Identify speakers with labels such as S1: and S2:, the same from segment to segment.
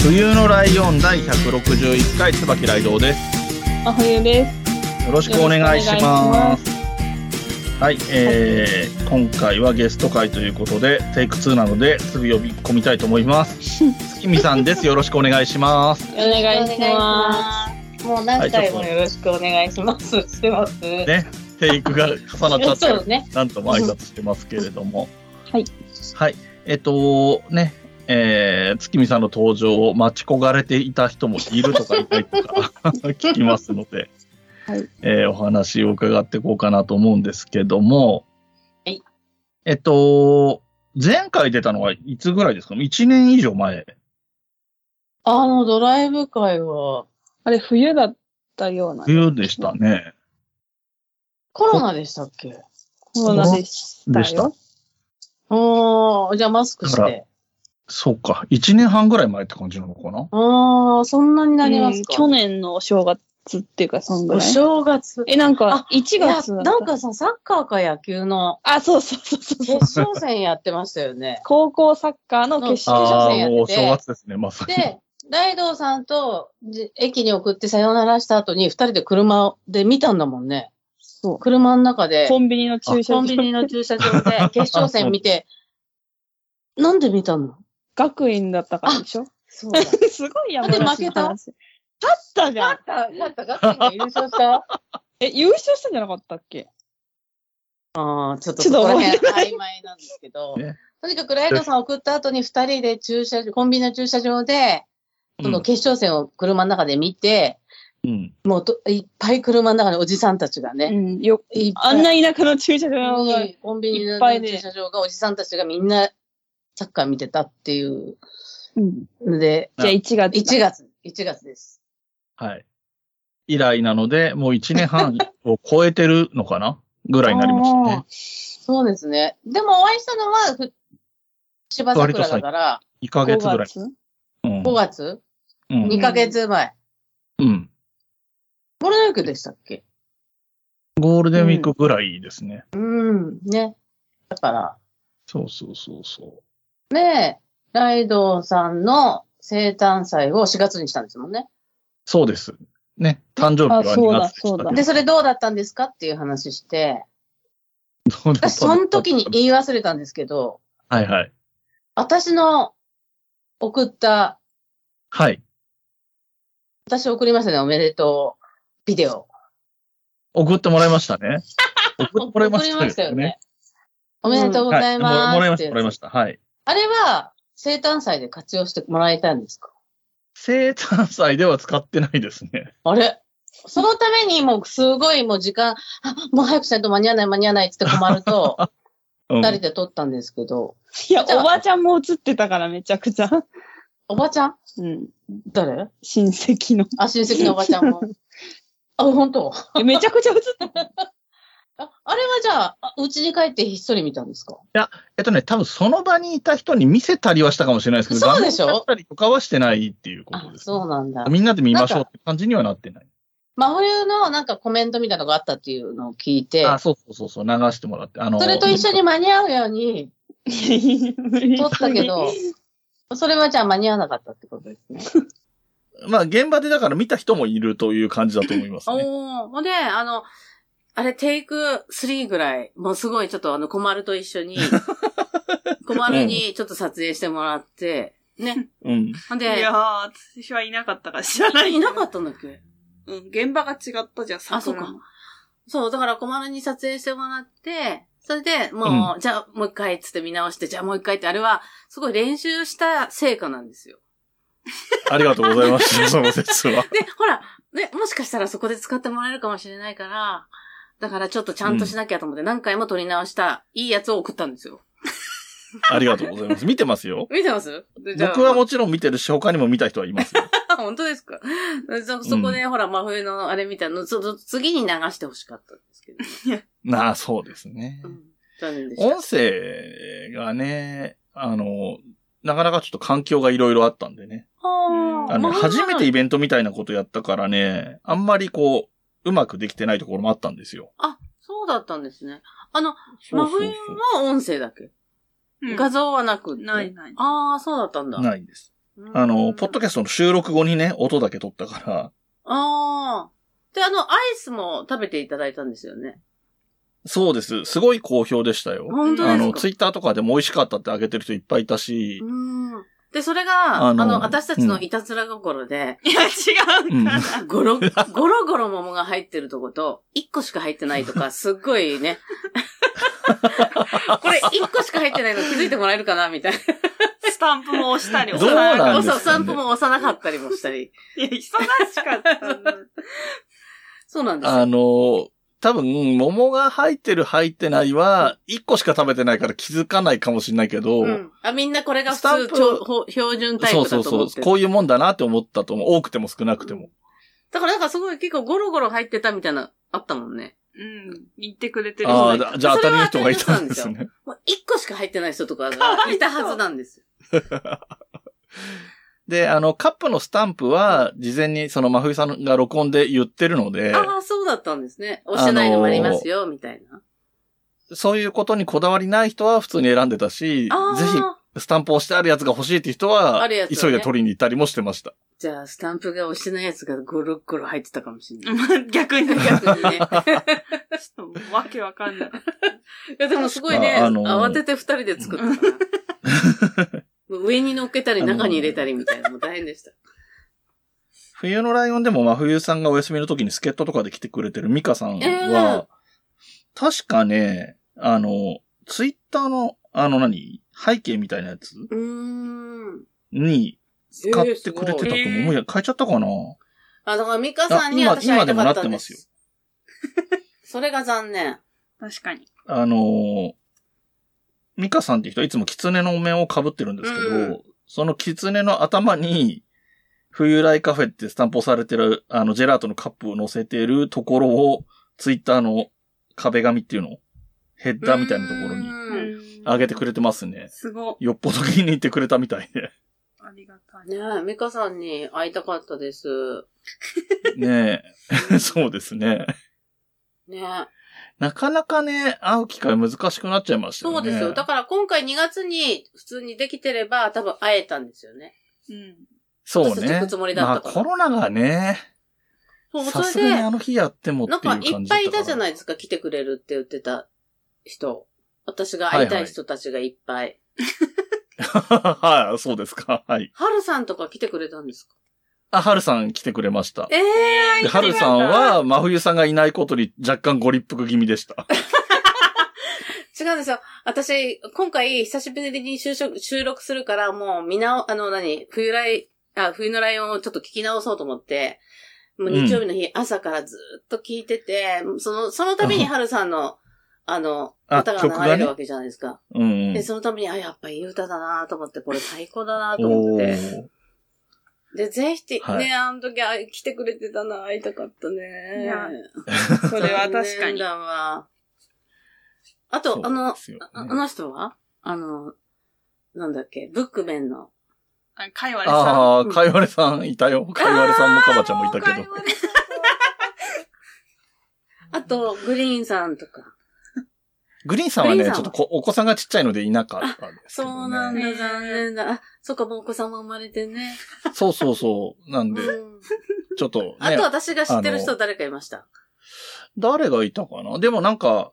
S1: 冬のライオン第161回椿ライドウです。
S2: 真冬です。
S1: よろしくお願いします。はい、えー、今回はゲスト会ということで、テイク2なので、すぐ呼び込みたいと思います。月見さんです。よろしくお願いします。
S2: お願いします。
S3: もう何回もよろしくお願いします。してます。
S1: ねテイクが重なっちゃ
S3: そ
S1: っ
S3: う
S1: て、
S3: ね。
S1: なんとも挨拶してますけれど も。
S2: はい。
S1: はい、えっ、と、ね、えー、月見さんの登場を待ち焦がれていた人もいるとかいないとか 聞きますので、
S2: はい
S1: えーお話を伺っていこうかなと思うんですけども、
S3: はい
S1: えっと、前回出たのはいつぐらいですか ?1 年以上前。
S3: あのドライブ会は
S2: あれ、冬だったような。
S1: 冬でしたね。
S3: コロナでしたっけ
S2: そうなんでした
S1: でした
S2: よ。
S3: おー、じゃあマスクし
S1: だから
S3: て。
S1: そうか。1年半ぐらい前って感じなのかな
S3: あー、そんなになります
S2: うん
S3: か。
S2: 去年のお正月っていうか、そんぐ
S3: お
S2: らい。
S3: 正月。
S2: え、なんか、1
S3: いや
S2: 月だった
S3: なんかさ、サッカーか野球の
S2: あ、そうそうそうそうそう。。
S3: 決勝戦やってましたよね
S2: 高校サッカーの決勝。
S3: あー
S1: ーもうお正月ですね、まさに。
S3: で、ライドウさんとじ駅に送ってさよならした後に二人で車で見たんだもんね。
S2: そう
S3: 車の中で。
S2: コンビニの駐車
S3: コ
S2: 場
S3: ン。ビニの駐車 場で決勝戦見て、なんで見たの
S2: 学院だったからでしょ
S3: そうだ。
S2: すごい山梨の話
S3: で負けた
S2: 勝ったじゃん。
S3: なんかガッキ優勝した
S2: え、優勝したんじゃなかったっけ
S3: ああ、ちょっと
S2: ちょ
S3: そ
S2: っと
S3: こ
S2: 覚
S3: ら
S2: え
S3: 辺
S2: てない
S3: 曖昧なんですけど、
S1: ね
S3: とにかくライドさん送った後に二人で駐車場、コンビニの駐車場で、その決勝戦を車の中で見て、
S1: うん。
S3: もうといっぱい車の中におじさんたちが
S2: う
S3: ね、
S2: ん。よ、
S3: いっぱ
S2: あ
S3: い
S2: んな田舎の駐車場が
S3: にコンビニ
S2: い
S3: の
S2: っぱいね
S3: 駐車場がおじさんたちがみんなサッカー見てたっていう
S2: うん
S3: ので、
S2: じゃあ1月。
S3: 1月、1月です。
S1: はい。以来なので、もう1年 半を超えてるのかなぐらいになりましたね。
S3: そうですね。でもお会いしたのはふ、芝桜だから、
S1: 2ヶ月ぐらい。
S2: 5
S1: うん
S3: 5月
S1: うん
S3: ?2 ヶ月前。
S1: うん
S3: ゴールデンウィークでしたっけ
S1: ゴールデンウィークぐらいですね。
S3: うん、ね。だから、
S1: そうそうそうそ
S3: ねえ、ライドウさんの生誕祭を4月にしたんですもんね。
S1: う。そうです。ね。誕生日は
S2: あそう
S1: 2
S2: だ
S1: 月でしたけど。
S2: そうだ
S3: で、それどうだったんですかっていう話して、
S1: そうだった
S3: 私その時に言い忘れたんですけど、
S1: はいはい。
S3: 私の送った、
S1: はい。
S3: 私送りましたね、おめでとうビデオ。
S1: 送ってもらいました ね。送ってもらいま
S3: 送りま
S1: し
S3: した
S1: た
S3: よ
S1: よ
S3: ね
S1: ね。。
S3: おめでとうございます、
S1: はい。もらいました、
S3: って
S1: もらいました。はい。
S3: あれは生誕祭で活用してもらえたんですか
S1: 生誕祭では使ってないですね。
S3: あれそのためにもうすごいもう時間、あ、もう早くしないと間に合わない間に合わないって言って困ると、
S1: うん
S3: 二人で撮ったんですけど、
S2: いや、おばあちゃんも映ってたからめちゃくちゃ。
S3: おばちゃん
S2: うん。
S3: 誰
S2: 親戚の。
S3: あ、親戚のおばちゃ んも。あ、本当
S2: えめちゃくちゃ映ってた。
S3: ああれはじゃあ、あうちに帰ってひっそり見たんですか
S1: えっとね、多分その場にいた人に見せたりはしたかもしれないですけど、
S3: そうでしょ
S1: 画面に立ったりとかはしてないっていうこと
S3: あ、
S1: です、
S3: そうなんだ。
S1: みんなで見ましょうって感じにはなってない。
S3: 真冬のなんかコメントみたいなのがあったっていうのを聞いて、
S1: あ、そうそうそうそう、流してもらって。あの、
S3: それと一緒に間に合うように撮
S2: 撮
S3: った け。ど、それはじゃあ間に合わなかったってことですね。
S1: まあ、現場でだから見た人もいるという感じだと思いますね。
S4: おー、ほんで、あの、あれ、テイク3ぐらい、もうすごいちょっとあの、小丸と一緒に、小丸にちょっと撮影してもらって、ね。
S1: うん。
S4: ほん
S5: い
S4: で、
S5: やー、私はいなかったから知らない。
S4: いなか
S5: っ
S4: ったんだっけ
S5: た。うん、現場が違ったじゃん、桜
S4: あそうか
S5: の
S4: そう、だから小丸に撮影してもらって、それで、もう、じゃあもう一回っつって見直して、じゃあもう一回って、あれは、すごい練習した成果なんですよ。
S1: ありがとうございました、 その説は。
S4: で、ほら、ね、もしかしたらそこで使ってもらえるかもしれないから、だからちょっとちゃんとしなきゃと思って何回も撮り直した、いいやつを送ったんですよ。
S1: ありがとうございます。見てますよ。
S3: 見てますでじゃあ
S1: 僕はもちろん見てるし、他にも見た人はいますよ。
S3: あ本当ですかそそこで、ほら、真冬のあれみたいなの、そそ次に流してほしかったんですけど。
S1: なあ、そうですね
S3: う。ん、残念でした
S1: 音。声がね、あの、なかなかちょっと環境がいろいろあったんでね。
S3: あー
S1: あの、
S3: まあ
S1: 初めてイベントみたいなことやったからね、あんまりこう、うまくできてないところもあったんですよ。
S3: そうだったんですね。あの、
S1: そう
S3: 真
S1: そう
S3: 冬
S1: そ
S3: は音声だけ。
S2: うん
S3: 画像はなくって
S2: ないない
S3: ああ、そうだったんだ。
S1: う。ないです。
S3: うん
S1: あの、ポッドキャストの収録後にね、音だけ撮ったから、
S3: ああ。で、あの、アイスも食べていただいたんですよね。
S1: そうです。すごい好評でしたよ。
S3: 本当ですか
S1: あの、ツイッターとかでも美味しかったってあげてる人いっぱいいたし、
S3: うん。で、それが、
S1: あ
S3: あ
S1: の
S3: の、私たちのいたずら心で、
S2: いや、違うんだな。
S3: ゴロ、ゴロゴロ桃が入ってるとこと、1個しか入ってないと か、すっごいね。これ1個しか入ってないの気づいてもらえるかなみたいな。
S2: スタンプも押したり、
S1: どう
S2: 押さなか
S1: な
S2: っ
S1: んですかね
S3: お散歩も押さなかったりもしたり。
S2: た。いや、忙しかったんだ。
S3: そうなんですよ
S1: あの、多分、桃が入ってる入ってないは、1個しか食べてないから気づかないかもしれないけど、
S3: うん。あ、みんなこれが普
S1: スタン
S3: 通
S1: プ
S3: ちょほ標準タイ
S1: そう
S3: プ
S1: そ
S3: だ
S1: う
S3: と思
S1: そ
S3: っ
S1: う
S3: て、る
S1: こういうもんだなって思ったと思う。多くても少なくても。
S3: だからなんかすごい結構ゴロゴロ入ってたみたいな、あったもんね。
S2: うん。言ってくれてる人
S1: あ
S2: が
S1: あ
S2: いた
S1: だ、じゃあ当たりの人がいたんですね。
S3: もう1個しか入ってない人とか
S2: かわいそ
S3: が
S2: う
S3: いたはずなんですよ。
S1: で、あの、カップのスタンプは、事前にその、真冬さんが録音で言ってるので、
S3: ああ、そうだったんですね。押してないのもありますよ、みたいな。
S1: そういうことにこだわりない人は普通に選んでたし、
S3: ああ。
S1: ぜひスタンプをしてあるやつが欲しいっていう人は、
S3: あるやつは
S1: 急
S3: ね
S1: いで取りに行ったりもしてました。
S3: じゃあ、スタンプが押してないやつがゴロゴロ入ってたかもしれない。
S2: まあ 逆に、ちょっ
S3: 逆にね。
S2: とわけわかんない。
S3: いや、でもすごいね、
S1: ああのー
S3: 慌てて二人で作ったから。もう上に乗っけたり、中に入れたりみたいな、もう大変でした。
S1: 冬のライオンでも真冬さんがお休みの時に助っ人とかで来てくれてるミカさん
S3: え
S1: は、確かね、あの、ツイッターの、あの何、背景みたいなやつ
S3: うーん。
S1: に
S3: 使
S1: 買ってくれてたと思う。
S2: えー
S1: もういや、変えちゃったかな
S3: あ、だからミカさん
S1: あ
S3: に
S1: 今
S3: 私は会
S1: 今
S3: いたかったん
S1: でもなって
S3: で
S1: ますよ
S3: す。それが残念。
S2: 確かに。
S1: あの、ミカさんっていう人はいつも狐のお面を被ってるんですけど、
S3: うん
S1: その狐の頭に、冬来カフェってスタンプされてる、あの、ジェラートのカップを載せてるところを、ツイッターの壁紙っていうのヘッダーみたいなところに
S3: に。
S1: あげてくれてますね。
S2: すご。
S1: よっぽど気に入ってくれたみた いで。
S2: ありがたい。
S3: ねえ、ミカさんに会いたかったです。
S1: ねえ。 そうですね。
S3: ねえ
S1: なかなかね、会う機会難しくなっちゃいましたよね。
S3: そうですよ。だから今回2月に普通にできてれば多分会えたんですよね。
S2: うん。
S1: そう
S3: 私たち
S1: ね
S3: 行くつもり。だ
S1: まあ
S3: ったから
S1: コロナがね、
S3: そう、
S1: さ
S3: そ
S1: す
S3: れ
S1: がに
S3: で、
S1: あの日やってもってい
S3: な
S1: うん
S3: か
S1: 感じ。
S3: いっぱいいたじゃないいですか、来てくれるって言ってた人。私が会いたい人たちがいっぱい。
S1: はい、そうですか。はい。
S3: はるさんとか来てくれたんですか
S1: あ、はるさん来てくれました。
S3: ええ
S1: で、はるさんは、真冬さんがいないことに若干ご立腹気味でした。
S3: 違うんですよ。私、今回、久しぶりに収録収録するから、もう、みなお、あの、何、冬来、あ、冬のライオンをちょっと聞き直そうと思って、もう日曜日の日、朝からずっと聞いてて、その、その度に春さんの、あの、
S1: あ
S3: 歌
S1: 曲
S3: が
S1: が
S3: 流れ
S1: ね
S3: るわけじゃないですか。
S1: うん。
S3: で、その度に、あ、やっぱいい歌だなと思って、これ最高だなと思っ
S1: お
S3: て。
S1: ー
S3: で、ぜひ、
S1: はい
S3: ね、あの時、あ来てくれてたな会いたかったね。
S2: いや それは確か
S3: 残念
S2: に。
S3: だわあ
S1: そ
S3: と、あ
S1: う
S3: の
S1: で、すよね
S3: ああの人はあの、なんだっけ、ブックメンの。
S2: あかいわれさん。
S1: ああ、かいわれさんいたよ。かいわれさんもかばちゃんもいたけど。
S2: もうかいわれさん
S3: あと、グリーンさんとか。
S1: グリーンさんはね、
S3: グリーン
S1: ち
S3: さ
S1: ょっ
S3: ん
S1: とこ
S3: は
S1: お子さんがちっちゃいのでいなかったんですけど、ね。
S3: そうなん
S2: ね
S3: だ、残念だ。あ、そっか、もうお子さんも生まれてね。
S1: そうそうそう。なんで、
S3: うん、
S1: ちょっとね、
S3: あと、私が知ってる
S1: あ
S3: 人
S1: の
S3: 誰かいました。
S1: 誰がいたかなでもなんか、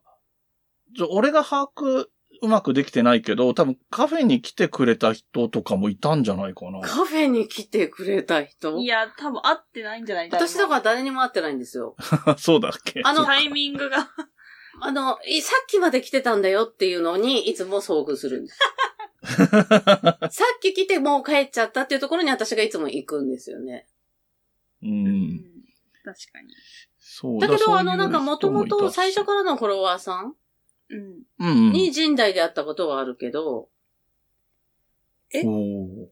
S1: ちょ俺が把握うまくできてないけど、多分カフェに来てくれた人とかもいたんじゃないかな。
S3: カフェに来てくれた人
S2: いや、多分会ってないんじゃない
S3: 私だからら誰にも会ってないんですよ。
S1: そうだっけ
S3: あの
S2: タイミングが。
S3: あの、いさっきまで来てたんだよっていうのに、いつも遭遇する んです。さっき来てもう帰っちゃったっていうところに私がいつも行くんですよね。
S1: う。。
S2: うん確かに。
S1: そう
S3: だけ
S1: そう
S3: ど、
S1: いう
S3: あの、なんかもとも
S1: 人いた
S3: と
S1: し
S3: 最初からのフォロワーさん
S2: うん。
S1: うんうん。
S3: に神代で会ったことはあるけど、
S2: え
S1: おー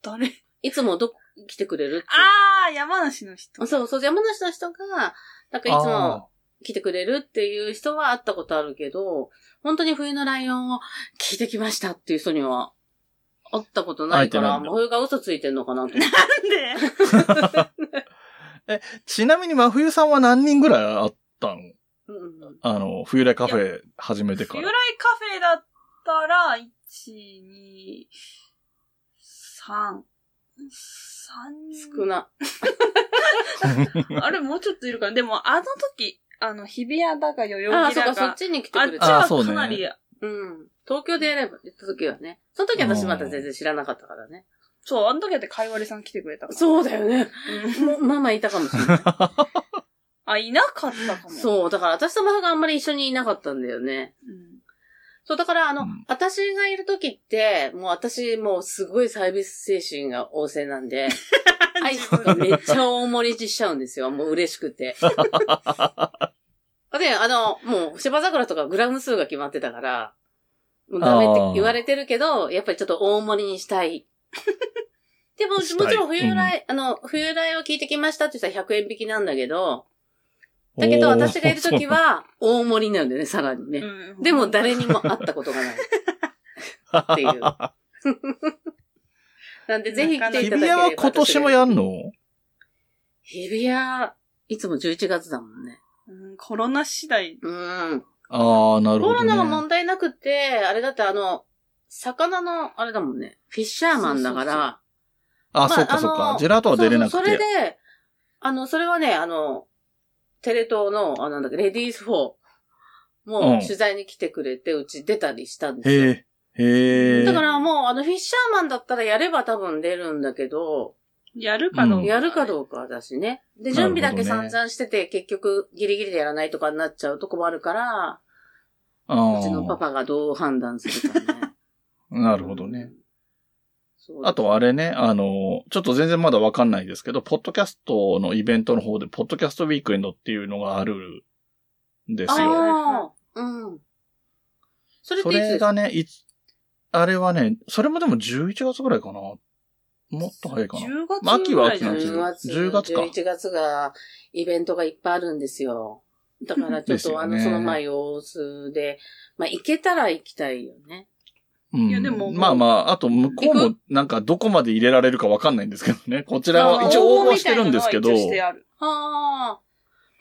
S2: 誰
S3: いつもど、来てくれるっていう
S2: あー、山梨の人。
S3: そうそう、山梨の人が、なんかいつも来てくれるっていう人は会ったことあるけど、本当に冬のライオンを聞いてきましたっていう人には会ったことないか
S1: 会え
S3: ら、
S1: てないんだ
S3: もう冬が嘘ついてんのかなと思って。
S2: なんで
S1: あーちなみに真冬さんは何人ぐらいあったの
S3: うんうん
S1: あの、冬来カフェ始めてか
S2: 由来
S1: ら。
S2: カフェだったら、1、2、3、3、
S3: 少な。
S2: あれ、もうちょっといるかな。でも、あの時、あの、日比谷だか代
S3: あ
S2: 々
S3: あ、
S2: 木
S3: そっ
S2: だ
S3: か、そっ
S2: か、
S3: ちに来て
S2: あっち
S3: くれ
S1: あ
S3: た。
S2: は
S1: そうね
S2: かなり、
S3: うん。東京でやれば、行った時はね。その時は私まだ全然知らなかったからね。
S2: そう、あの時だってかいわれさん来てくれたから。
S3: そうだよね。
S2: うん
S3: もう、ママいたかもしれない。
S2: あ、いなかったかも。う。
S3: そう、だから私とママがあんまり一緒にいなかったんだよね。
S2: ん、
S3: そう、だからあの、
S1: うん
S3: 私がいる時って、もう私もうすごいサービス精神が旺盛な んで、アイスとかめっちゃ大盛りにしちゃうんですよ。もう嬉しくて。 で、あの、もう芝桜とかグラム数が決まってたから、もうダメって言われてるけど、やっぱりちょっと大盛りにし たい。でも、もち
S1: したい
S3: ろん冬来、あの、冬来を聞いてきましたって人は100円引きなんだけど、だけど私がいる時
S1: おー。
S3: は大盛りなんだよね、さらにね。
S2: うん
S3: でも、誰にも会ったことがない。って いう。なんで、ぜひ来て
S1: 日
S3: い
S1: 比
S3: ただければ。
S1: 谷は今年もやんの
S3: 日比谷、いつも11月だもんね。
S2: うんコロナ次第。
S3: うん。
S1: ああ、なる
S3: コ
S1: ほど、ね。
S3: ロナが問題なくて、あれだってあの、魚の、あれだもんね、フィッシャーマンだから。
S1: あ、
S3: まあ
S1: そっかそっ
S3: あ
S1: か
S3: の。
S1: ジェラートは出れなくて。
S3: そうそうそれで、あの、それはね、あの、テレ東の、あなんだっけ、レディース4
S1: う
S3: も
S1: ん
S3: 取材に来てくれて、うち出たりしたんですよ。
S1: へえ、へえ。
S3: だからもう、あの、フィッシャーマンだったらやれば多分出るんだけど、
S2: やるかどう
S1: う
S2: か。
S1: ん
S3: やるかどうかだしね。
S1: な
S3: で、
S1: る
S3: 準
S1: ほどね
S3: 備だけ散々してて、結局ギリギリでやらないとかになっちゃうと困るから、
S1: あ
S3: うちのパ
S1: ー
S3: パがどう判断するかね。
S1: なるほどね。。
S3: そう
S1: あとあれね、あの、ちょっと全然まだわかんないですけど、ポッドキャストのイベントの方で、ポッドキャストウィークエンドっていうのがあるんですよ。
S3: ああ、うん。それっ
S1: そ
S3: ていつ
S1: れ
S3: ですか
S1: がね、いつ、あれはね、それもでも11月ぐらいかな。もっと早いかな。
S2: 10月
S1: まあ秋は秋なんですよ
S3: 10月、
S1: 10月か
S3: 11月が、イベントがいっぱいあるんですよ。だからちょ
S1: で
S3: っ
S1: す
S3: と、
S1: よね
S3: あの、その前様子で、まあ、行けたら行きたいよね。
S1: うん、
S2: いやでも
S1: まあまあ、あと向こう
S3: 行
S1: もなんかどこまで入れられるかわかんないんですけどね。こちらは一応応募はしてるんですけど。
S2: 応募みたいなのは一応してある
S3: ああ。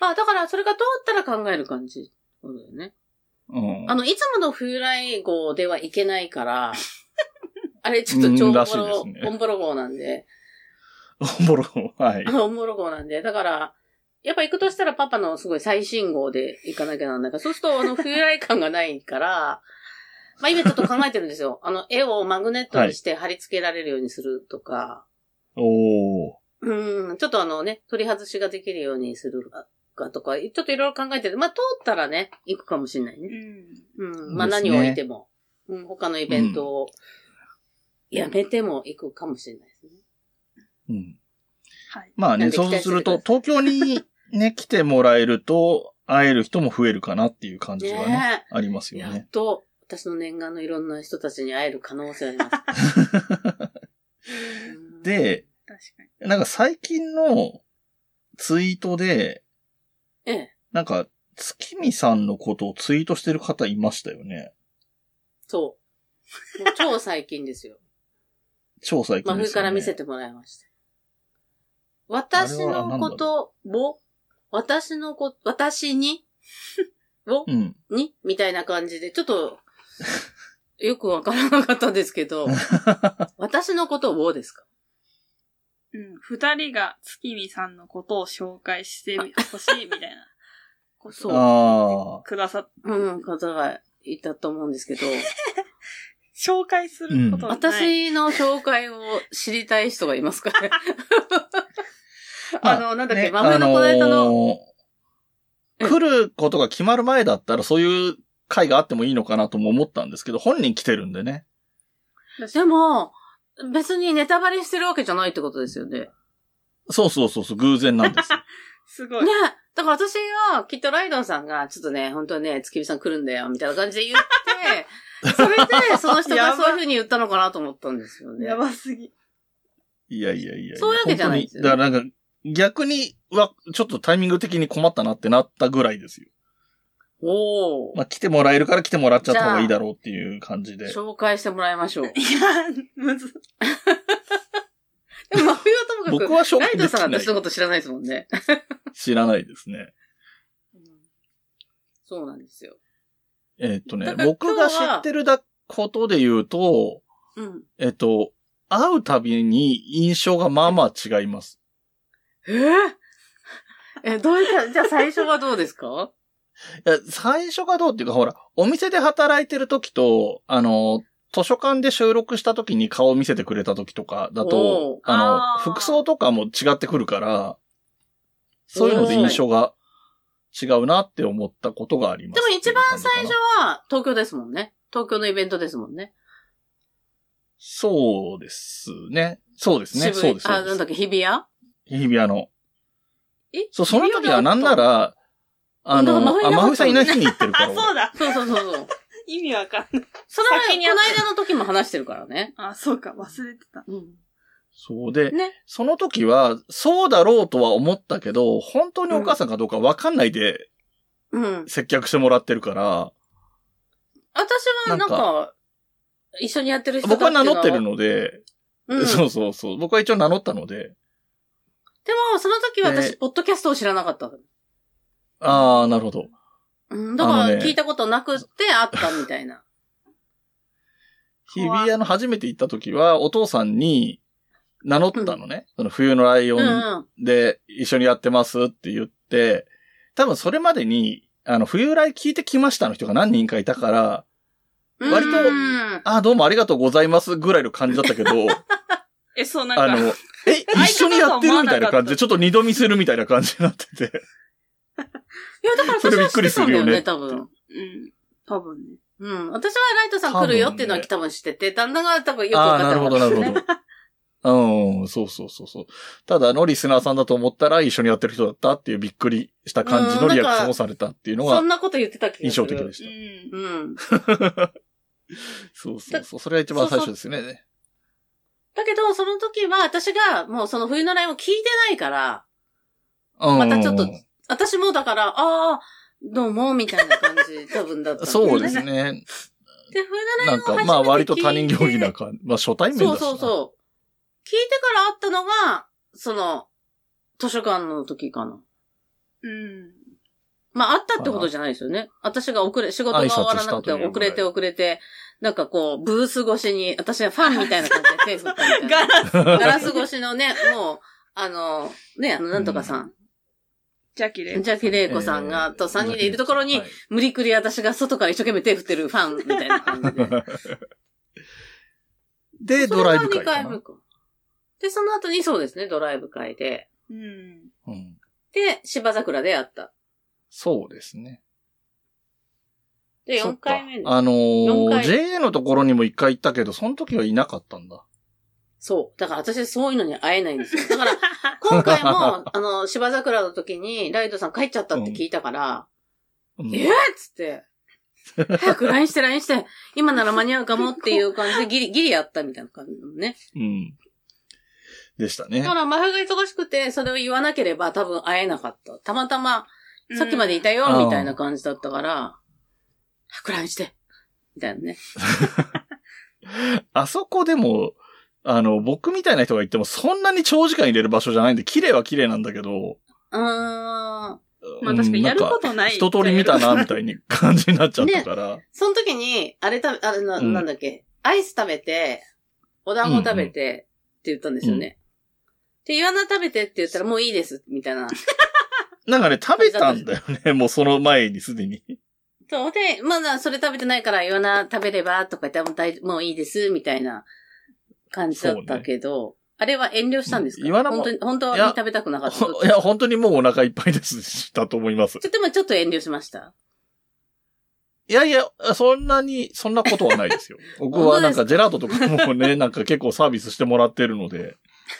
S3: まあ、だから、それが通ったら考える感じ。そうだよね。
S1: うん
S3: あの、いつもの冬来号では行けないから、あれ、ちょっと超
S1: う
S3: お
S1: ん
S3: ぼ
S1: らしいで
S3: ろ、
S1: すね
S3: おんぼろ号なんで、
S1: おもろ、はい
S3: あ。のおんぼろ号なんで、だから、やっぱ行くとしたらパパのすごい最新号で行かなきゃなんないから、そうするとあの冬来感がないから、まあ今ちょっと考えてるんですよ。あの、絵をマグネットにして貼り付けられるようにするとか、
S1: おー。
S3: うん、ちょっとあのね、取り外しができるようにするかとか、ちょっといろいろ考えてる。まあ通ったらね、行くかもしれないね。うん。まあ
S1: です
S3: 何
S1: ね
S3: を置いても、うん、他のイベントをやめても行くかもしれないですね。
S1: うん。
S2: はい
S1: まあ
S3: な
S1: ね、
S3: んで
S1: そうすると、
S3: 期
S1: 東京にね、 来てもらえると、会える人も増えるかなっていう感じはね、
S3: ね
S1: ありますよ
S3: や
S1: ね
S3: っ。と、私の念願のいろんな人たちに会える可能性あります。 うん、
S1: で、
S2: 確かに。
S1: なんか最近のツイートで、
S3: ええ、
S1: なんか、月見さんのことをツイートしてる方いましたよね。
S3: そう。もう超最近ですよ。
S1: 超最
S3: 真
S1: 近で
S3: 冬
S1: す
S3: か
S1: よ、ね。
S3: ら見せてもらいました。私のことを、私のこ、私に、 を
S1: う、ん。
S3: に、みたいな感じで、ちょっ と、よくわからなかったですけ ど、私のことをですか
S2: うん。二人が月見さんのことを紹介してほしいみたいなことを
S1: ああ。
S2: くださっ、
S3: うん、方がいたと思うんですけど、
S2: 紹介することがない。
S3: 私の紹介を知りたい人がいますかね
S1: ま
S3: あ
S1: あ
S3: の、なんだっけ、
S1: ね
S3: 真冬のこの間
S1: あ
S3: の、
S1: のー来ることが決まる前だったら、そういう会があってもいいのかなとも思ったんですけど、本人来てるんでね。
S3: でも、別にネタバレしてるわけじゃないってことですよね。ね
S1: そうそうそうそう、偶然なんです。
S2: すごい。
S3: だから私は、きっとライドンさんが、ちょっとね、本当はね、月見さん来るんだよ、みたいな感じで言って、 それで、その人
S2: や
S3: が
S2: ば
S3: そういうふうに言ったのかなと思ったんですよね。
S2: やばすぎ。
S1: いやいやいやや。
S3: そういうわけじゃないですよ
S1: 本当にだからなんか、逆には、ちょっとタイミング的に困ったなってなったぐらいですよ。
S3: おお、
S1: まあ、来てもらえるから来てもらっちゃった方がいいだろうっていう感じで。
S3: 紹介してもらいましょう。
S2: いや、むず。
S3: でも、真冬はともか
S1: 僕
S3: く、
S1: は紹
S3: ラ
S1: 介
S3: イ
S1: で
S3: ド
S1: き
S3: さんは
S1: ない
S3: 私。のこと知らないですもんね。
S1: 知らないですね。
S3: そうなんですよ。
S1: えっとね
S3: だか、ら
S1: 僕が知ってるだことで言うと、
S3: うん。
S1: えっと、会うたびに印象がまあまあ違います。
S3: えー え、どういった、じゃあ最初はどうですか
S1: いや最初がどうっていうか、ほら、お店で働いてる時と、あの、図書館で収録した時に顔を見せてくれた時とかだ
S3: お
S1: と
S3: う、
S1: あ
S2: あー
S1: の、服装とかも違ってくるから、そういうので印象が違うなって思ったことがありま。
S3: ですも一番最
S1: っていう感じ
S3: 初
S1: かな
S3: は東京ですもんね。東京のイベントですもんね。
S1: そうですね。そうですね。
S3: 渋
S1: そう
S3: 谷
S1: です。
S3: あ、
S1: そう
S3: な
S1: で
S3: ん
S1: す
S3: だっけ、日比谷
S1: 日比谷の。
S2: え
S1: そう、その時はなんな
S2: ら。
S1: ら、あの、
S3: なんか
S1: あ
S3: 真冬なか
S1: 真冬
S3: った
S1: さんいない日に行ってるか
S2: あ、
S1: ら。
S2: そうだ。
S3: そうそうそうそう。
S2: 意味わかんない。
S3: それは、こ
S2: 先にやっ
S3: の間の時も話してるからね。
S2: あ、そうか、忘れてた。
S3: うん。
S1: そうで、
S3: ね
S1: その時は、そうだろうとは思ったけど、本当にお母さんかどうかわかんないで
S3: うん。
S1: 接客してもらってるから、
S3: 私はなんか、
S1: なん
S3: 一緒にやってる人だ
S1: 僕は名乗ってる
S3: の。
S1: ので、
S3: うん。
S1: そうそうそう、僕は一応名乗ったので、
S3: でも、その時は私、
S1: ね
S3: ポッドキャストを知らなかった。
S1: あー、なるほど。
S3: うん。だ
S1: あ
S3: か
S1: の
S3: ら、
S1: ね
S3: 聞いたことなくって、会ったみたいな。
S1: 日比谷の初めて行った時は、お父さんに名乗ったのね。その冬のライ
S3: う
S1: オ
S3: んう
S1: ン
S3: ん。
S1: で一緒にやってますって言って、多分それまでに、あの、冬来聞いてきましたの人が何人かいたから、割と
S3: うん
S1: あー、どうもありがとうございますぐらいの感じだったけ ど、
S2: え、そう、なん
S1: あ
S2: か、
S1: の、え、一緒にやってるみたいな感じで、ちょっと二度見するみたいな感じになってて。
S3: いや、だから
S1: それ
S3: 私
S1: びっ
S3: は知
S1: く
S3: っ
S1: り
S3: て
S1: す
S3: たん
S1: る
S3: だ
S1: よ
S3: よね、
S1: ね
S3: 多分。
S2: うん。多分ね。
S3: うん。私はライトさん来るよっていうのは多分知ってて、旦那が多分よく分
S1: ああ
S3: かっ
S1: ー、
S3: て
S1: なるほど、なる
S3: ど。
S1: ほど。うん、そうそうそうそう。ただのリスナーさんだと思ったら一緒にやってる人だったっていうびっくりした感じのリアクションをされたっていうの
S3: そ
S1: が
S3: んなこと言ってた気が
S1: 印
S3: する。
S1: 象的でし
S2: う
S1: た。
S2: ん。
S3: うん。
S1: そうそうそう。それが一番最初ですね。
S3: だけど、その時は私がもうその冬のラインを聞いてないから、
S1: うん。
S3: またちょっと私もだから、ああ、どうも、みたいな感 じ、多分だったんだよね。
S1: そうですね。
S3: で、冬の
S1: なん
S3: ライブを初めて聞い
S1: か、
S3: て。
S1: まあ割と他人行儀な感じ。まあ初対面だし
S3: そう
S1: な。
S3: そうそう。聞いてから会ったのが、その、図書館の時かな。
S2: うん。
S3: まあ、あったってことじゃないですよね。私が遅れ、仕事が終わ
S1: 挨拶
S3: らなくて、
S1: したという
S3: 遅
S1: ぐらい
S3: れて遅れて、なんかこう、ブース越しに、私はファンみたいな感じで手振ったみた いな。
S2: ガラス、
S3: ガラス越しのね、もう、あの、ね、あの、なんとかさん、
S2: 邪気で。
S3: ジャキレイコさんが、と3人でいるところに、無理くり私が外から一生懸命手振ってるファンみたいな感じで。
S1: で、
S3: そ
S1: ド
S3: れが
S1: ライブ
S3: 二
S1: 会か
S3: 回
S1: な
S3: 目。か。で、その後にそうですね、ドライブ会で。
S2: うん。
S1: うん
S3: で、芝桜で会った。
S1: そうですね。
S3: で、
S1: そ
S3: 4
S1: っか
S3: 回目で。
S1: あの
S3: 四
S1: ー、
S3: 回
S1: JA のところにも一回行ったけど、その時はいなかったんだ。
S3: そう。だから私そういうのに会えないんですよ。だから、 今回も、 あの、芝桜の時に、ライドさん帰っちゃったって聞いたから、
S1: うん
S3: えーっつって、早く LINE して LINE して、今なら間に合うかもっていう感じでギリ、ギリやったみたいな感じなのね。
S1: うん。でした
S3: だ
S1: ね
S3: か。ら、真冬が忙しくて、それを言わなければ多分会えなかった。たまたま、さっきまでいたよ
S1: う、ん
S3: みたいな感じだったから、早く LINE して、みたいなね。
S1: あそこでも、あの、僕みたいな人が行っても、そんなに長時間入れる場所じゃないんで、綺麗は綺麗なんだけど、
S3: うーん。
S2: まあ確かにやることない。
S1: 一通り見たな、みたいに感じになっちゃったから。
S3: その時に、あれ食べ、あれな、
S1: うん
S3: なんだっけ、アイス食べて、お団子食べて、って言ったんですよね。で、イワナ食べてって言ったらもういいです、みたいな。
S1: なんかね、食べたんだよね、もうその前にすでに。
S3: そうで、まだそれ食べてないからイワナ食べれば、とか言ってもう大もういいです、みたいな感じだったけど、あれは遠慮したんですか、
S1: うんイワナも
S3: 本当に、本当はい
S1: や
S3: に食べたくなかった。
S1: いや、本当にもうお腹いっぱいです、したと思います
S3: ち。ょっと、でもちょっと遠慮しました。
S1: いやいや、そんなに、そんなことはないですよ。僕はなんかジェラートとかもね、 なんか結構サービスしてもらってるので。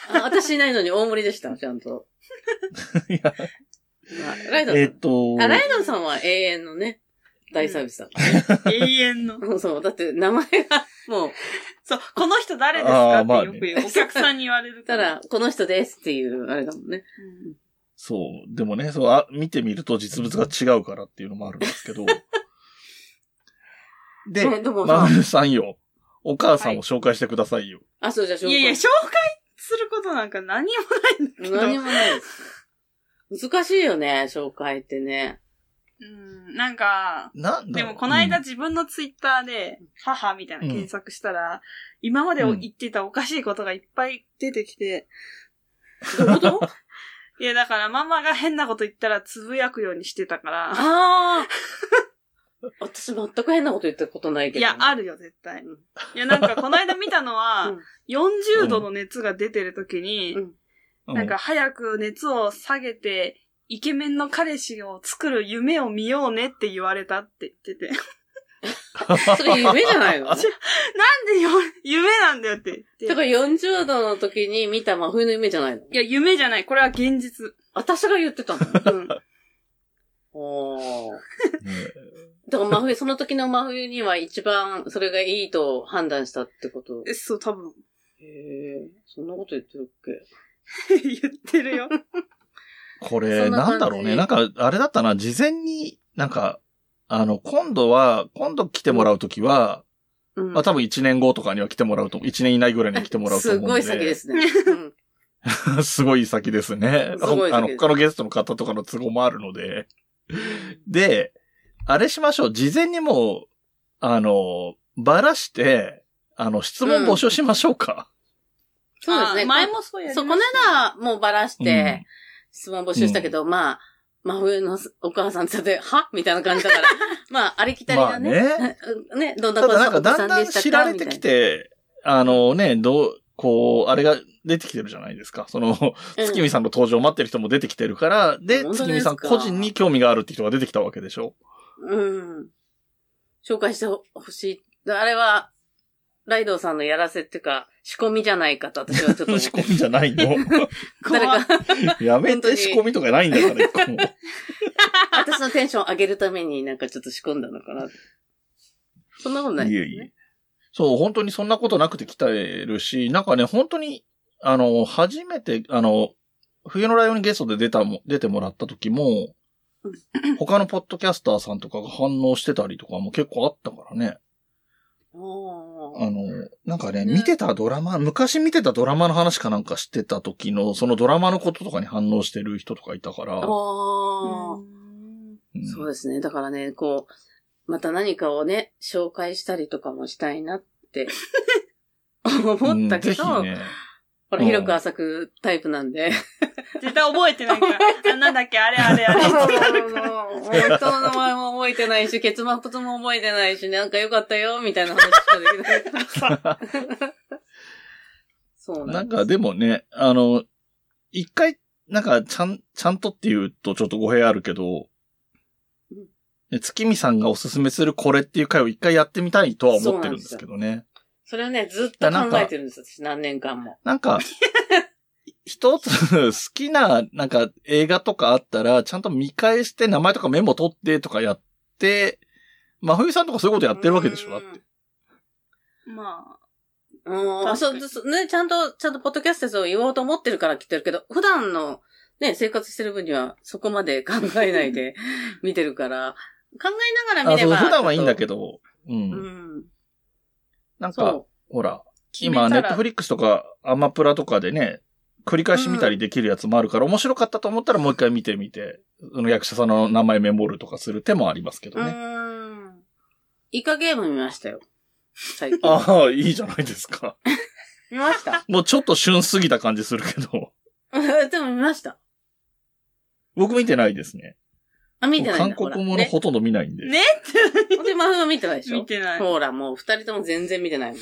S3: あ私いないのに大盛り でした、ちゃんと。
S1: いや
S3: まあ、ライドさん。
S1: えっと、
S3: あ、ライドさんは永遠のね。大サービスだ。
S2: 永遠の。
S3: うん そう。だって名前が、もう、
S2: そう、この人誰ですか
S1: あーまあ
S2: ってよく言う。お客さんに言われるか
S3: た
S2: らら。、
S3: この人ですっていう、あれだもんね。
S2: うん
S1: そう。でもね、そうあ、見てみると実物が違うからっていうのもあるんですけど。で、
S3: ねでも
S1: マ
S3: さ
S1: ウ、ルさんよ。お母さんを紹介してくださいよ。
S3: あ、そうじゃあ紹
S2: いやいや、
S3: 介
S2: 紹介することなんか何もないんだけど。
S3: 何もないです。難しいよね、紹介ってね。
S2: うん、なんか、
S1: なんだ
S2: で
S1: ろう
S2: もこの間
S1: うん
S2: 自分のツイッターで、母みたいな検索したら、今まで言ってたおかしいことがいっぱい出てきて、
S3: どうい うこと
S2: いやだからママが変なこと言ったらつぶやくようにしてたから、
S3: ああ私全く変なこと言ったことないけ
S2: い
S3: ど。
S2: や、あるよ、絶対。いや、なんかこの間見たのは、
S3: うん
S2: 40度の熱が出てる時に、
S3: うん
S2: なんか、早く熱を下げて、イケメンの彼氏を作る夢を見ようねって言われたって言って て。
S3: それ夢じゃない の
S2: な
S3: だか
S2: んでよ夢なんだよって言 って。
S3: ら40度の時に見た真冬の夢じゃないの
S2: いや、夢じゃない。これは現実。
S3: 私が言ってたの。
S2: うん。
S3: お
S1: う
S3: ー
S1: んね
S3: だから真冬、その時の真冬には一番それがいいと判断したってこと。
S2: えそう、多分。
S3: へえ、そんなこと言ってるっけ
S2: 言ってるよ。
S1: こ
S3: そ
S1: れ、
S3: んな
S1: な
S3: 感じ
S1: んだろうね。なんか、あれだったな、事前に、なんか、あの、今度は、今度来てもらうときは、
S3: うん
S1: まあ多分1年後とかには来てもらうと、1年以内ぐらいには来てもらうと思
S3: す
S1: うんで。
S3: ごい先ですね。 う
S1: す。
S3: ん
S1: すごい先ですね。
S3: すごい先です
S1: あの、他のゲストの方とかの都合もあるので。で、あれしましょう。事前にもう、あの、ばらして、あの、質問募集しましょうか。
S3: そうですね。
S2: あ前もそうやりま
S3: そう、
S2: し
S3: この
S2: た
S3: 間、もうバラし
S1: うん
S3: て、質問募集したけど、まあ、真冬のお母さんってで、はみたいな感じだ から、まあ、ありきたりがね。
S1: まあね
S3: うん ね、どんな
S1: た
S3: こと
S1: だなんか
S3: お子
S1: だ
S3: さ
S1: んだ
S3: で
S1: ん
S3: したか
S1: 知られてき、て、あのね、どう、こう、あれが出てきてるじゃないですか。その、
S3: みたいな
S1: 月見さんの登場を待ってる人も出てきてるから、で、
S3: 本当ですか
S1: 月見さん個人に興味があるって人が出てきたわけでしょ。
S3: うん。うん紹介してほしい。あれは、ライドウさんのやらせっていうか、仕込みじゃないかと私はちょっと思 っ
S1: 仕
S3: て。
S1: 込みじゃないの。
S3: 誰
S2: 怖い
S3: か、
S1: やめ
S3: 本当
S1: て
S3: に
S1: 仕込みとかないんだから一 個も、
S3: 私のテンション上げるためになんかちょっと仕込んだのかな。そんなことない
S1: い
S3: で
S1: え
S3: す
S1: い
S3: ね。
S1: え。そう、本当にそんなことなくて来てるし、なんかね、本当に、あの、初めて、あの、冬のライオンにゲストで出たも、出てもらった時も
S3: う、
S1: 他のポッドキャスターさんとかが反応してたりとかも結構あったからね。
S3: おー
S1: あの、なんかね、
S2: ね
S1: 見てたドラマ、昔見てたドラマの話かなんかしてた時の、そのドラマのこととかに反応してる人とかいたから、
S3: おー。
S2: うん
S1: うん
S3: そうですね。だからね、こう、また何かをね、紹介したりとかもしたいなって 思ったけど、
S1: うんぜひね、
S3: ほ
S1: う
S3: ら、
S1: ん
S3: 広く浅くタイプなんで。
S2: 絶対覚えてない から。あなんだっけ、あれあれあれ。
S3: 本当の名前も覚えてないし、結末も覚えてないし、なんかよかったよ、みたいな話しかできないからさ。そう
S1: な
S3: なんん
S1: かでもね、あの、一回、なんか、ちゃん、ちゃんとって言うとちょっと語弊あるけど
S3: うん、
S1: ね月見さんがおすすめするこれっていう回を一回やってみたいとは思ってるんですけどね。
S3: それをね、ずっと考えてるんです、私、何年間も。
S1: なんか、一つ好きな、なんか映画とかあったら、ちゃんと見返して名前とかメモ取ってとかやって、真冬さんとかそういうことやってるわけでしょだって。
S2: ま
S3: うん、
S2: 確
S3: あ、
S2: か
S3: そう、
S2: に
S3: そうね、ちゃんと、ちゃんとポッドキャストを言おうと思ってるから来てるけど、普段のね、生活してる分にはそこまで考えないで見てるから、考えながら
S1: あ
S3: 見れ
S1: そう
S3: ば。
S1: 普段はいいんだ
S3: ど。
S1: けど、うん。
S3: うん。
S1: なんか、
S3: そ
S1: ほら、
S2: 決め
S1: 今、
S2: たら
S1: ネットフリックスとか、アマプラとかでね、繰り返し見たりできるやつもあるから、面白かったと思ったらもう一回見てみて、その役者さんの名前メモるとかする手もありますけ
S3: う。
S1: ど
S3: う
S1: ね。
S3: ーん。イカゲーム見ましたよ。最近。
S1: ああ、いいじゃないですか。
S3: 見ました
S1: もうちょっと旬すぎた感じするけど、
S3: でも見ました。
S1: 僕見てないですね。
S3: あ、見てないん
S1: 韓
S3: だ
S1: 国
S3: ほ
S1: も
S3: ら
S1: の
S3: ね。
S1: ほとんど見ないんで。
S2: あ、
S1: ね、
S2: ね
S3: ほんで、真は見てないでしょ
S2: 見てない。
S3: ほら、もう二人とも全然見てないもん。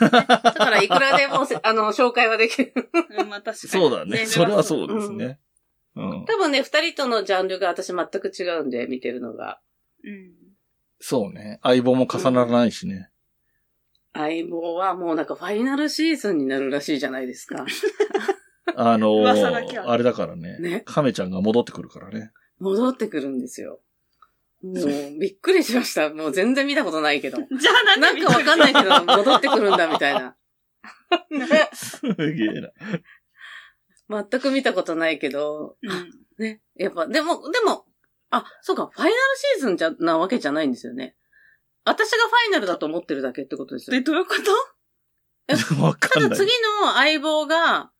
S3: だから、いくらでもせ、あの、紹介はできる。
S2: うんまあ確かに。
S1: そうだね。
S2: 年齢。
S1: それはそううですね。うん。
S3: 多分ね、二人とのジャンルが私全く違うんで、見てるのが。
S2: うん。
S1: そうね。相棒も重ならないしね。
S3: 相棒はもうなんかファイナルシーズンになるらしいじゃないですか。
S1: あのー
S2: 噂だけは
S1: あれだからね
S3: ね
S1: 亀ちゃんが戻ってくるからね。
S3: 戻ってくるんですよ。もう、びっくりしました。もう全然見たことないけど。
S2: じゃあな
S3: なんん
S2: で
S3: かわかん
S2: い。
S3: ないけど、戻ってくるんだ、みたいな。
S1: すげえな。
S3: 全く見たことないけど、
S2: うん
S3: ね。やっぱ、でも、でも、あ、そうか、ファイナルシーズンじゃ、なわけじゃないんですよね。私がファイナルだと思ってるだけってことです
S2: で、
S3: よ。
S2: どういう こと
S1: わか
S3: た
S1: ん
S3: だ
S1: ない。
S3: 次の相棒が、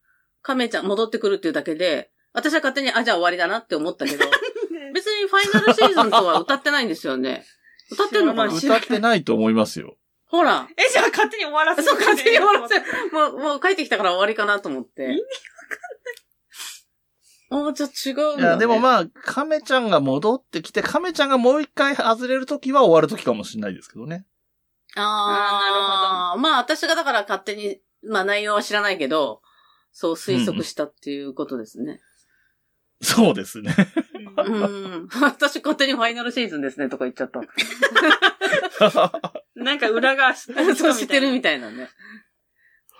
S3: 亀ちゃん戻ってくるっていうだけで、私は勝手に、あ、じゃあ終わりだなって思ったけど、別にファイナルシーズンとは歌ってないんですよね。歌ってんのかな
S2: 知
S1: 歌ってないと思います よ。
S3: ほら。
S2: え、じゃあ勝手に終わらせ
S3: そう、勝手に終わら せ
S2: る。
S3: もう、もう帰ってきたから終わりかなと思って。
S2: 意味
S3: わかんない。ああ、じゃあ違うん
S1: い
S3: だ、ね。
S1: や、でもまあ、亀ちゃんが戻ってきて、亀ちゃんがもう一回外れるときは終わるときかもしれないですけど ね。
S3: ああ、なるほど。まあ、私がだから勝手に、まあ内容は知らないけど、そう推測したっていうことですね。
S1: そうです ね。
S3: うん。 私勝手にファイナルシーズンですねとか言っちゃった。
S2: うんなんか裏が知ってる人 みたいな。
S3: そう知ってるみたいなね。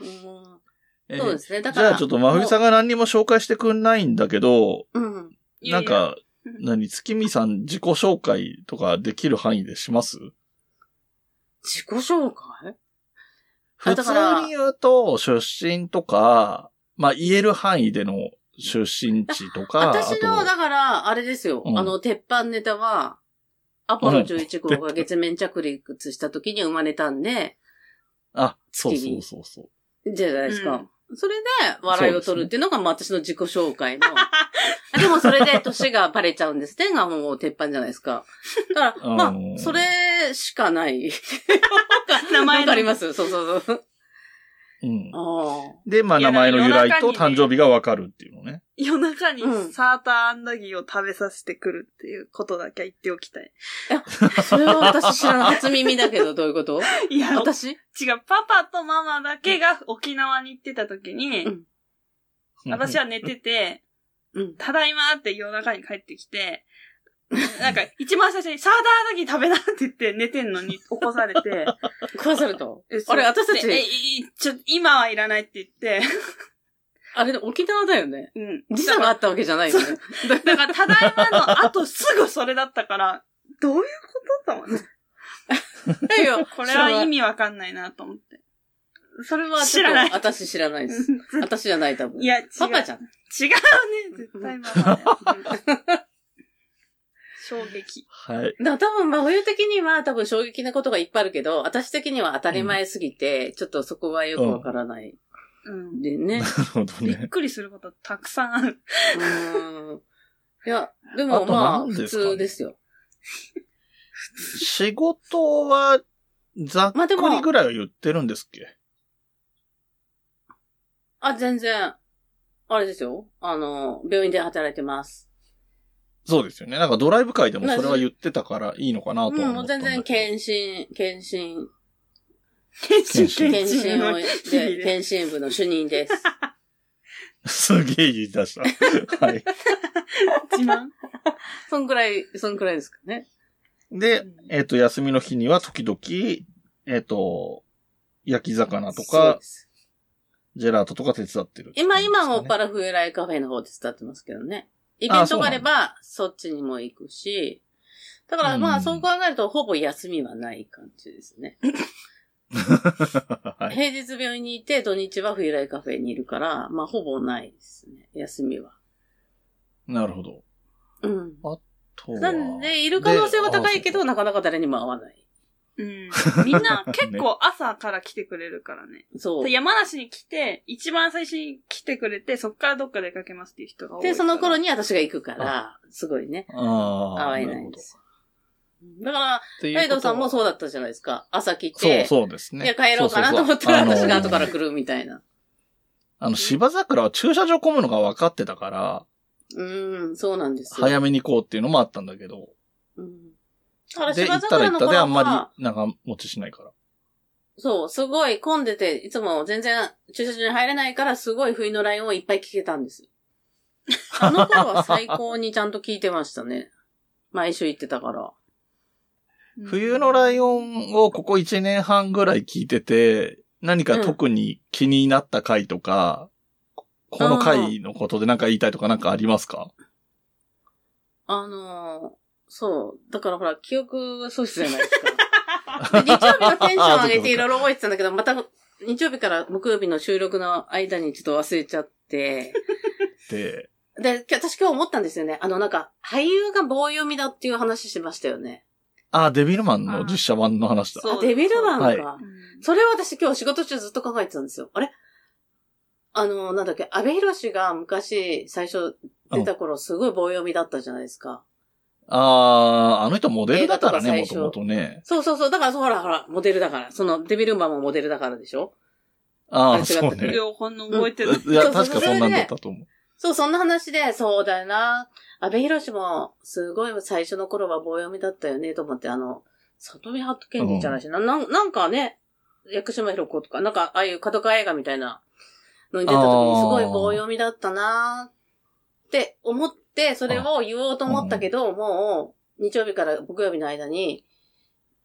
S3: うん
S1: え
S3: そうですね。だ
S1: じ
S3: から。
S1: ゃあちょっと真冬さんが何にも紹介してくんないんだけど、
S3: うん。
S2: いや
S1: な
S2: や
S1: いんか、
S2: うん
S1: 何、月見さん自己紹介とかできる範囲でします
S3: 自己紹介
S1: 普
S3: あ
S1: 通
S3: だから
S1: に言うと、出身とか、まあ言える範囲での出身地とか、あ
S3: 私の、
S1: と、
S3: だから、あれですよ。
S1: うん
S3: あの、鉄板ネタは、アポロ11号が月面着陸した時に生まれたんで、
S1: あ、そうそうそうそう。
S3: じゃないですか。それで、笑いを取るっていうのが、まあ、私の自己紹介の。 あでも、それで、年がバレちゃうんですねが、もう、鉄板じゃないですか。だから、ま
S1: あのー
S3: あ、それしかない。
S2: 名前。
S3: なんかありますすそうそうそう。
S1: うん。
S3: あ
S1: で、まあ
S2: いや
S1: 名前の由来と
S2: 夜中に
S1: 誕
S2: ね
S1: 生日がわかるっていうのね。
S2: 夜中に
S3: うん
S2: サーターアンダギーを食べさせてくるっていうことだけは言っておきたい。
S3: あ。それは私知らない。初耳だけど、どういうこと
S2: いや、違う、
S3: 私
S2: パパとママだけが沖縄に行ってた時に、
S3: うん
S2: 私は寝てて、
S3: うん。
S2: ただいまって夜中に帰ってきて、なんか、一番最初にサーターアンダギー食べなって言って寝てんのに 起こされて、
S3: 食わされた。
S2: えそう
S3: あれ、私た
S2: でえ、
S3: ち、
S2: いちょ、今はいらないって言って、
S3: あれ、沖縄だよね。
S2: うん。
S3: 時差があったわけじゃないよね。
S2: だから、ただいまの後すぐそれだったから、どういうことと思って。
S3: いやいや
S2: これは意味わかんないなと思って。
S3: それは、
S2: 知らない
S3: 私知らないです。私じゃない、多分。
S2: いや、違う。
S3: パパじ
S2: ゃ
S3: ゃん。
S2: 違うね、絶対ママだよ。衝撃。
S1: はい。
S3: だから多分、真冬的には多分衝撃なことがいっぱいあるけど、私的には当たり前すぎて、ちょっとそこはよくわからない。
S2: うん。
S3: でね。
S1: なるほど
S2: びっ
S1: ね。
S2: くりすることたくさんある。
S3: うーん。いや、で
S1: あ
S3: も
S1: と
S3: まあ、
S1: 何
S3: 普
S1: ですかね
S3: 通ですよ。
S1: 仕事は、ざっ
S3: まあで
S1: くり
S3: も
S1: ぐらいは言ってるんですっけ、
S3: あ、全然、あれですよ。あの、病院で働いてます。
S1: そうですよね。なんかドライブ会でもそれは言ってたからいいのかな
S3: う
S1: とは思
S3: ん、
S1: った
S3: もうん
S1: だ
S3: 全
S1: けど
S3: 然、検診、検診、
S2: 検
S1: 診
S3: 検診を、
S2: の
S3: で
S2: 日々で
S3: 検診部の主任 です。
S1: すげえ言い出した。 はい。
S2: 自慢
S3: そんくらい、そんくらいですかね。
S1: で、えっ、と、休みの日には時々、えっ、と、焼き魚と
S3: そう
S1: か
S3: で、す
S1: ジェラートとか手伝ってるって感
S3: 今、
S1: じですかね、
S3: 今 もパラフエライカフェの方で伝ってますけどね。イベントがあれば、そっちにも行くし、だからま
S1: う
S3: あ
S1: ん
S3: そう考えると、ほぼ休みはない感じですね。
S1: はい。
S3: 平日病院にいて、土日は冬来カフェにいるから、まあほぼないですね、休みは。
S1: なるほど。
S3: うん。
S1: とは
S3: なんで、いる可能性は高いけ、
S1: で
S3: ど、なかなか誰にも会わない。
S2: うん。みんな結構朝から来てくれるからね。
S3: そう。
S2: 山梨に来て、一番最初に来てくれて、そっからどっか出かけますっていう人が多い。
S3: で、その頃。に私が行くから、すごいね、
S1: あそうあー。
S3: 会えないんですよ。だから、
S1: るほど。
S3: ライドさんもそう
S1: だ
S3: だったじゃないですか。朝来
S1: そう、
S3: て、
S1: そうですね。
S3: いや帰ろうかなと思ったら、
S1: そうそうそう
S3: 私が後か。
S1: あ
S3: ら
S1: の
S3: 来るみたいな。
S1: あの、芝桜は駐車場混むのが分かってたから、
S3: うーん、そうなんですよ。
S1: 早めに行こうっていうのもあったんだけど。
S3: うん。だから
S1: で、行
S3: 芝
S1: ったら行
S3: 桜
S1: っ
S3: の
S1: た
S3: 頃
S1: で、
S3: は、
S1: あんまり長持ちしないから。
S3: そう、すごい混んでて、いつも全然駐車場に入れないから、すごい冬のラインをいっぱい聞けたんですよ。 あの頃は最高にちゃんと聞いてましたね。毎週行ってたから。
S1: 冬のラ
S2: イ
S1: イオンをここ1年半ぐらい聞いてて、何か特に気になった回とか、この回のことで何か言いたいとか何かありますか
S3: あのーそう。だからほら、記憶喪失じゃないです か。で日曜日はテンション上げていろいろ覚えてたんだけど、また日曜日から木曜日の収録の間にちょっと忘れちゃって。
S1: で、
S3: で、今日私今日思ったんですよね。あの、なんか、俳優が棒読みだっていう話しましたよね。
S1: あ、デビルマンの実写版の話だ。
S2: そう
S3: あ、デビルマンか。
S1: はい
S3: それを私今日仕事中ずっと考えてたんですよ。あれあの、なんだっけ、安部博が昔最初出た頃すごい棒読みだったじゃないですか。
S1: あー、あの人モデルだからね、
S3: 映画
S1: も
S3: と
S1: ともと
S3: か
S1: ね。
S3: そうそうそう。だから、そうほらほら、モデルだから。その、デビルマンもモデルだからでしょ
S1: あ
S3: あ違
S1: ー、
S3: った
S1: そうね。
S2: 両方の覚えてる。
S1: いや、
S3: そうそう
S1: 確かそんなんだったと思う。
S3: そう、そんな話で、そうだよな。安部博も、すごい最初の頃は棒読みだったよね、と思って、あの、里見ハットケンジじゃないし、ななんなんかね、薬島博子とか、なんか、ああいう角川映画みたいなのに出た時
S1: あー
S3: に、すごい棒読みだったなって思って、それを言おうと思ったけど、もう、日曜日から木曜日の間に、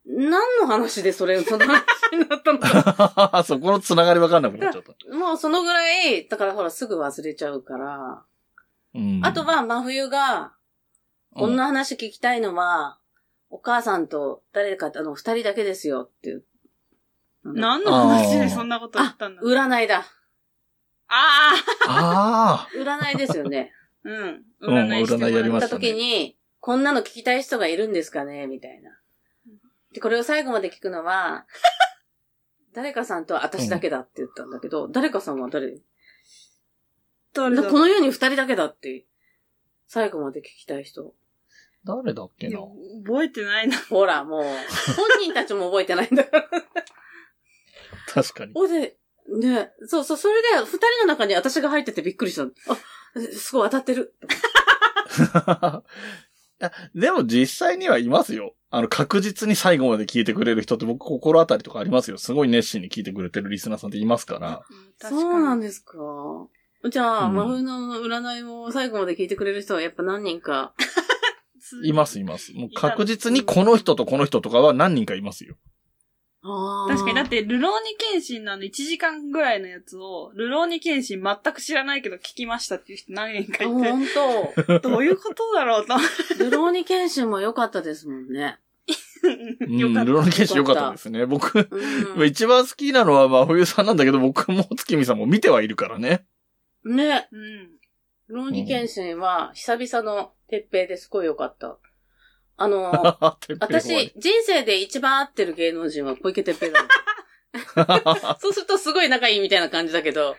S3: 何の話でそれ、その話になったのか
S1: そこのつながりわかんなくなっちゃった。
S3: もうそのぐらい、だからほら、すぐ忘れちゃうから。
S1: うん
S3: あと、は、真冬が、
S1: うん
S3: 女話聞きたいのは、お母さんと誰か、あの、二人だけですよっていう。
S2: 何の話でそんなこと言ったんだろう
S3: 占いだ。
S2: ああ
S1: あ
S3: 占いですよ ね。
S2: うん。
S1: うん
S2: 占いしてもら
S1: 占いやり
S3: 行
S1: ま
S3: っ
S1: したたね
S3: 時に、こんなの聞きたい人がいるんですかねみたいな。で、これを最後まで聞くの は、誰かさんと私だけだって言ったんだけど、誰かさんは誰
S2: こ
S3: だこの世に二人だけだって、最後まで聞きたい人。
S1: ー、誰だっけな。
S2: 覚えてないな。
S3: ほら、もう、本人たちも覚えてないんだから。
S1: 確かに。
S3: おで、ね、そうそう、それで、二人の中に私が入っててびっくりしたの。あ、すごい当たってる。
S1: いやでも実際にはいますよ。あの、確実に最後まで聞いてくれる人って僕心当たりとかありますよ。すごい熱心に聞いてくれてるリスナーさんっていますから。
S3: そうなん
S2: で
S3: ですか。じゃあ、
S1: うん
S3: 真冬の占いを最後まで聞いてくれる人はやっぱ何人か。
S2: す
S1: います、います。もう確実にこの人とこの人とかは何人かいますよ。
S3: あー
S2: 確かに、だっ、て、ルローニケンシンのあの、1時間ぐらいのやつを、ルローニケンシン全く知らないけど聞きましたっていう人何人か
S3: あ
S2: いて、
S3: 本
S2: どういうことだろうと。よ
S3: 当。ルローニケンシンも良かったですもんね。
S1: うん、
S2: か
S1: ル
S2: っ
S1: ロニケンシンよかったですね。僕、
S3: う
S1: 一番好きなのは真冬さんなんだけど、僕も月見さんも見てはいるからね。、
S3: ん。ね、
S2: た。うん。
S3: ルローニケンシンは久々の鉄平ですごい良かった。あの
S1: てっぺん終わ
S3: 私
S1: り、
S3: 人生で一番合ってる芸能人は小池徹平だ もん。そうするとすごい仲いいみたいな感じだけど。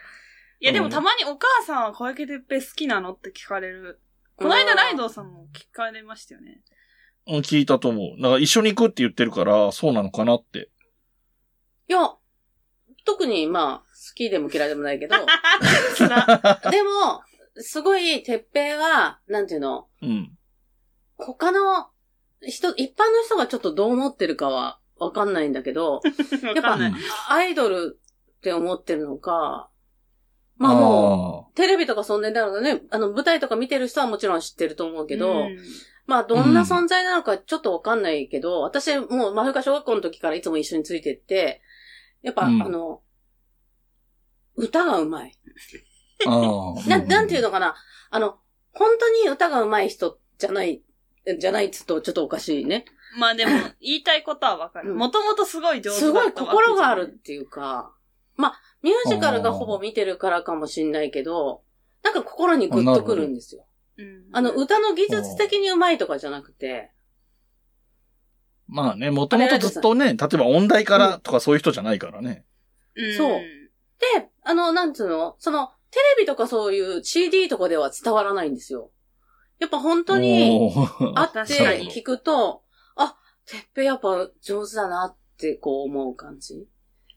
S2: いや、で
S1: う
S2: も
S1: ん
S2: たまにお母さんは小池徹平好きなのって聞かれる。この間、ライドウさんも聞かれましたよ ね。
S1: うん、聞いたと思う。なんか一緒に行くって言ってるから、そうなのかなって。
S3: いや、特にまあ、好きでも嫌いでもないけど。
S2: つら
S3: でも、すごい、てっぺいは、なんていうの、
S1: うん。
S3: 他の人、一般の人がちょっとどう思ってるかはわかんないんだ けど、
S2: わ
S3: やっぱ
S2: かんない。
S3: アイドルって思ってるのか、まあもう、テレビとかそんなになるのね、あの、舞台とか見てる人はもちろん知ってると思うけど、
S2: うん
S3: まあ、どんな存在なのかちょっとわかんないけど、私、もう、真冬が小学校の時からいつも一緒についてって、やっぱ、
S1: うん
S3: あの、歌がうまい。
S1: あーあー。
S3: な、なんていう
S1: の
S3: のかな。あの、本当に歌がうまい人じゃない、じゃないっつうとちょっとおかしいね。
S2: まあでも、言いたいことはわかる。
S3: うん
S2: もともとすごい上手だ
S3: す
S2: っ
S3: ごい
S2: たわけじゃ
S3: 心
S2: な
S3: があるっ。ていうか、まあ、ミュージカルがほぼ見てるからかもしんないけど、なんか心にグッとくるんですよ。
S2: うん
S3: あの、歌の技術的にうまいとかじゃなくて、
S1: まあね、もともとずっとね、例えば音大からとかそういう人じゃないからね。
S2: うん
S3: そうで、あの、なんつうのその、テレビとかそういう CD とかでは伝わらないんですよ。やっぱ本当に、
S1: おー
S3: 会
S2: 確か
S3: って
S2: に
S3: 聞くと、あ、てっぺやっぱ上手だなってこう思う感じ。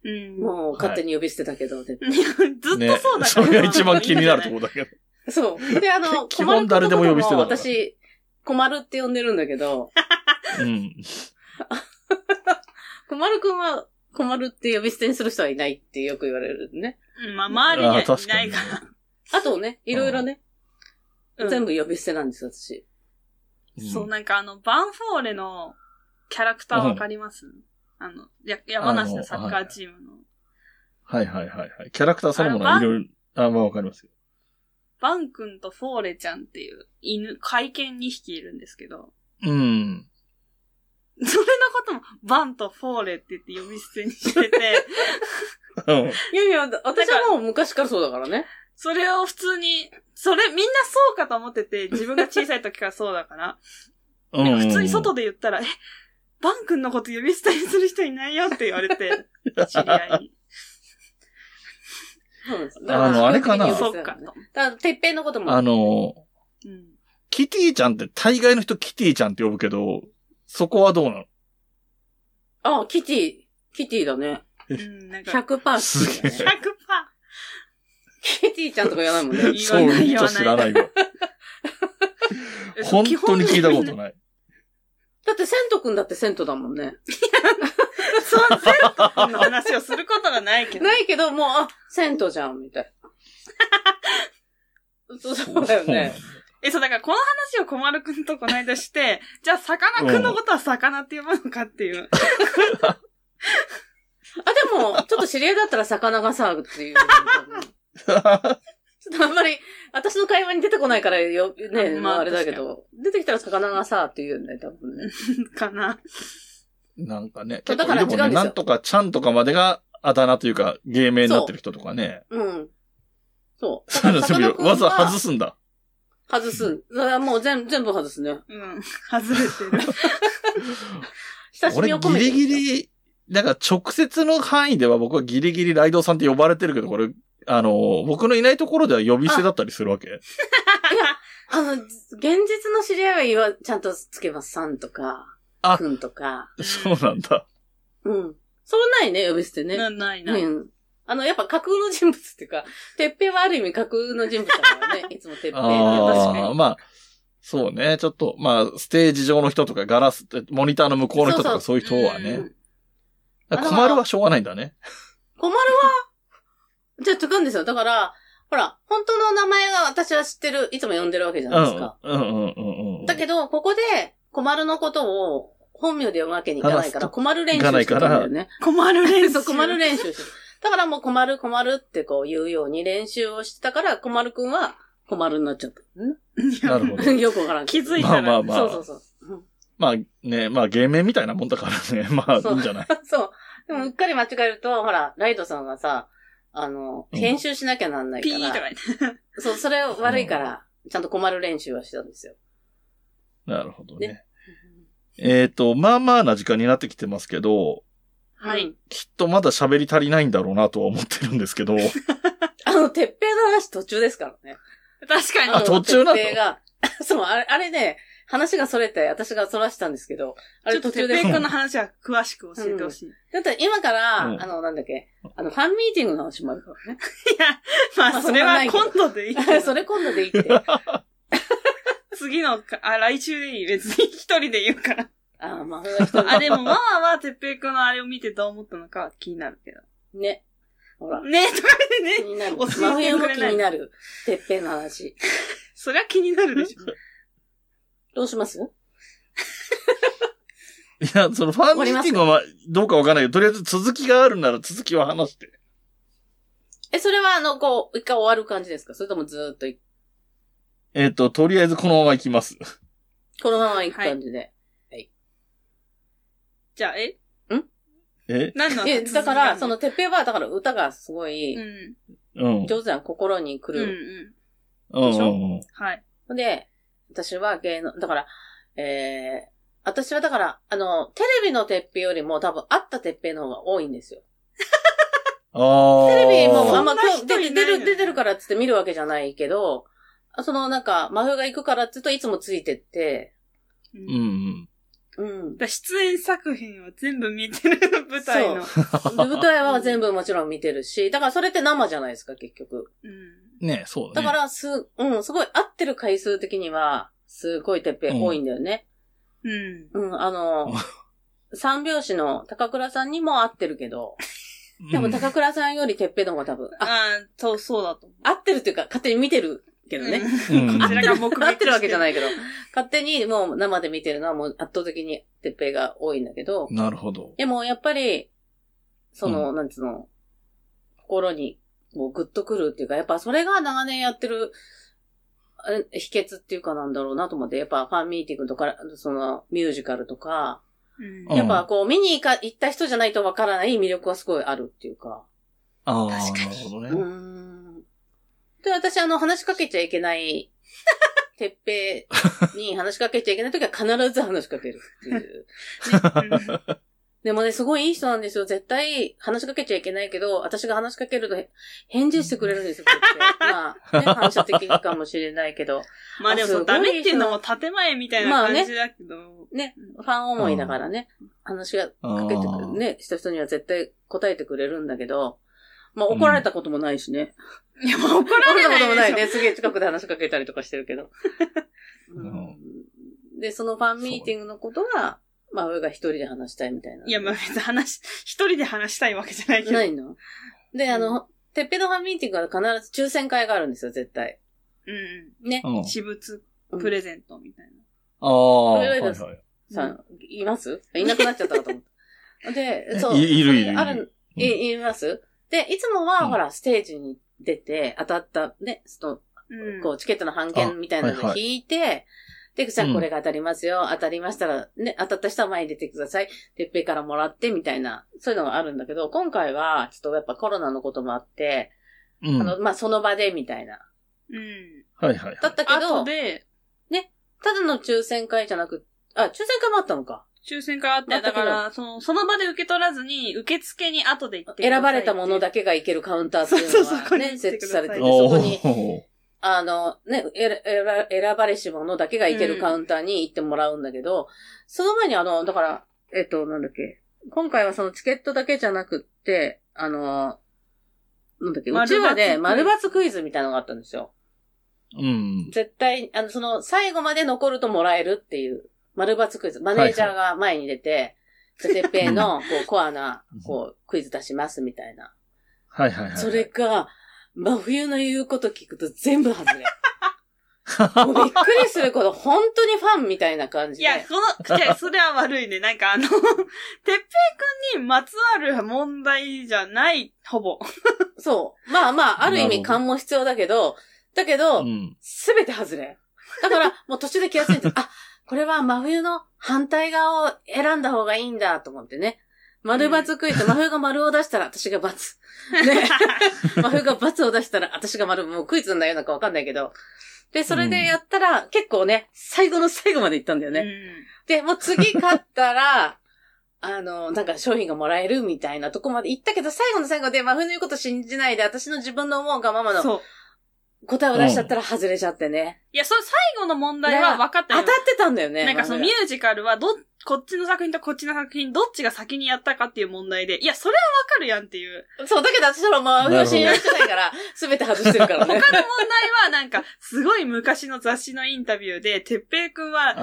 S2: うん。
S3: もう勝手に呼び捨てたけど、で
S2: いやずっとそうだ
S1: ね
S2: から、
S1: それが一番気になるところだけど。
S3: そう。で、あ の、
S1: 基
S3: 困
S1: 本
S3: ること
S1: 誰でも呼び捨てだから
S3: 私、困るって呼んでるんだけど、
S1: うん。
S3: 困るくんは困るって呼び捨てにする人はいないってよく言われるね。
S2: うんまあ、周りには
S1: あ
S2: い
S1: ー確か
S2: な
S1: に
S2: い
S1: ね
S2: から。
S3: あとね、いろいろね、
S2: うん
S3: 全部呼び捨てなんです、私。
S2: そう、
S1: ん
S2: なんかあの、バンフォーレのキャラクターわかります、あの、や山梨のサッカーチームの。
S1: はいはいはいはい。キャラクターそのものはいろいろ、あ、まあわかりますよ。
S2: バン君とフォーレちゃんっていう犬、会見2匹いるんですけど、
S1: うん。
S2: それのことも、バンとフォーレって言って呼び捨てにしてて、
S1: うん
S3: いやいや、私はもう昔からそうだからね。
S2: それを普通に、それみんなそうかと思って て、自分が小さい時からそうだから、
S1: うん
S2: 普通に外で言ったら、え、バン君のこと呼び捨てにする人いないよって言われ て、知り合いに。
S3: そうなんです。
S1: あのあれかな
S3: だ
S2: そ
S3: ら
S2: っかと。
S3: だから、てっぺんのことも。
S1: あの、
S2: うん。
S1: キティちゃんって大概の人キティちゃんって呼ぶけど、そこはどうな
S3: あ、キティ。キティだね。
S2: うん、なんか、
S3: 100%
S1: の
S3: キ
S1: す
S3: ティ
S1: げ
S3: だ
S1: え
S2: 100%。
S3: ね。。キティちゃんとか言わないもんね。
S2: 言
S1: そう
S2: わない
S1: い
S2: 言
S1: う
S2: わ
S1: 人
S2: ない
S1: 知らないわ。本当に聞いたことない。
S3: だって、セントくんだってセントだもんね。
S2: そう、ゼロとの話をすることがないけど。
S3: ないけど、もう、あ、セントじゃん、みたいな。 そうそうだよね。
S2: え、そう、だからこの話を小丸くんとこの間して、じゃあ、魚くんのことは魚って呼ぶのかっていう。
S3: あ、でも、ちょっと知り合いだったら魚がさ、っていう。
S1: そうなんだ。
S3: ちょっとあんまり、私の会話に出てこないからよ、ね、
S2: まあ
S3: まあ、あれだけど、出てきたら魚がさ、って言うよね、多分ね。
S2: かな。
S1: なんかね、
S3: そう
S1: 結
S3: だか
S1: 構い
S3: ら
S1: るもんね。
S3: 違うんですよ
S1: なんとかちゃんとかまでがあだ名というか芸名になってる人とかね。
S3: うん。そう。
S1: そういうの全
S3: 魚
S1: 部
S3: くん
S1: わざ
S3: は
S1: 外すんだ。
S3: 外す。だからもう全全部外すね。
S2: うん。外れてる。
S3: 親し
S1: 俺
S3: みを込
S1: ギ
S3: めて。
S1: リギリ、なんか直接の範囲では僕はギリギリライドウさんって呼ばれてるけど、これ、あの、僕のいないところでは呼び捨てだったりするわけ。
S3: あの、現実の知り合いは言わ、ちゃんとつけます。さんとか、
S1: あ
S3: くんとか。
S1: そうなんだ。
S3: うん。そうないね、呼び捨てね。
S2: なないな。
S3: うん。あの、やっぱ架空の人物って いうか、てっぺんはある意味架空の人物だから ね。いつもてっぺん
S2: 確
S3: って
S2: か
S1: ああ、
S2: に
S1: まあ、そうね。ちょっと、まあ、ステージ上の人とか、ガラス、モニターの向こうの人とか、そういう人は
S2: う
S1: ね。
S3: ん
S1: だから困るはしょうがないんだね。
S3: 困るわ。じゃあ、つくんですよ。だから、ほら、本当の名前は私は知ってる、いつも呼んでるわけじゃ
S1: う
S3: ないですか
S1: ん。。うんうんうんうん。
S3: だけど、ここで、困るのことを、本名で呼ぶわけにいかない
S1: 話す
S3: から、
S1: と
S3: 困る練習してたんだよね。
S2: 困る練
S3: そう、
S2: 習。
S3: 困る練習してる。だからもう困る困るってこう言うように練習をしてたから、困るくんは困るになっちゃったのね。
S1: なるほど。
S3: よくわからんけ
S2: 気
S3: ど。
S2: づいたら。
S1: まあまあ
S3: そうそうそう。うん
S1: まあね、まあ、芸名みたいなもんだからね。 まあ、
S3: そ
S1: いういん じゃない
S3: そう。でも、うっかり間違えると、ほら、ライドさんはさ、あの、
S1: うん
S3: 編集しなきゃなんないか。
S2: ピーとから言って。
S3: そう、それ悪いから、ちゃんと困る練習はしたんですよ。
S1: なるほどね。えっと、まあまあな時間になってきてますけど、
S2: はい
S3: うん。
S1: きっとまだ喋り足りないんだろうなとは思ってるんですけ ど、
S3: あの、てっぺいの話途中ですからね。
S2: 確かに。
S1: あ途中なの
S3: てっぺいが、 そう、あれ、あれね、話がそれて、私がそらしたんですけど、あ
S2: ちょ
S3: れ
S2: っと
S3: 途
S2: てっ
S3: 中
S2: ぺ
S3: で
S2: ん。くんの話は詳しく教えてほしい。い
S3: だって今から、
S1: うん
S3: あの、なんだっけ、あの、ファンミーティングの話もあるか らね。
S2: や、まあ、それは今度でいいけど。
S3: それ今度でいいって。
S2: 次のか、あ、来週でいい。別に一人で言うから。
S3: ああ、まあ、ほら一人
S2: あ、でも、ママはてっぺんくんのあれを見てどう思ったのかは気になるけど。
S3: ね。ほら。
S2: ねえ、とか言って
S3: 気
S2: ね。
S3: になる。
S2: 教えてくれない
S3: 真冬も気になる。てっぺんの話。
S2: そりゃ気になるでしょ。
S3: どうします
S1: いや、そのファンミーティングはまあどうかわかんないけど、とりあえず続きがあるなら続きは話して。
S3: え、それはあの、こう、一回終わる感じですかそれともずーっとい、
S1: えっ、と、とりあえずこのまま行きます。
S3: このまま行く感じで。
S2: じゃあ、え
S1: え
S2: 何の話
S3: え、だから、そ、の、
S2: う
S3: てっぺんは、だから歌がすごい
S2: ん。、うん
S1: うん。
S3: 上手な心に来
S2: うん
S3: る。
S2: うん。
S1: うん
S3: でし
S1: うんうん。
S2: はい。
S3: で、私は芸能、だから、えー、私はだから、あの、テレビのてっぺんよりも多分会ったてっぺんの方が多いんですよ。
S1: ああ。
S3: テレビもあ
S2: そ
S3: ん
S2: ん
S3: ま
S2: な
S3: 今日
S2: 人いない
S3: 出て出る、出てるからっつって見るわけじゃないけど、そのなんか、真冬が行くからっつうといつもついてって、
S2: う
S1: うん
S2: ん。
S1: うん。
S3: うん。
S2: だから出演作品を全部見てる舞台の。
S3: で舞台は全部もちろん見てるし、だからそれって生じゃないですか、結局。
S2: うん。
S1: ねそうだ
S3: だ
S1: ね。
S3: から、す、うん、すごい合ってる回数的には、すごいてっぺん多いんだよね。
S2: うん。
S3: うん、あの、三拍子の高倉さんにも合ってるけど、
S1: うん、
S3: でも高倉さんよりてっぺんの方が多分、
S2: あ
S3: あ、
S2: あ、そう、そうだと思
S3: 合ってるっていうか、勝手に見てるけど
S2: う。
S3: ね。
S1: うん
S2: こちらが目撃
S3: 合ってるわけじゃ
S2: い。
S3: ないけど、勝手にもう生で見てるのはもう圧倒的にてっぺいが多いんだけど、
S1: なるほど。
S3: でもやっぱり、その、なんつうの、心にもうグッとくるっていうか、やっぱそれが長年やってるあれ秘訣っていうかなんだろうなと思って、やっぱファンミーティングとか、そのミュージカルとか、
S1: うん
S3: やっぱこう見に行か行った人じゃないとわからない魅力はすごいあるっていうか。
S1: ああ、
S2: 確か
S1: な
S2: に
S1: るほど
S3: うー
S1: ね。
S3: ん。で、私、あの、話しかけちゃいけない、てっぺいに話しかけちゃいけないときは必ず話しかけるっていう。でもね、すごいいい人なんですよ。絶対話しかけちゃいけないけど、私が話しかけるとへ返事してくれるんですよ。こうやってまあ、ね、反射的かもしれないけど、
S2: まあでも
S3: あすご
S2: そ、
S3: いう
S2: ダメっていうのも建前みたいな感じだけど。
S3: ね、ファン思いだからね、話がかけてく
S1: あー
S3: る、ね、した人には絶対答えてくれるんだけど、まあ怒られたこともないしね。
S2: いや、まあ怒られ
S3: 怒られたこともな
S2: ない
S3: い
S2: でし
S3: ね。すげえ近くで話しかけたりとかしてるけど。うんで、そのファンミーティングのことは、まあ上が一人で話したいみたいな。
S2: ょ。いや、まあ別に話、一人で話したいわけじゃないけど。
S3: ないので、あの、てっぺのファンミーティングは必ず抽選会があるんですよ、絶対。
S2: う
S3: ね。
S1: うん
S2: ん。私物プレゼントみたい
S1: ああ、
S3: そ
S1: は
S3: れ
S1: い
S3: よ
S1: は
S3: り
S1: い
S3: です。さん、いますいなくなっちゃったかと思った。で、そう。
S1: いいるいる
S3: それある、
S1: いる
S3: い、いますで、いつもは、
S1: うん
S3: ほら、ステージに出て、当たった、ね、その、
S2: な。うん。
S3: こう、チケットの半券みたいな
S1: あ
S3: の
S1: はいは
S3: で引いて、で、じゃあ
S1: うん
S3: これが当たりますよ。当たりましたら、ね、当たった人は前に出てください。てっぺいからもらって、みたいな、そういうのがあるんだけど、今回は、ちょっとやっぱコロナのこともあって、
S1: うん。
S3: あ
S1: は
S3: の、まあ、その場で、みたいな。
S2: うん。
S1: いはい。
S3: だったけ
S2: あ
S3: ど、
S2: と
S3: た
S2: で、
S3: だの抽選会じゃなく、あ、抽選会もあったのか。
S2: 抽選会あって、だから、その、その場で受け取らずに、受付に後で行ってください
S3: 選ばれたものだ
S2: け。
S3: けがいけるカウンターっていう
S2: そうそう
S3: の
S2: そこ
S3: が
S2: に
S3: ね、
S2: 行って
S3: 設
S2: く
S3: 置
S2: だ
S3: さ
S2: さい
S3: れてて、そ
S1: お
S3: こに、
S1: ー
S3: あの、ね、えら選選ばれし者だけが行けるカウンターに行ってもらうんだけど、その前にあの、だから、えっと、なんだっけ、今回はそのチケットだけじゃなくって、あの、なんだっけ、う
S2: 丸
S3: ち
S2: 抜
S3: わ
S2: クイ
S3: で
S2: ズ
S3: 丸抜クイズみたいなのがあったんですよ。
S1: うん。
S3: 絶対、あの、その、最後まで残るともらえるっていう、丸抜クイズ。マネージャーが前に出て、てっぺいの、こう、コアな、こう、クイズ出しますみたいな。
S1: はいはいはい。
S3: それが、真冬の言うこと聞くと全部外れ。もうびっくりすること、本当にファンみたいな感じ
S2: い
S3: で。
S2: や、この、いや、それは悪いね。なんかあの、 てっぺいくんにまつわる問題じゃない、ほぼ。
S3: そう。まあまあ、ある意
S1: なる
S3: 味
S1: ほど
S3: 勘も必要だけど、だけど
S1: う、ん。
S3: すべ、て外れ。だから、もう途中で気がつ いて、あ、これは真冬の反対側を選んだ方がいいんだと思ってね。丸×クイズ、真冬が丸を出したら私が×。 ね。真冬が罰を出したら、私が丸、もうクイズの内容なんかわかんないけど。で、それでやったら、結構ね、最後の最後まで行ったんだよね。で、もう次勝ったら、 あの、なんか商品がもらえるみたいなとこまで行ったけど、最後の最後で真冬の言うこと信じないで、私の自分の思うがま ま
S2: うん。
S3: の
S2: そう。
S3: 答えを出しちゃったら外れちゃってね。
S2: いや、その最後の問題は分かった
S3: 当
S2: よ
S3: たっ。てたんだよね。
S2: なんかその
S3: 真
S2: ミ
S3: 冬
S2: ュージカルは、ど、こっちの作品とこっちの作品、どっちが先にやったかっていう問題で、いや、それはわかるやんっていう。
S3: そう、だけど私は真冬を信用してないから、すべて外してるか
S2: 他
S3: らね。
S2: の問題は、なんか、すごい昔の雑誌のインタビューで、てっぺいくんは、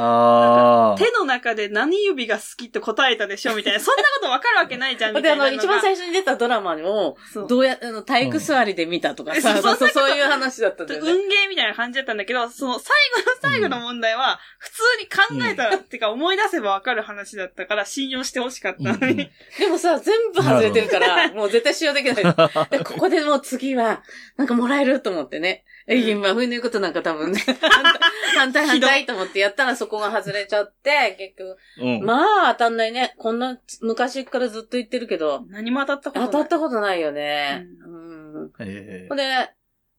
S1: ああ。
S2: 手の中で何指が好きって答えたでしょみたいな。そんなことわかるわけないじゃん、み
S3: で、
S2: た
S3: あ
S2: いな
S3: の、
S2: のが。
S3: 一番最初に出たドラマも、
S2: そう
S3: どうや、あの、体育座りで見たとか
S2: うん
S3: さ、
S2: えそ
S3: そ
S2: そんな
S3: うう
S2: こと
S3: そういう話だったんだよね。
S2: 運ゲーみたいな感じだったんだけど、その最後の最後の問題は、普通に考えたら、てか思い出せばわかる話だったから、信用してほしかったのに。
S3: でもさ、全部外れてるから、もう絶対使用できない。 で、ここでもう次は、なんかもらえると思ってね。え、今、冬の言うことなんか多分 ね、反対
S2: ひ
S3: 反
S2: どい
S3: 対と思ってやったらそこが外れちゃって、結局、
S1: うん。うん
S3: まあ当たんないね。こんな昔からずっと言ってるけど、
S2: 何も当たったことな
S3: 当
S2: い。
S3: たったことないよね。うん。
S1: ええ
S3: ほんで、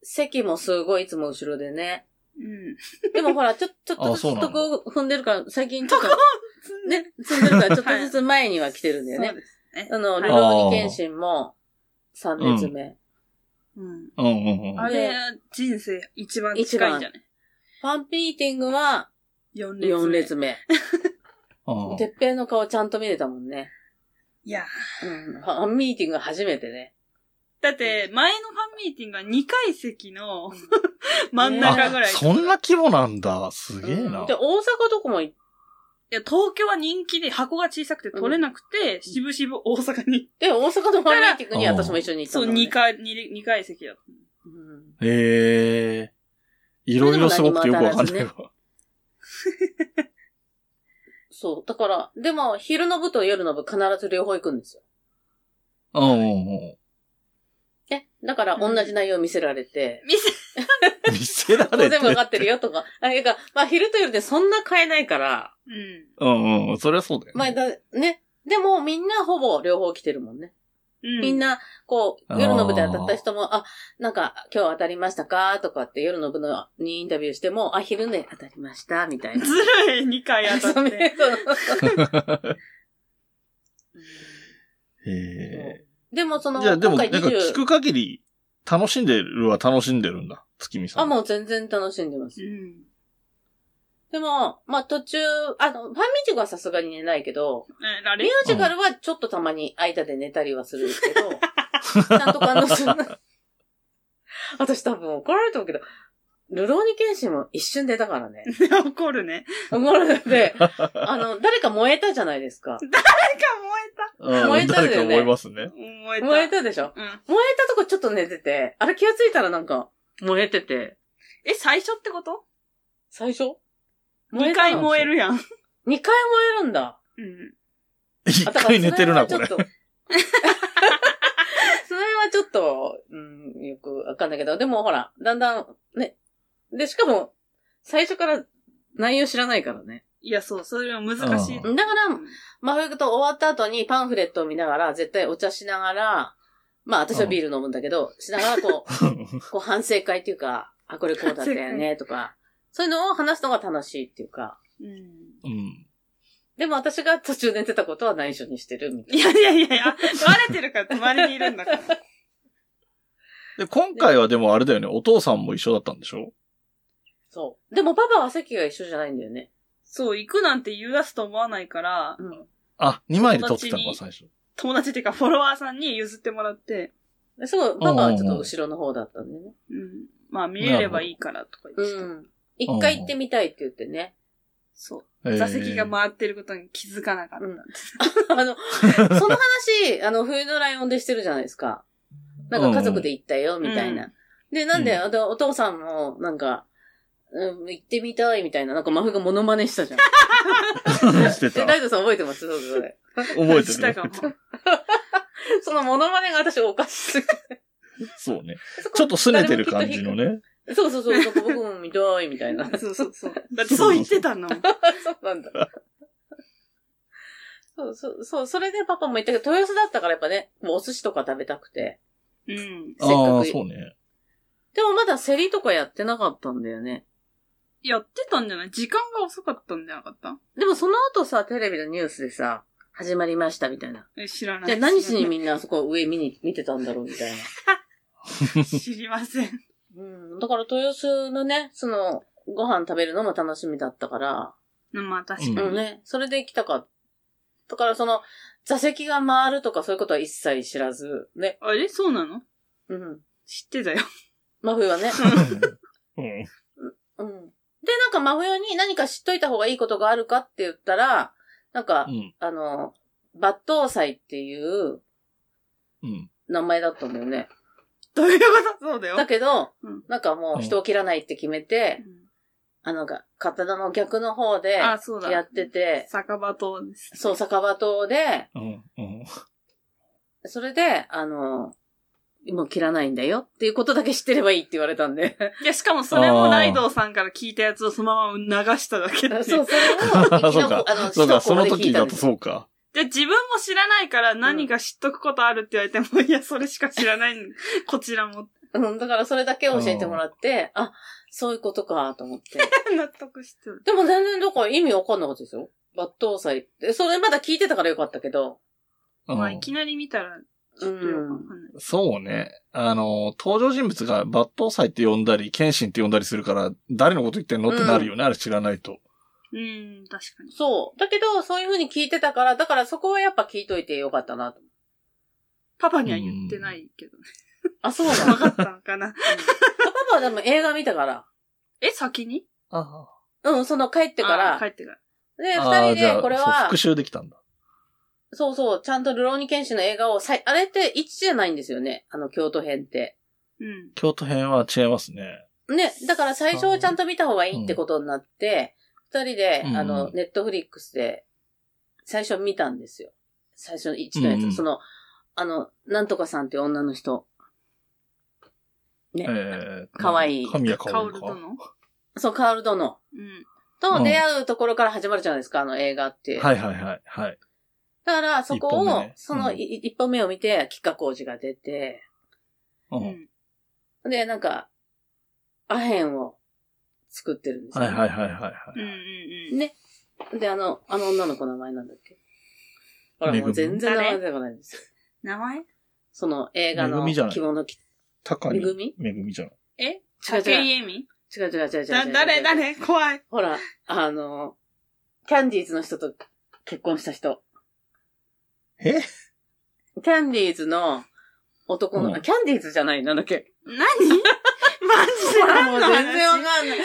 S3: 席もすごいいつも後ろ でね。
S2: うん。
S3: でもほら、ちょ、ちょっと
S1: あ
S3: ず
S1: そう
S3: つ
S1: なんだ
S3: とこを踏んでるから、最近ちょっと、ね、踏んでるから、ちょっとずつ前には来てるんだよね
S2: そう。ですね。
S3: あの、
S2: は
S3: ル
S2: い
S3: ローニケンシンも3列目。
S2: うん。
S1: うんうんうん。
S2: あれ、人生一番近いんじゃない
S3: ファンピーティングは
S2: ?4 列目。
S3: 4列目。
S1: あ
S3: てっぺいの顔ちゃんと見れたもんね。
S2: いや。
S3: うん。ファンミーティング初めてね。
S2: だって、前のファンミーティングは2階席の真ん中ぐ
S1: あ
S2: らい。
S1: そんな規模なんだ。すげえ
S3: う。
S1: なん
S3: で、大阪どこも行っ
S2: いや、東京は人気で箱が小さくて取れなくて、しぶしぶ大阪に。
S3: て、大阪のファンミーティングに
S1: だから
S3: 私も一緒に行った
S2: そ
S3: ん
S2: う、
S3: だもんね、
S2: 2階、二二階席だった。
S3: うん
S1: ええいろいろすごくてよくわかんないわ。
S3: そう。だから、でも、昼の部と夜の部必ず両方行くんですよ。
S1: うんうんうん。
S3: ね。だから、同じ内容見せられて、
S2: 見せ、
S1: 見せら
S3: 当
S1: れて
S3: 然。分かってるよとか。あ、いや、まあ昼と夜でそんな変えないから、
S2: うん。
S1: うんうん。そりゃそうだよ、ね。
S3: まあだ、ね。でもみんなほぼ両方来てるもんね。
S2: う
S3: みん、な、こう、夜の部で当たった
S1: あー
S3: 人も、あなんか、今日当たりましたかとかって夜の部のにインタビューしても、あ、昼寝当たりました、みたいな。
S2: ずるい、2回当た
S3: そ
S2: っ
S3: うみた
S2: て。
S3: いな
S1: へ
S3: でもそ
S1: ー
S3: の、
S1: じゃあでも、
S3: 今
S1: なん
S3: 回
S1: か
S3: 20
S1: 聞、く限り、楽しんでるは楽しんでるんだ。月見さん。
S3: あ、もう全然楽しんでます
S2: う。ん。
S3: でも、まあ途中、あの、ファンミーティングはさすがに寝ないけど、
S2: え、ら
S3: ミ
S2: れ
S3: ュージカルはちょっとたまに間で寝たりはするんですけど、ちゃんと感動するな。私多分怒られてるけど、ルローニケンシンも一瞬出たからね。
S2: 怒るね。
S3: 怒られて、あの、誰か燃えたじゃないですか。
S2: なんか
S1: うん
S3: 燃えたんだよね
S1: 誰か思いますね。
S2: 燃えた。
S3: 燃え
S2: た。
S3: たでしょ
S2: うん。
S3: 燃えたとこちょっと寝てて、あれ気がついたらなんか燃えてて、
S2: え、最初ってこと
S3: 最初
S2: ?2 回燃え
S3: る。
S2: るやん。う
S3: 2回燃えるんだ。
S2: ん。
S1: 一
S3: あだから
S1: 回寝てるな、
S3: そ
S1: こ
S3: れ
S1: れ
S3: はちょ。っと それはちょっと、うん、よくわかんないけど、でもほら、だんだん、ね。で、しかも、最初から内容知らないからね。
S2: いや、そう、それも難しい。
S3: だから、まふゆくと終わった後にパンフレットを見ながら、絶対お茶しながら、まあ私はビール飲むんだけど、しながらこう、 こう反省会っていうか、あ、これこうだったよね、とか、そういうのを話すのが楽しいっていうか、
S2: うん。
S1: うん。
S3: でも私が途中寝てたことは内緒にしてるみたい
S2: いやいやいやいや、バレてるから隣にいるんだから。
S1: で、今回はでもあれだよね、お父さんも一緒だったんでしょ
S3: そう。でもパパは席が一緒じゃないんだよね。
S2: そう、行くなんて言い出すと思わないから
S3: う、ん
S1: あ、2枚で撮ってたのか、最初。
S2: 友達っていうかフォロワーさんに譲ってもらって、
S3: で。すごい、パパはちょっと後ろの方だったんだよね。
S2: うん。まあ見れればいいからとか言ってた、
S3: うん。一回行ってみたいって言ってね。
S2: そ
S1: え
S2: う。
S1: ー
S2: 座席が回ってることに気づかなかった。
S3: うん あの、その話、あの、冬のライオンでしてるじゃないですか。なんか家族で行ったよ、みたいな。
S2: う
S3: で、なんで、
S1: うん
S3: あのお父さんも、なんか、うん、行ってみたいみたいな、なんか真冬がモノマネしたじ ゃん。
S1: してた。
S3: で、ラ
S1: 覚
S3: イドさん覚えてますそうそうそう
S1: えて
S2: した
S1: る
S2: か。も。
S3: そのモノマネが私おかしすぎて。
S1: そうね。
S3: そこ
S1: ちょっと拗ねてる感じの。ね。
S3: そうそうそう、なんか僕も見たいみたいな。
S2: そうそう そう。だってそう言ってたの。
S3: そうなんだ。そうそう、そう、それでパパも言ったけど、豊洲だったからやっぱね、もうお寿司とか食べたくて。
S2: うん。
S3: 人が
S1: ああー、
S3: せっかく
S1: そうね。
S3: でもまだ競りとかやってなかったんだよね。
S2: やってたんじゃない時間が遅かったんじゃなかった
S3: でもその後さ、テレビのニュースでさ、始まりましたみたいな。
S2: え知らない。
S3: じゃあ何しにみんなあそこ上見に、見てたんだろうみたいな。
S2: 知りません。
S3: うん。だから豊洲のね、その、ご飯食べるのも楽しみだったから、
S2: まあ確か
S3: うん
S2: に。
S3: ね、それで来たか。だからその、座席が回るとかそういうことは一切知らず、ね。
S2: あれそうなの
S3: うん。
S2: 知ってたよ。
S3: 真冬はね。
S1: うん。
S3: うん。で、なんか真冬に何か知っといた方がいいことがあるかって言ったら、なんか、
S1: うん。
S3: あの、抜刀祭っていう
S1: うん。
S3: 名前だったんだよね。
S2: どういうことそうだよ。
S3: だけど、
S2: うん
S3: なんかもう人を切らないって決めて、あの、が刀の逆の方で
S2: あ、そうだ。
S3: やってて、
S2: 酒場とです。
S3: そう、酒場刀で、
S1: うん。うん。
S3: それで、あの、もう切らないんだよっていうことだけ知ってればいいって言われた んで。
S2: いや、しかもそれもライドウさんから聞いたやつをそのまま流しただけで。
S3: そう、それを、
S1: あそう
S3: の
S1: か
S3: あの、
S1: そうか、
S3: 一
S1: そ
S3: コ
S1: の
S3: マで聞
S1: 時
S3: いた
S1: だ
S3: んで
S1: と
S3: す。
S1: そうか。
S2: で、自分も知らないから何か知っとくことあるって言われても、い や、それしか知らない、こちらも。
S3: うん、だからそれだけ教えてもらって、あ、そういうことかと思って。
S2: 納得してる。
S3: でも全然だから意味わかんなかったですよ。抜刀祭って。それまだ聞いてたからよかったけど。
S1: う
S2: まあ、い
S1: ん。
S2: きなり見たら、ちょっとよくわかんない。
S1: そうね。あの、登場人物が抜刀祭って呼んだり、剣心って呼んだりするから、誰のこと言ってんのってなるよね、あれ知らないと。
S2: うん、確かに。
S3: そう。だけど、そういうふうに聞いてたから、だからそこはやっぱ聞いといてよかったなと。
S2: パパには言ってないけど。
S3: あ、そうなの。
S2: わ
S3: パ
S2: かったのかな。
S3: パはでも映画見たから。
S2: え、先に
S1: あ
S3: うん、その帰ってか
S2: あ
S3: ら
S2: 帰。ってから。
S3: で、
S1: あ
S3: 二
S1: ー、
S3: 人
S1: じゃ
S3: で
S1: あ、
S3: これ
S1: そう
S3: は
S1: 復、習できたんだ。
S3: そうそう、ちゃんとルローニケンシンの映画をさい、あれって1じゃないんですよね。あの、京都編って。
S2: うん。
S1: 京都編は違いますね。
S3: ね、だから最初をちゃんと見た方がいいってことになって、二、人で、
S1: うん
S3: あの、ネットフリックスで、最初見たんですよ。最初の1のやつ。
S1: うんうん
S3: その、あの、なんとかさんっていう女の人。
S1: えー
S3: かわいい
S1: 神谷
S2: カオ
S1: 薫
S2: ル
S1: か。
S2: 殿。
S3: そう、カール殿
S2: うん。
S1: う
S3: と
S1: ん
S3: 出会うところから始まるじゃないですか、あの映画って。
S1: はいはいはい。はい。
S3: だから、そこ
S1: 一
S3: を、
S1: 本目ね
S3: その
S1: うん
S3: い一本目を見て、吉川浩司が出て、
S1: うん
S2: うん。
S3: で、なんか、アヘンを作ってるんですよ。
S1: はいはいはいはいはい。
S2: うんうん
S3: ね。で、あの、あの女の子の名前なんだっけほら、
S1: め
S3: も
S1: ぐみ
S3: う全然名前出てこないんですよ。
S2: 名前
S3: その映画
S1: めぐ
S3: の
S1: みじゃない
S3: 着物着、
S1: 高
S3: め
S1: に
S3: ぐみ
S1: めぐみじゃん。
S2: え
S3: 違う違う
S2: 竹井絵美
S3: 違う違う違う違う違う
S2: だ誰誰怖い。
S3: ほら、あの、キャンディーズの人と結婚した人。
S1: え
S3: キャンディーズの男の、
S1: うん
S3: あキャンディーズじゃない、なんだっけ。
S2: 何 マジで
S3: ほら、
S2: 何
S3: もう
S2: の話
S3: 全然わかんない。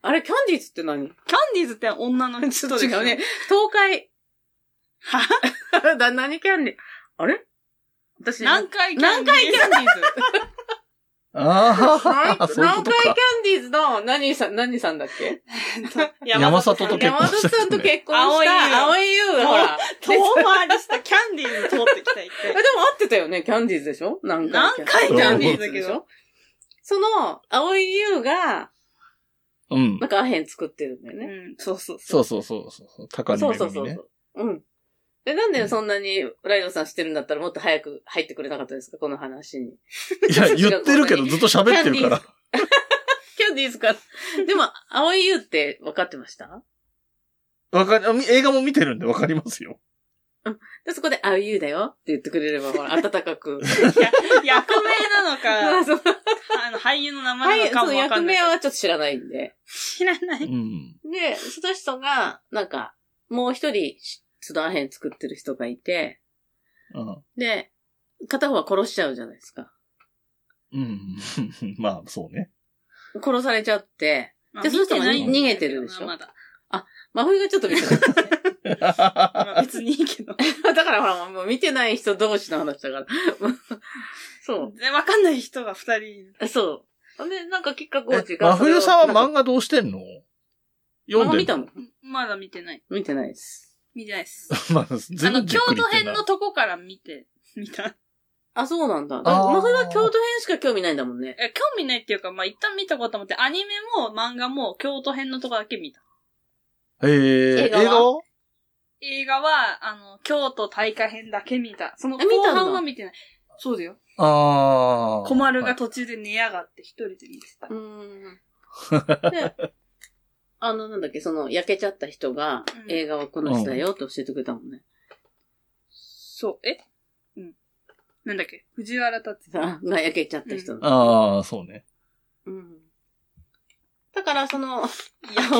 S3: あれ、キャンディーズって何
S2: キャンディーズって女の人でしょ
S3: 違うね。。東海。
S2: は
S3: だ、何キャンディーあれ私、
S2: 何回キャン
S3: 何
S2: ディ
S3: 回
S2: ー
S3: キ
S2: ズ
S3: ャンディーズ
S1: ああ、そういう
S3: 何
S1: こと
S3: 回キ
S1: か
S3: ャン。ディーズの何さん、何さんだっけ
S1: 山里と結
S3: 山
S1: 婚
S3: 里さんと結婚
S2: 青い
S3: し
S2: 優
S3: た。青い優がほら。
S2: 遠回りしたキャンディーズ通ってきた一
S3: え、
S2: 回
S3: でも合ってたよね、キャンディーズでしょ何回
S2: 何回
S1: キャンディー
S2: ズだけど
S3: でしょその、青い優が、
S1: うん
S3: な。んかアヘン作ってるんだよね。
S2: うん、そうそう。
S1: そううそうそうそう。高に
S3: そ
S1: め
S3: うそ
S1: ぐ
S3: うそ
S1: み
S3: う
S1: ね
S3: そ。う。うん。で、なん
S1: う
S3: で
S1: ん
S3: そんなにライドさんしてるんだったらもっと早く入ってくれなかったですかこの話に。
S1: いや、言ってるけどずっと喋ってるから。
S3: キャンディーズから。でも、青い優って分かってました
S1: わかり、あみ映画も見てるんでわかりますよ。
S3: で、そこで、青い優だよって言ってくれれば、ほら、温かく。
S2: いや役名なの
S3: ま
S2: か
S3: あ、、そう
S2: あの、俳優の名
S3: は
S2: 前
S3: い、
S2: なのか
S3: そ
S2: も
S3: の
S2: わか
S3: 役
S2: んない。
S3: 名はちょっと知らないんで。
S2: 知らな
S1: う
S2: い。
S1: ん。
S3: で、その人が、なんか、もう一人、そのアヘン作ってる人がいて、
S1: うん。
S3: で、片方は殺しちゃうじゃないですか。
S1: うん。 まあ、そ うね。
S3: 殺されちゃって、
S2: まあ
S3: でその人が
S2: 見てないんだけどな
S3: 逃げてるでしょ
S2: まだ。
S3: 真冬がちょっと見てなかった ね、
S2: まあ別にいい けど。
S3: だからほら、もう見てない人同士の話だから。 そ
S2: で、わかんない人が二人いる。
S3: う。そう。で、なんか、きっか
S1: え
S3: けが。
S1: 真冬さんは
S3: 画
S1: 漫画どうしてんの読んで
S3: 見た
S1: ん
S3: の
S2: まだ見てない。
S3: 見てないです。
S2: 見てないです。
S1: まあ、全
S2: あ
S1: 部
S2: の、
S1: じ
S2: 京
S1: っくり
S2: 都
S1: 言ってん
S2: 編
S1: な
S2: のとこから見て、 見た。
S3: あ、そうなんだ。
S1: あー
S3: 真冬は京都編しか興味ないんだもんね。
S2: え興味ないっていうか、まあ、一旦見たこと思って、アニメも漫画も京都編のとこだけ見た。
S1: えー、映
S3: 映画は
S1: 画は
S2: 映画は、あの、京都大火編だけ見た。その
S3: え見た
S2: 後
S3: んだ
S2: 半は見てない。そうだよ。
S1: あー。
S2: 小丸が途中で寝やがって一人で見てた。
S3: うーん。で、あの、なんだっけ、その、焼けちゃった人が、
S2: うん
S3: 映画はこの人だよって教えてくれたもんね。
S2: そう、えうん。なんだっけ藤原達也。
S3: あが焼けちゃった人。
S1: あー、そうね。
S3: うん。だから、その、青
S2: 焼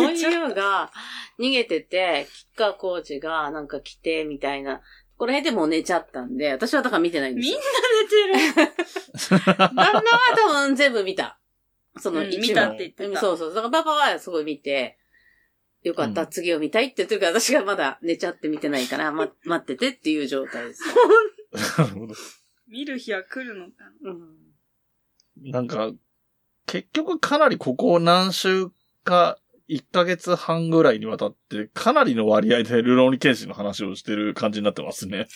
S2: け
S3: い
S2: ちゃった
S3: 優が逃げてて、吉川浩司がなんか来て、みたいな。この辺でもう寝ちゃったんで、私はだから見てないんですよ。
S2: 寝てる。
S3: 旦那は多分全部見た。その
S2: うん
S3: 一話、
S2: 見たって言ってた
S3: うんそうそう。だからパパはすごい見て、よかった、
S1: うん
S3: 次を見たいって言ってるから、私がまだ寝ちゃって見てないから、ま、待っててっていう状態です。
S1: なるほど。
S2: 見る日は来るのかな。
S3: うん。
S1: なんか、結局かなりここ何週か、1ヶ月半ぐらいにわたって、かなりの割合でルローニケンシンの話をしてる感じになってますね。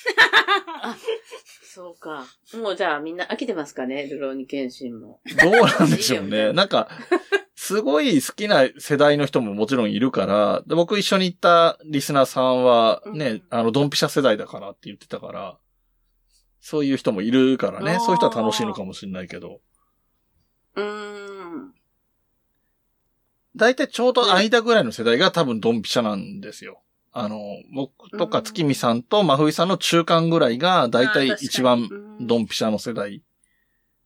S3: そうか。もうじゃあみんな飽きてますかねルローニケンシンも。
S1: どうなんでしょう
S3: いいよみたい
S1: ね。
S3: な
S1: なんか、すごい好きな世代の人ももちろんいるから、で僕一緒に行ったリスナーさんはね、
S3: うん
S1: あの、ドンピシャ世代だからって言ってたから、そういう人もいるからね、そういう人は楽しいのかもしれないけど、
S3: うーん。
S1: だいたいちょうど間ぐらいの世代が多分ドンピシャなんですよ。あの、僕とか
S3: うん
S1: 月見さんと真冬さんの中間ぐらいが、だいたい
S2: あー確かに
S1: 一番
S3: うん
S1: ドンピシャの世代。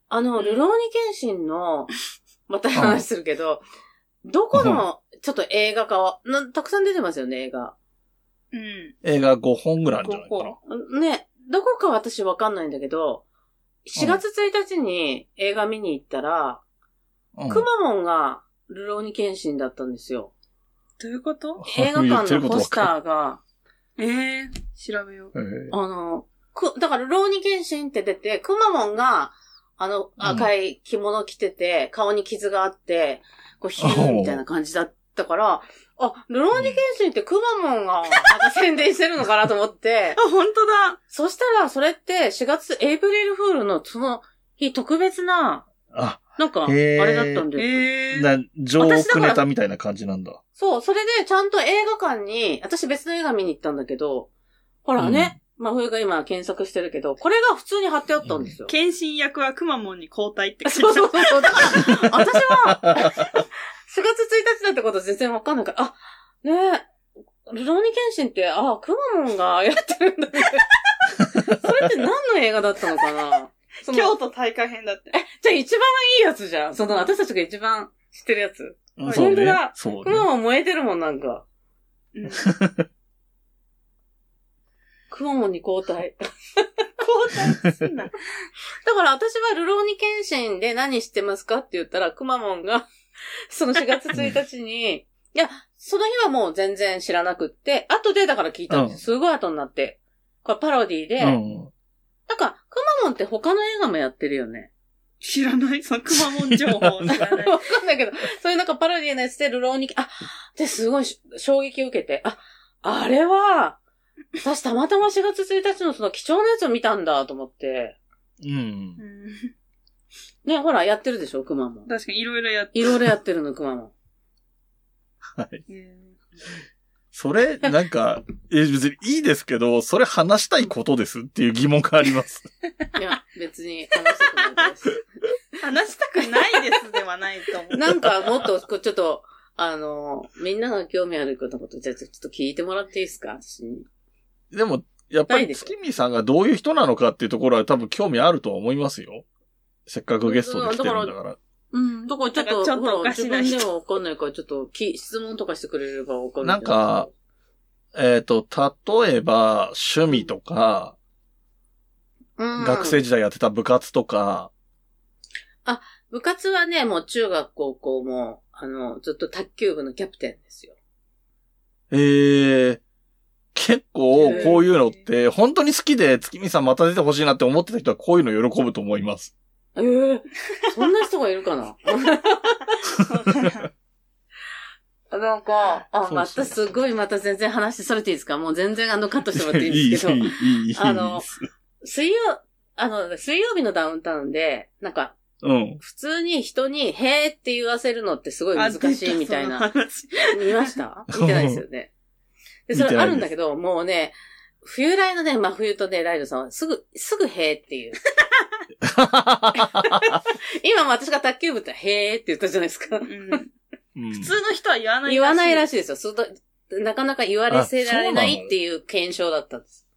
S3: あの、ルローニケンシ ンの、また話するけど、どこの、ちょっと映画化は、なたくさん出てますよね、映画。
S2: うん。
S1: 映画5本ぐらいあるんじゃないかな。
S3: ね、どこか私わかんないんだけど、4月1日に映画見に行ったら、
S1: うん
S3: くまモンがルローニケンシンだったんですよ。
S2: どういうこと
S3: 映画
S1: 言って
S3: 館
S1: るこ
S3: の
S1: と
S3: ポ
S1: わ
S3: ス
S1: かる
S3: ターが、
S2: ええ調べよう。
S1: えー
S3: あの、く、だからルローニケンシンって出て、くまモンが、あの、赤い着物着てて、顔に傷があって、こう、ヒューみたいな感じだったから、あ、ルローニケンシンってくまモンが、なんか宣伝してるのかなと思っ て、
S2: あ、本当だ。
S3: そしたら、それって4月エイプリルフールのその日特別な
S1: あ、
S3: なんか、あ
S1: へー
S3: れだったんだよ。
S2: ええー。
S1: な、ジョークネタみたいな感じなんだ。
S3: そう、それでちゃんと映画館に、私別の映画見に行ったんだけど、ほらね、真冬が今検索してるけど、これが普通に貼ってあったんですよ。
S2: 謙信役はくまモンに交代って書いて
S3: そう
S2: あ
S3: そう
S2: る
S3: そう。だから、私は、4月1日だってこと全然わかんないから、あ、ねえ、ルローニケンシンって、あ、くまモンがやってるんだね。 それって何の映画だったのかなそ の
S2: 京都大会編だって。
S3: じゃあ一番いいやつじゃん。その私たちが一番知ってるやつ。
S1: うんそう
S3: 本当
S1: ね
S3: だ。
S1: そう
S3: く
S1: ね。
S3: まモン燃えてるもん、なんか。
S2: うん
S3: くまモンに交代。
S2: 交代すんな。
S3: だから私はルローニケンシンで何してますかって言ったら、くまモンが、 その4月1日に、いや、その日はもう全然知らなくって、後でだから聞いたんです。すごい後になって。これパロディで、
S1: うん。
S3: なんか、くまモンって他の映画もやってるよね。
S2: 知らない、そのくまモン情報知らない。
S3: わかんないけど、そういうなんかパロディのやつでルローニケン、あ、で、すごいし衝撃を受けて、あ、あれは、私たまたま4月1日のその貴重なやつを見たんだと思って、
S1: うん
S2: う。ん
S3: ね、ほら、やってるでしょ、くまモン。
S2: 確かにいろいろやって。
S3: いろいろやってるの、くまモン。
S2: うん
S1: それ、なんか、 え、別にいいですけど、それ話したいことですっていう疑問があり ます。
S3: いや、別に話したくないです。
S2: 話したくないですではないと思う。
S3: なんかもっと、こうちょっと、あの、みんなが興味あることのこと、じゃあちょっと聞いてもらっていいですか私に
S1: でも、やっぱ
S3: ない
S1: り
S3: です
S1: 月見さんがどういう人なのかっていうところは多分興味あるとは思いますよ。せっかくゲストで来てるんだから。
S3: うん、だからちょっ
S2: なんか
S3: と、
S2: ちょっと
S3: ほら
S2: おか
S3: 自
S2: しな
S3: 分
S2: 人
S3: ではわかんないから、ちょっとき、質問とかしてくれればわかる
S1: なんか、えっ、と、例えば、趣味とか、
S3: うん
S1: 学生時代やってた部活とか、
S3: 部活はね、もう中学、高校も、あの、ずっと卓球部のキャプテンですよ。
S1: えー、結構こういうのって、本当に好きで月見さんまた出てほしいなって思ってた人はこういうの喜ぶと思います。
S3: ええそんな人がいるかな なんか、あ、ま
S1: そうそ
S3: た
S1: う
S3: すごい、また全然話それていいですかもう全然あの、カットしてもらっていいんですけ ど。
S1: いい、いい、いい。
S3: あの水曜、あの、水曜日のダウンタウンで、なんか、
S1: うん。
S3: 普通に人に、へーって言わせるのってすごい難しいみたい
S2: あ
S3: な。
S2: 出その話
S3: 見ました見てないですよね。で、そ
S1: 見て
S3: れ
S1: ないです
S3: あるんだけど、もうね、冬来のね、真冬とね、ライドさんは、すぐ、すぐへーっていう。今も私が卓球部って、へーって言ったじゃないですか。
S2: うん
S1: 普
S2: 普通の人は言わない
S3: 言わないら
S2: し
S3: しいですよ。するとなかなか言われせら
S1: あそ
S3: れな
S1: うないの
S3: っていう検証だったんです。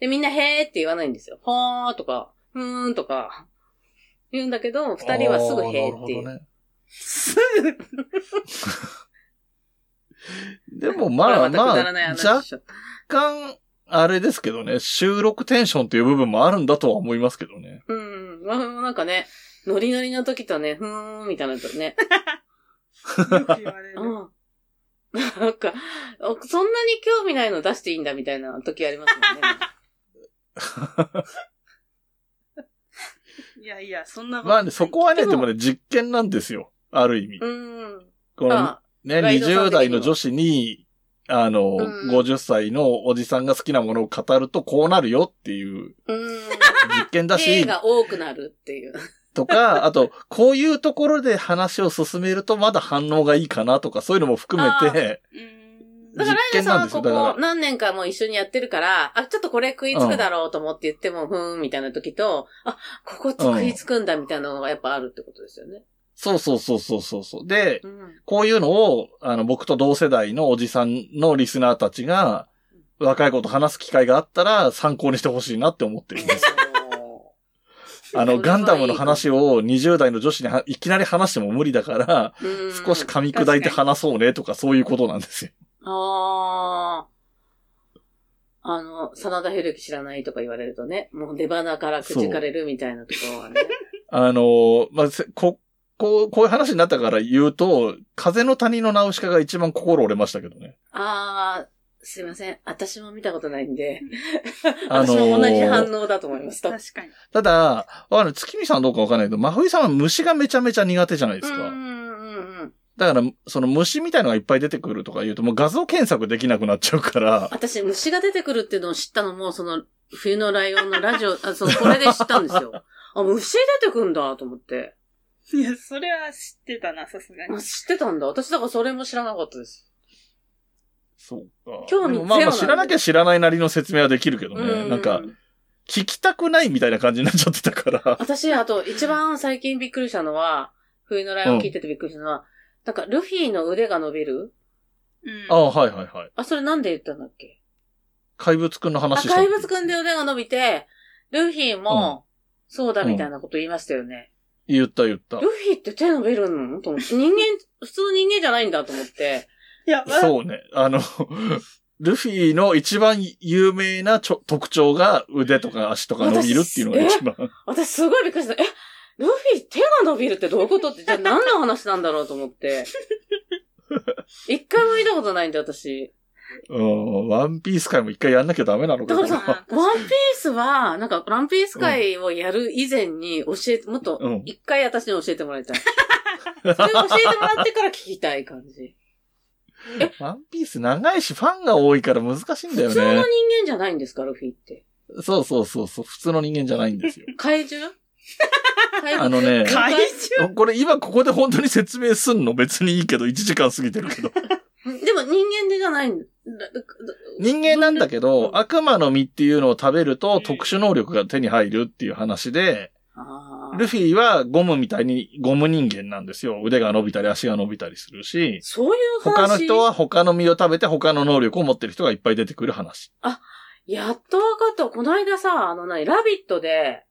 S3: で、みんなへーって言わないんですよ。ほーとか、ふーんとか、言うんだけど、二人はすぐへーっていう。
S2: す
S1: でも
S3: これ
S1: まあ
S3: また
S1: ま
S3: く
S1: あ
S3: だらない、話
S1: 若
S3: しちゃった
S1: 干、あれですけどね、収録テンションっていう部分もあるんだとは思いますけどね。
S3: うん。まあ、なんかね、ノリノリの時とね、ふーん、みたいなのとね。
S2: よく言われる
S3: うん。なんか、そんなに興味ないの出していいんだみたいな時ありますもんね。
S2: いやいや、そんなこと
S1: まあね、そこはね、
S3: でも
S1: でもね、実験なんですよ。ある意味。
S3: うん。
S1: この
S3: ま
S1: ね、
S3: ライドさん的には
S1: 20代の女子に、あの、
S3: うん
S1: 50歳のおじさんが好きなものを語るとこうなるよっていう
S3: あ、うん。
S1: 実験だ
S3: 例
S1: し、
S3: が多くなるっていう。
S1: とか、あと、こういうところで話を進めるとまだ反応がいいかなとか、そういうのも含めて、
S2: うん
S3: だから、ライ
S1: 実験
S3: ナさん
S1: なん
S3: は
S1: ですよ
S3: こ
S1: だから
S3: こ何年かもう一緒にやってるから、あ、ちょっとこれ食いつくだろうと思って言っても、ふーん、みたいな時と、あ、ここ食いつくんだみたいなのがやっぱあるってことですよね。
S1: そうそうそうそうそうそう。で、
S3: うん。
S1: こういうのを、あの、僕と同世代のおじさんのリスナーたちが、若い子と話す機会があったら参考にしてほしいなって思ってる んです。あ
S3: それはい
S1: の、
S3: い
S1: ガンダムの話を20代の女子にはいきなり話しても無理だから、
S3: うん
S1: 少し噛み砕いて話そうねとかそういうことなんですよ。
S3: ああ。あの、真田広之知らないとか言われるとね、もう出花からくじかれるみたいなとこ ろはね。
S1: あの、まあ、せこ、こう、こういう話になったから言うと、風の谷のナウシカが一番心折れましたけどね。
S3: ああ、すいません。私も見たことないんで。
S1: あのー
S3: 私も同じ反応だと思います。多分
S2: 確かに。
S1: ただ、あの、月見さんどうかわかんないけど、真冬さんは虫がめちゃめちゃ苦手じゃないで
S3: う
S1: す
S3: ん
S1: か。
S3: うんうん。
S1: だから、その虫みたいのがいっぱい出てくるとか言うと、もう画像検索できなくなっちゃう から、
S3: 私、虫が出てくるっていうのを知ったのも、その、 冬のライオンのラジオ、あそのこれで知ったんですよ。あ、虫出てくんだと思って。
S2: いや、それは知ってたな、さすがに
S3: あ、。知ってたんだ。私だからそれも知らなかったです。
S1: そうか。
S3: 興味
S1: でもまあ
S3: ゼ
S1: ま
S3: ロ
S1: あ
S3: な
S1: 知らな
S3: んで
S1: きゃ知らないなりの説明はできるけど
S3: う
S1: ね。なんか、。聞きたくないみたいな感じになっちゃってた から。
S3: 私、あと、一番最近びっくりしたのは、冬のライオンを聞いててびっくりしたのは、なんか、ルフィの腕が伸びる
S2: うん。
S1: ああ、はいはいはい。
S3: あ、それなんで言ったんだっけ
S1: 怪物くんの
S3: あ、
S1: 話した。
S3: 怪物くんで腕が伸びて、ルフィも、そうだみたいなこと言いましたよね。
S1: 言った言った
S3: ル。フィって手伸びるのと思って、人間、普通の人間じゃないんだと思って。
S2: い や、まあ
S1: そうね。あの、ルフィの一番有名なちょ特徴が腕とか足とか伸びるっていうのが一番。
S3: 私すごいびっくりした。え、ルフィ手が伸びるってどういうことって、じゃあ何の話なんだろうと思 って。一回も見たことないんで、私。
S1: うん、ワンピース界も一回やんなきゃダメなのか
S3: だからさ
S1: な。
S2: あ
S3: ワンピースは、なんか、ワンピース会をやる以前に教えて、もっと
S1: うん、
S3: 一回私に教えてもらい たい。それを教えてもらってから聞きたい感じ。
S1: ワンピース長いし、ファンが多いから難しいんだ
S3: 普
S1: よ
S3: 通の人
S1: ね
S3: 間。じゃないんですか、ルフィって。
S1: そうそうそうそう、普通の人間じゃないん ですよ。
S3: 怪 獣怪
S1: あのね
S2: 怪
S1: これ今ここで本当に説明すんの別にいいけど、1時間過ぎてるけ ど。
S3: でも人間でじゃないんだ。だだ
S1: 人間なんだけ
S3: う
S1: ど、
S3: ん
S1: 悪魔の実っていうのを食べる
S2: う
S1: と
S2: ん
S1: 特殊能力が手に入るっていう話で、
S3: あー
S1: ルフィはゴムみたいにゴム人間なんですよ。腕が伸びたり足が伸びたりするし、
S3: そういう話。
S1: 他の人は他の実を食べて他の能力を持ってる人がいっぱい出てくる話。
S3: やっと分かった。この間さ、あの何、ラビットで、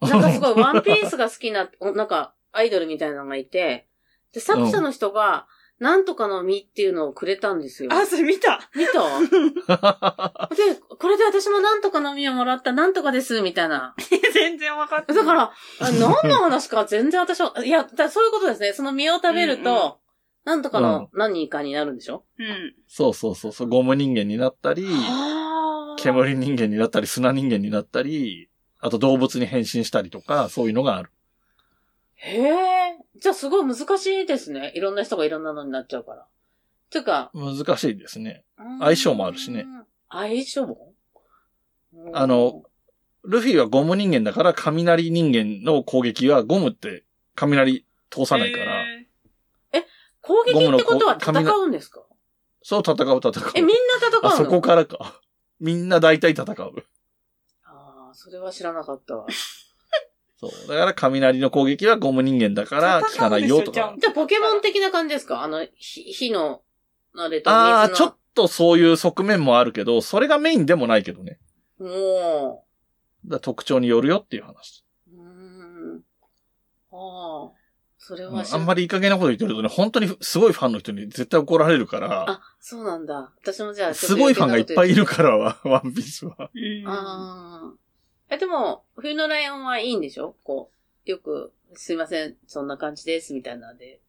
S3: なんかすごいワンピースが 好きな、おなんか、アイドルみたいなのがいて、で、作者の人が、なんとかの実っていうのをくれたんですよ。
S2: あ、それ見た。
S3: 見たで、これで私もなんとかの実をもらった、なんとかです、みたいな。
S2: 全然分かってな
S3: だ
S2: い。
S3: から、あ何の話か全然私は、いや、だそういうことですね。その実を食べると、
S2: うんう
S3: なんとかの何かになるんでしょ、
S2: うん。
S1: そうそうそうそう、ゴム人間になったり、
S3: あー
S1: 煙人間になったり、砂人間になったり、あと動物に変身したりとか、そういうのがある。
S3: へえ。じゃあすごい難しいですね。いろんな人がいろんなのになっちゃうから。ていうか、
S1: 難しいですね。
S3: うん
S1: 相性もあるしね。
S3: 相性もうん
S1: あの、ルフィはゴム人間だから、雷人間の攻撃はゴムって雷通さないから、
S2: え
S3: 攻撃ってことは
S1: ゴ
S3: 戦
S1: ムのこう髪の
S3: うんですか
S1: そう戦う戦う。
S3: え、みんな戦うの
S1: あ、そこからか。みんな大体戦う。
S3: ああ、それは知らなかったわ。
S1: そう。だから雷の攻撃はゴム人間だから効かないよと
S2: 戦う
S1: か
S2: ん。
S3: じゃあポケモン的な感じですかあの、ひ火の、あれと水の。
S1: ああ、ちょっとそういう側面もあるけど、それがメインでもないけどね。
S3: も
S1: だから特徴によるよっていう話。
S3: う、うーん。ああ、それ
S1: うん
S3: は知
S1: あ
S3: ら
S1: んまりいい加減なこと言ってるとね、本当にすごいファンの人に絶対怒られるから、
S3: あ、そうなんだ。私もじゃあ、
S1: すごいファンがいっぱいいる
S3: ら
S1: からは、ワンピースは。
S2: ーうん。
S3: ああ。え、でも、冬のライオンはいいんでしょこう、よく、すいません、そんな感じです、みたいなんで。。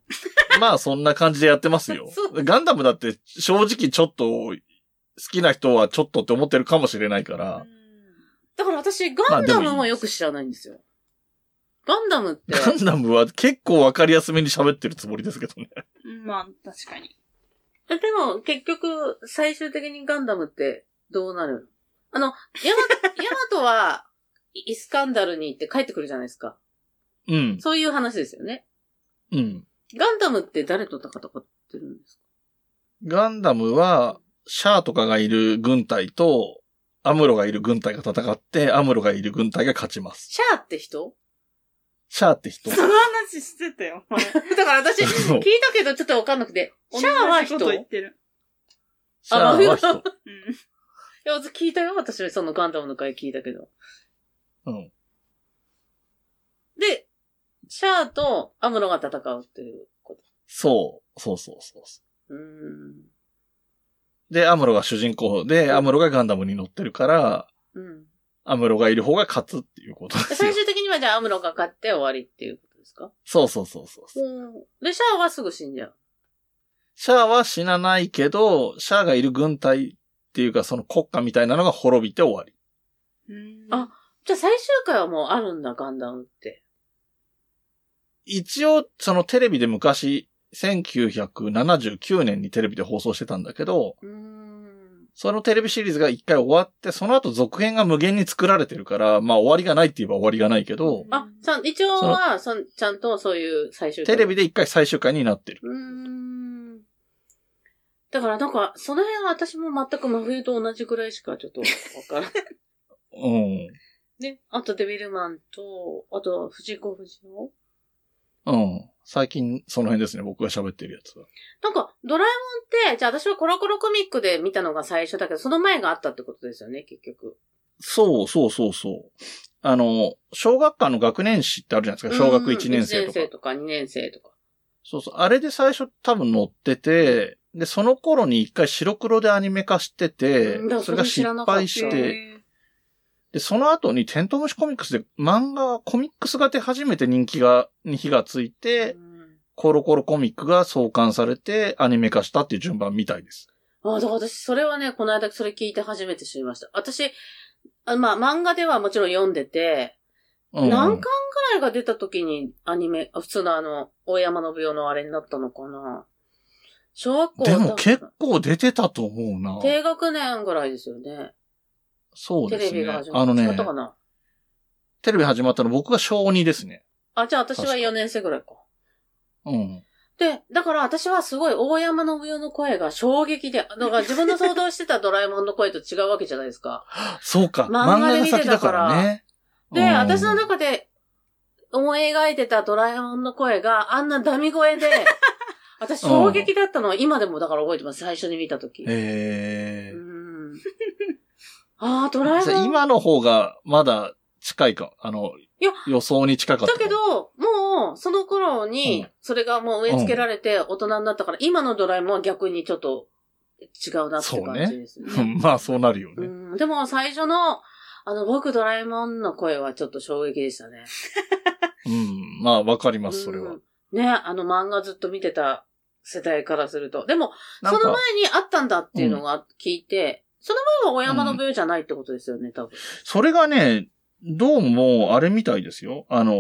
S1: まあそんな感じでやってますよ
S3: そう
S1: ガンダムだって正直ちょっと好きな人はちょっとって思ってるかもしれないから、
S3: だから私、
S1: ま
S3: ガ
S1: あ
S3: ン
S1: でも
S3: ダ
S1: いい
S3: ムもよく知らないんですよ。ガンダムって、
S1: ガンダムは結構わかりやすめに喋ってるつもりですけどね。
S2: うんまあ、確かに。
S3: えでも、結局、最終的にガンダムって、どうなる あの、ヤマ、ヤマトは、イイスカンダルに行って帰ってくるじゃないですか。
S1: うん。
S3: そういう話ですよね。
S1: うん。
S3: ガンダムって誰と戦ってるんですか
S1: ガンダムは、シャアとかがいる軍隊と、アムロがいる軍隊が戦って、アムロがいる軍隊が勝ちます。
S3: シャアって人
S1: シャアって人。
S2: その話してたよ、お前。
S3: だから私、
S1: そ
S3: 聞
S1: う
S3: いたけどちょっとわかんなくて、シャアは
S2: 同じ
S3: 人
S2: こと言ってる。
S1: シャアは人。
S2: うん。
S3: いや、聞いたよ。私、そのガンダムの回聞いたけど。
S1: うん。
S3: で、シャアとアムロが戦うっていうこ
S1: そう。そうそうそうそ
S3: と。うーん。
S1: う。で、アムロが主人公で、アムロがガンダムに乗ってるから、
S3: うん。
S1: アムロがいる方が勝つっていうことですよ
S3: 最。終的にはじゃあアムロが勝って終わりっていうことですか
S1: そうそうそうそうそう。
S3: うん。で、シャアはすぐ死んじゃう。
S1: シャアは死なないけど、シャアがいる軍隊っていうかその国家みたいなのが滅びて終わり。
S2: うん
S3: あじゃあ最終回はもうあるんだ、ガンダムって。
S1: 一応、そのテレビで昔、1979年にテレビで放送してたんだけど、
S3: うーん。
S1: そのテレビシリーズが一回終わって、その後続編が無限に作られてるから、まあ終わりがないって言えば終わりがないけど、
S3: あ、ちゃん、一応は、そんちゃんとそういう最終
S1: テレ
S3: ビ。
S1: ビで一回最終回になってる。
S3: うーん。だからなんか、その辺は私も全く真冬と同じくらいしかちょっとわからない。
S1: うん。
S3: ね。あとデビルマンと、あと藤子不二雄。
S1: うん。最近その辺ですね、僕が喋ってるやつは。
S3: なんか、ドラえもんって、じゃあ私はコロコロコミックで見たのが最初だけど、その前があったってことですよね、結局。
S1: そうそうそうそう。あの、小学館の学年誌ってあるじゃないですか、小学1年生と
S3: 1年生
S1: か。
S3: とか2年生とか。
S1: そうそう。あれで最初多分載ってて、で、その頃に一回白黒でアニメ化してて
S3: うんだか、ら
S1: それが
S3: それ知
S1: 失
S3: らなかった
S1: 敗し
S3: へ
S1: て、で、その後にテントウムシコミックスで漫画、コミックスが出始めて人気が、に火がついて
S3: う、ん
S1: コロコロコミックが創刊されてアニメ化したっていう順番みたいです。
S3: あ、だから私、それはね、この間それ聞いて初めて知りました。私、あまあ、漫画ではもちろん読んでて、
S1: うん
S3: 何巻ぐらいが出た時にアニメ、あ普通のあの、大山信夫のあれになったのかな小学校
S1: でも結構出てたと思うな。
S3: 低学年ぐらいですよね。
S1: そう
S3: テ
S1: で
S3: レ
S1: す
S3: ビ
S1: ね
S3: が始。ま
S1: あの
S3: った。違
S1: ね
S3: った、かな
S1: テレビ始まったの僕が小2ですね。
S3: あ、じゃあ私は
S1: 確か
S3: 4年生ぐらいか。
S1: うん。
S3: で、だから私はすごい大山信夫の声が衝撃で、だから自分の想像してたドラえもんの声と違うわけじゃないですか。
S1: そうか。
S3: 漫
S1: 漫
S3: 画
S1: 画
S3: で
S1: が
S3: 見て
S1: 先
S3: た
S1: だ
S3: か
S1: かららね。
S3: で、
S1: うん
S3: 私の中で思い描いてたドラえもんの声があんなダミ 声で、私衝撃だったのは今でもだから覚えてます。最初に見たとき。
S1: え
S3: う
S1: ー
S3: んああ、ドラえ
S1: そう
S3: もん。
S1: 今の方がまだ近いか。あの
S3: いや、
S1: 予想に近かった。
S3: だけど、もう、その頃に
S1: うん、
S3: それがもう植え付けられて大人になったから、今のドラえもんは逆にちょっと違うなって感じですね。
S1: うん、 まあそうなるよ
S3: う
S1: ね。
S3: ん、でも最初の、あの、僕ドラえもんの声はちょっと衝撃でしたね。
S1: うん。まあわかります、それは
S3: う。ん。ね、あの漫画ずっと見てた世代からすると。でも、
S1: な
S3: そ
S1: ん
S3: の前
S1: か
S3: に、あったんだっていうのが聞いて、その前は大山の病じゃないってことですよね、多分。
S1: それがね、どうも、あれみたいですよ。あのー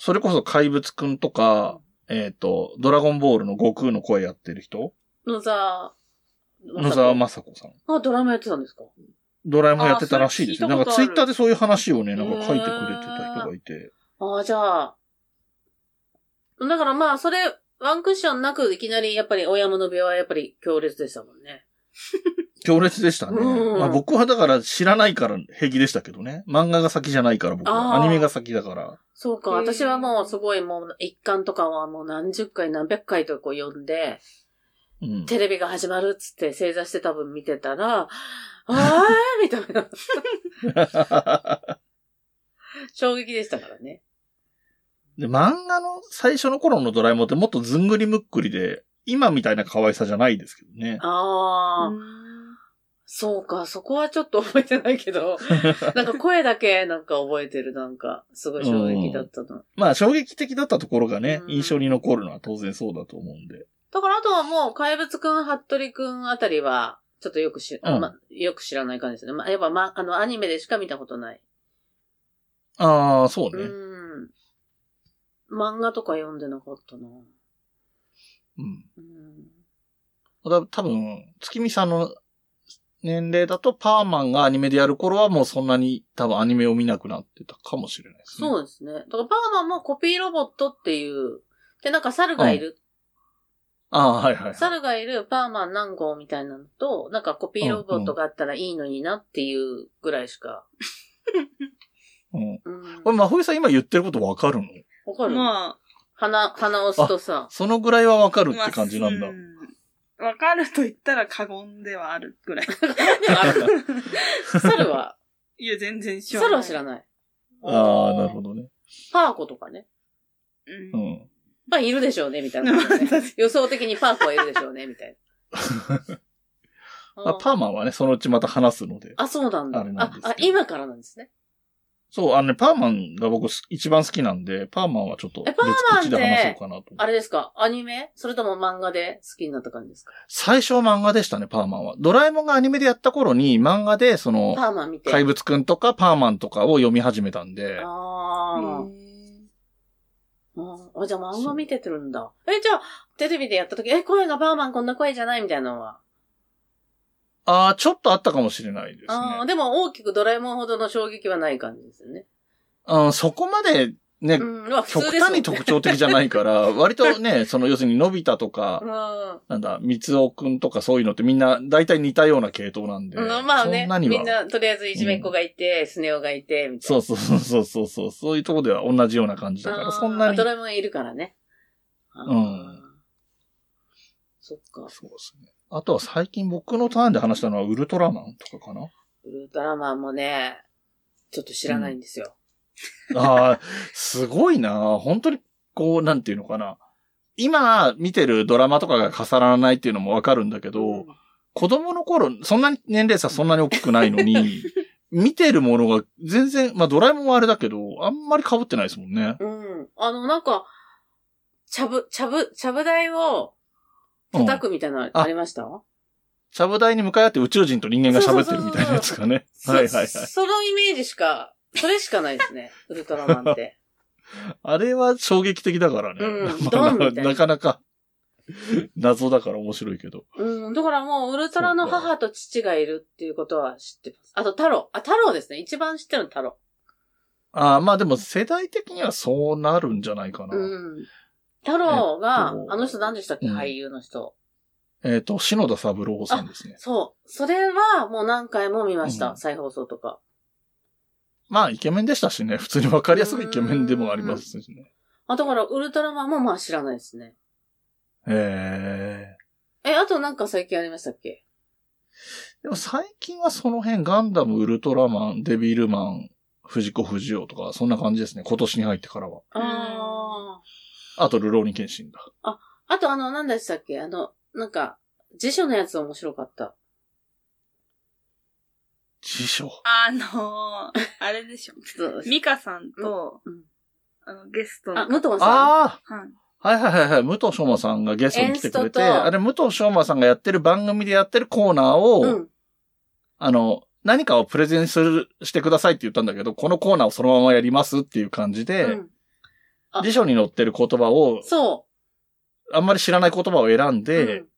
S1: それこそ怪物くんとか、えっ、と、ドラゴンボールの悟空の声やってる人
S3: 野沢。
S1: 野沢雅子さん。
S3: あ、ドラマやってたんですか
S1: ドラえもんやってたらしいですよ。
S2: あそ
S1: な
S2: れ聞いたこと
S1: んか
S2: あ
S1: ツ
S2: る
S1: イッターでそういう話をね、なんか書いてくれてた人がいて。
S3: ああ、じゃあ。だからまあ、それ、ワンクッションなく、いきなり、やっぱり、大山の病はやっぱり強烈でしたもんね。
S1: 強烈でしたね。
S3: うん
S1: まあ僕はだから知らないから平気でしたけどね。漫画が先じゃないから僕は。
S3: あー
S1: アニメが先だから。
S3: そうか、
S2: へー
S3: 私はもうすごいもう一巻とかはもう何十回何百回とこう読んで、
S1: うん。
S3: テレビが始まるっつって正座して多分見てたら、あーみたいな。衝撃でしたからね。
S1: で、漫画の最初の頃のドラえもんってもっとずんぐりむっくりで、今みたいな可愛さじゃないですけどね。
S3: あー、そうか、そこはちょっと覚えてないけど、なんか声だけなんか覚えてる、なんか、すごい衝撃だったの。
S1: まあ衝撃的だったところがね
S3: う、ん
S1: 印象に残るのは当然そうだと思うんで。
S3: だからあとはもう、怪物くん、服部くんあたりは、ちょっとよくし、
S1: うん
S3: ま、よく知らない感じですね。ま、やっぱ、ま、あの、アニメでしか見たことない。
S1: ああ、そう
S3: う
S1: ね。
S3: ん。漫画とか読んでなかったな。
S1: うん。
S3: うん。
S1: だ多分、月見さんの年齢だとパーマンがアニメでやる頃はもうそんなに多分アニメを見なくなってたかもしれないですね。
S3: そうですね。だからバーマンもコピーロボットっていう、で、なんか猿がいる、
S1: ああ、はいはいはい。
S3: 猿がいるパーマン何号みたいなのと、なんかコピーロボットがあったらいいのになっていうぐらいしか。
S1: うん。
S3: うん。
S1: これ、まほさん今言ってることわかるの
S3: わかる、
S2: まあ、
S3: 鼻、鼻押すとさ。
S1: そのぐらいはわかる
S2: まあ
S1: って感じなんだ
S2: う。わかると言ったら過言ではあるぐらい。
S3: ある猿は、
S2: いや、全然知らない。
S3: 猿は知らない。
S1: ああ、なるほどね。
S3: パーコとかね。
S2: うん
S1: うん。
S3: まあ、いるでしょうね、み たいなことね、予想的にパーコはいるでしょうね、みたいな。
S1: まあ、パーマンはね、そのうちまた話すので。
S3: あ、そうなんだ。
S1: あれなん
S3: あ
S1: ですけど
S3: あ、今からなんですね。
S1: そう、あのね、パーマンが僕す一番好きなんで、パーマンはちょっと
S3: え
S1: 別
S3: パーマンって
S1: 口で話そうかなと。
S3: あれですかアニメそれとも漫画で好きになった感じですか
S1: 最初は漫画でしたね、パーマンは。ドラえもんがアニメでやった頃に漫画で、その、
S3: パーマン見て。
S1: 怪物くんとかパーマンとかを読み始めたんで、
S3: あ
S2: うん
S3: ーあ。あ、じゃあ漫画見ててるんだ。え、じゃあ、テレビでやった時、え、声がパーマンこんな声じゃないみたいなのは。
S1: ああ、ちょっとあったかもしれないですね。
S3: ああ、でも大きくドラえもんほどの衝撃はない感じですよね。
S1: うん、そこまでね、
S3: うん、まあ普
S1: 極
S3: 通ですよ
S1: 端
S3: ね
S1: に特徴的じゃないから、割とね、その要するにのび太とか、
S3: うん
S1: なんだ、三つおくんとかそういうのってみんな大体似たような系統なんで。
S3: うんまあ
S1: そ
S3: ね
S1: んな、に
S3: みん
S1: は。
S3: なとりあえずいじめっ子がいて、スネ夫がいて、みたい
S1: そうそうそうそうそうそう。そういうとこでは同じような感じだ
S3: な。
S1: か
S3: あー
S1: ら、そんなに。
S3: ド
S1: そう
S3: ラえもんいるからね。あー
S1: うん。
S3: そっか。
S1: ですね。あとは最近僕のターンで話したのはウルトラマンとかかな
S3: ウルトラマンもね、ちょっと知らないんですよ。
S1: ああ、すごいな。本当に、こう、なんていうのかな。今見てるドラマとかが重ならないっていうのもわかるんだけど、子供の頃、そんなに年齢差そんなに大きくないの に、見てるものが全然、まあドラえもんはあれだけど、あんまり被ってないですもんね。
S3: うん。あの、なんか、ちゃぶ、ちゃぶ、ちゃぶ台を
S1: うん
S3: 叩くみたいなの
S1: あ
S3: ありました、
S1: ちゃぶ台に向かい合って宇宙人と人間が喋ってるみたいなやつかね。
S3: そ
S1: はいはいはい。
S3: そのイメージしか、それしかないですね。ウルトラマンって。
S1: あれは衝撃的だからね。
S3: うん
S1: まあ
S3: ドンみたいな
S1: ななかなか謎だから面白いけど。
S3: うん、だからもう、ウルトラの母と父がいるっていうことは知ってます。あと、太郎。あ、太郎ですね。一番知ってるの太郎。
S1: ああ、まあでも世代的にはそうなるんじゃないかな。
S3: うん。太郎が、
S1: えっと
S3: あの人何でしたっけ、
S1: うん
S3: 俳優の人。
S1: えっ、と、篠田三郎さんですね。
S3: そう。それは、もう何回も見ました。
S1: うん
S3: 再放送とか。
S1: まあイケメンでしたしね。普通にわかりやすくイケメンでもありますしね。
S3: あ、だから、ウルトラマンもまあ知らないですね。
S1: ええ
S3: え、あとなんか最近ありましたっけ
S1: でも最近はその辺、ガンダム、ウルトラマン、デビルマン、藤子不二雄とか、そんな感じですね。今年に入ってからは。
S3: ああ。
S1: あと、ルローニケンシンだ。
S3: あと、あの、何でしたっけあの、なんか、辞書のやつ面白かった。
S1: 辞書。
S2: あのー、 あれでしょ。
S3: ちょっと
S2: ミカさんと、
S3: うん
S2: あの、ゲストの
S3: あ、武藤さん。
S1: ああ
S2: はい。
S1: はいはいはいはい。武藤昌磨さんがゲストに来てくれて、
S3: エンストと
S1: あれ、武藤昌磨さんがやってる番組でやってるコーナーを、
S3: うん。
S1: あの、何かをプレゼンする、してくださいって言ったんだけど、このコーナーをそのままやりますっていう感じで、
S3: うん。あ
S1: 辞書に載ってる言葉を、
S3: そ
S1: あんまり知らない言葉を選ん
S3: う。
S1: で、
S3: うん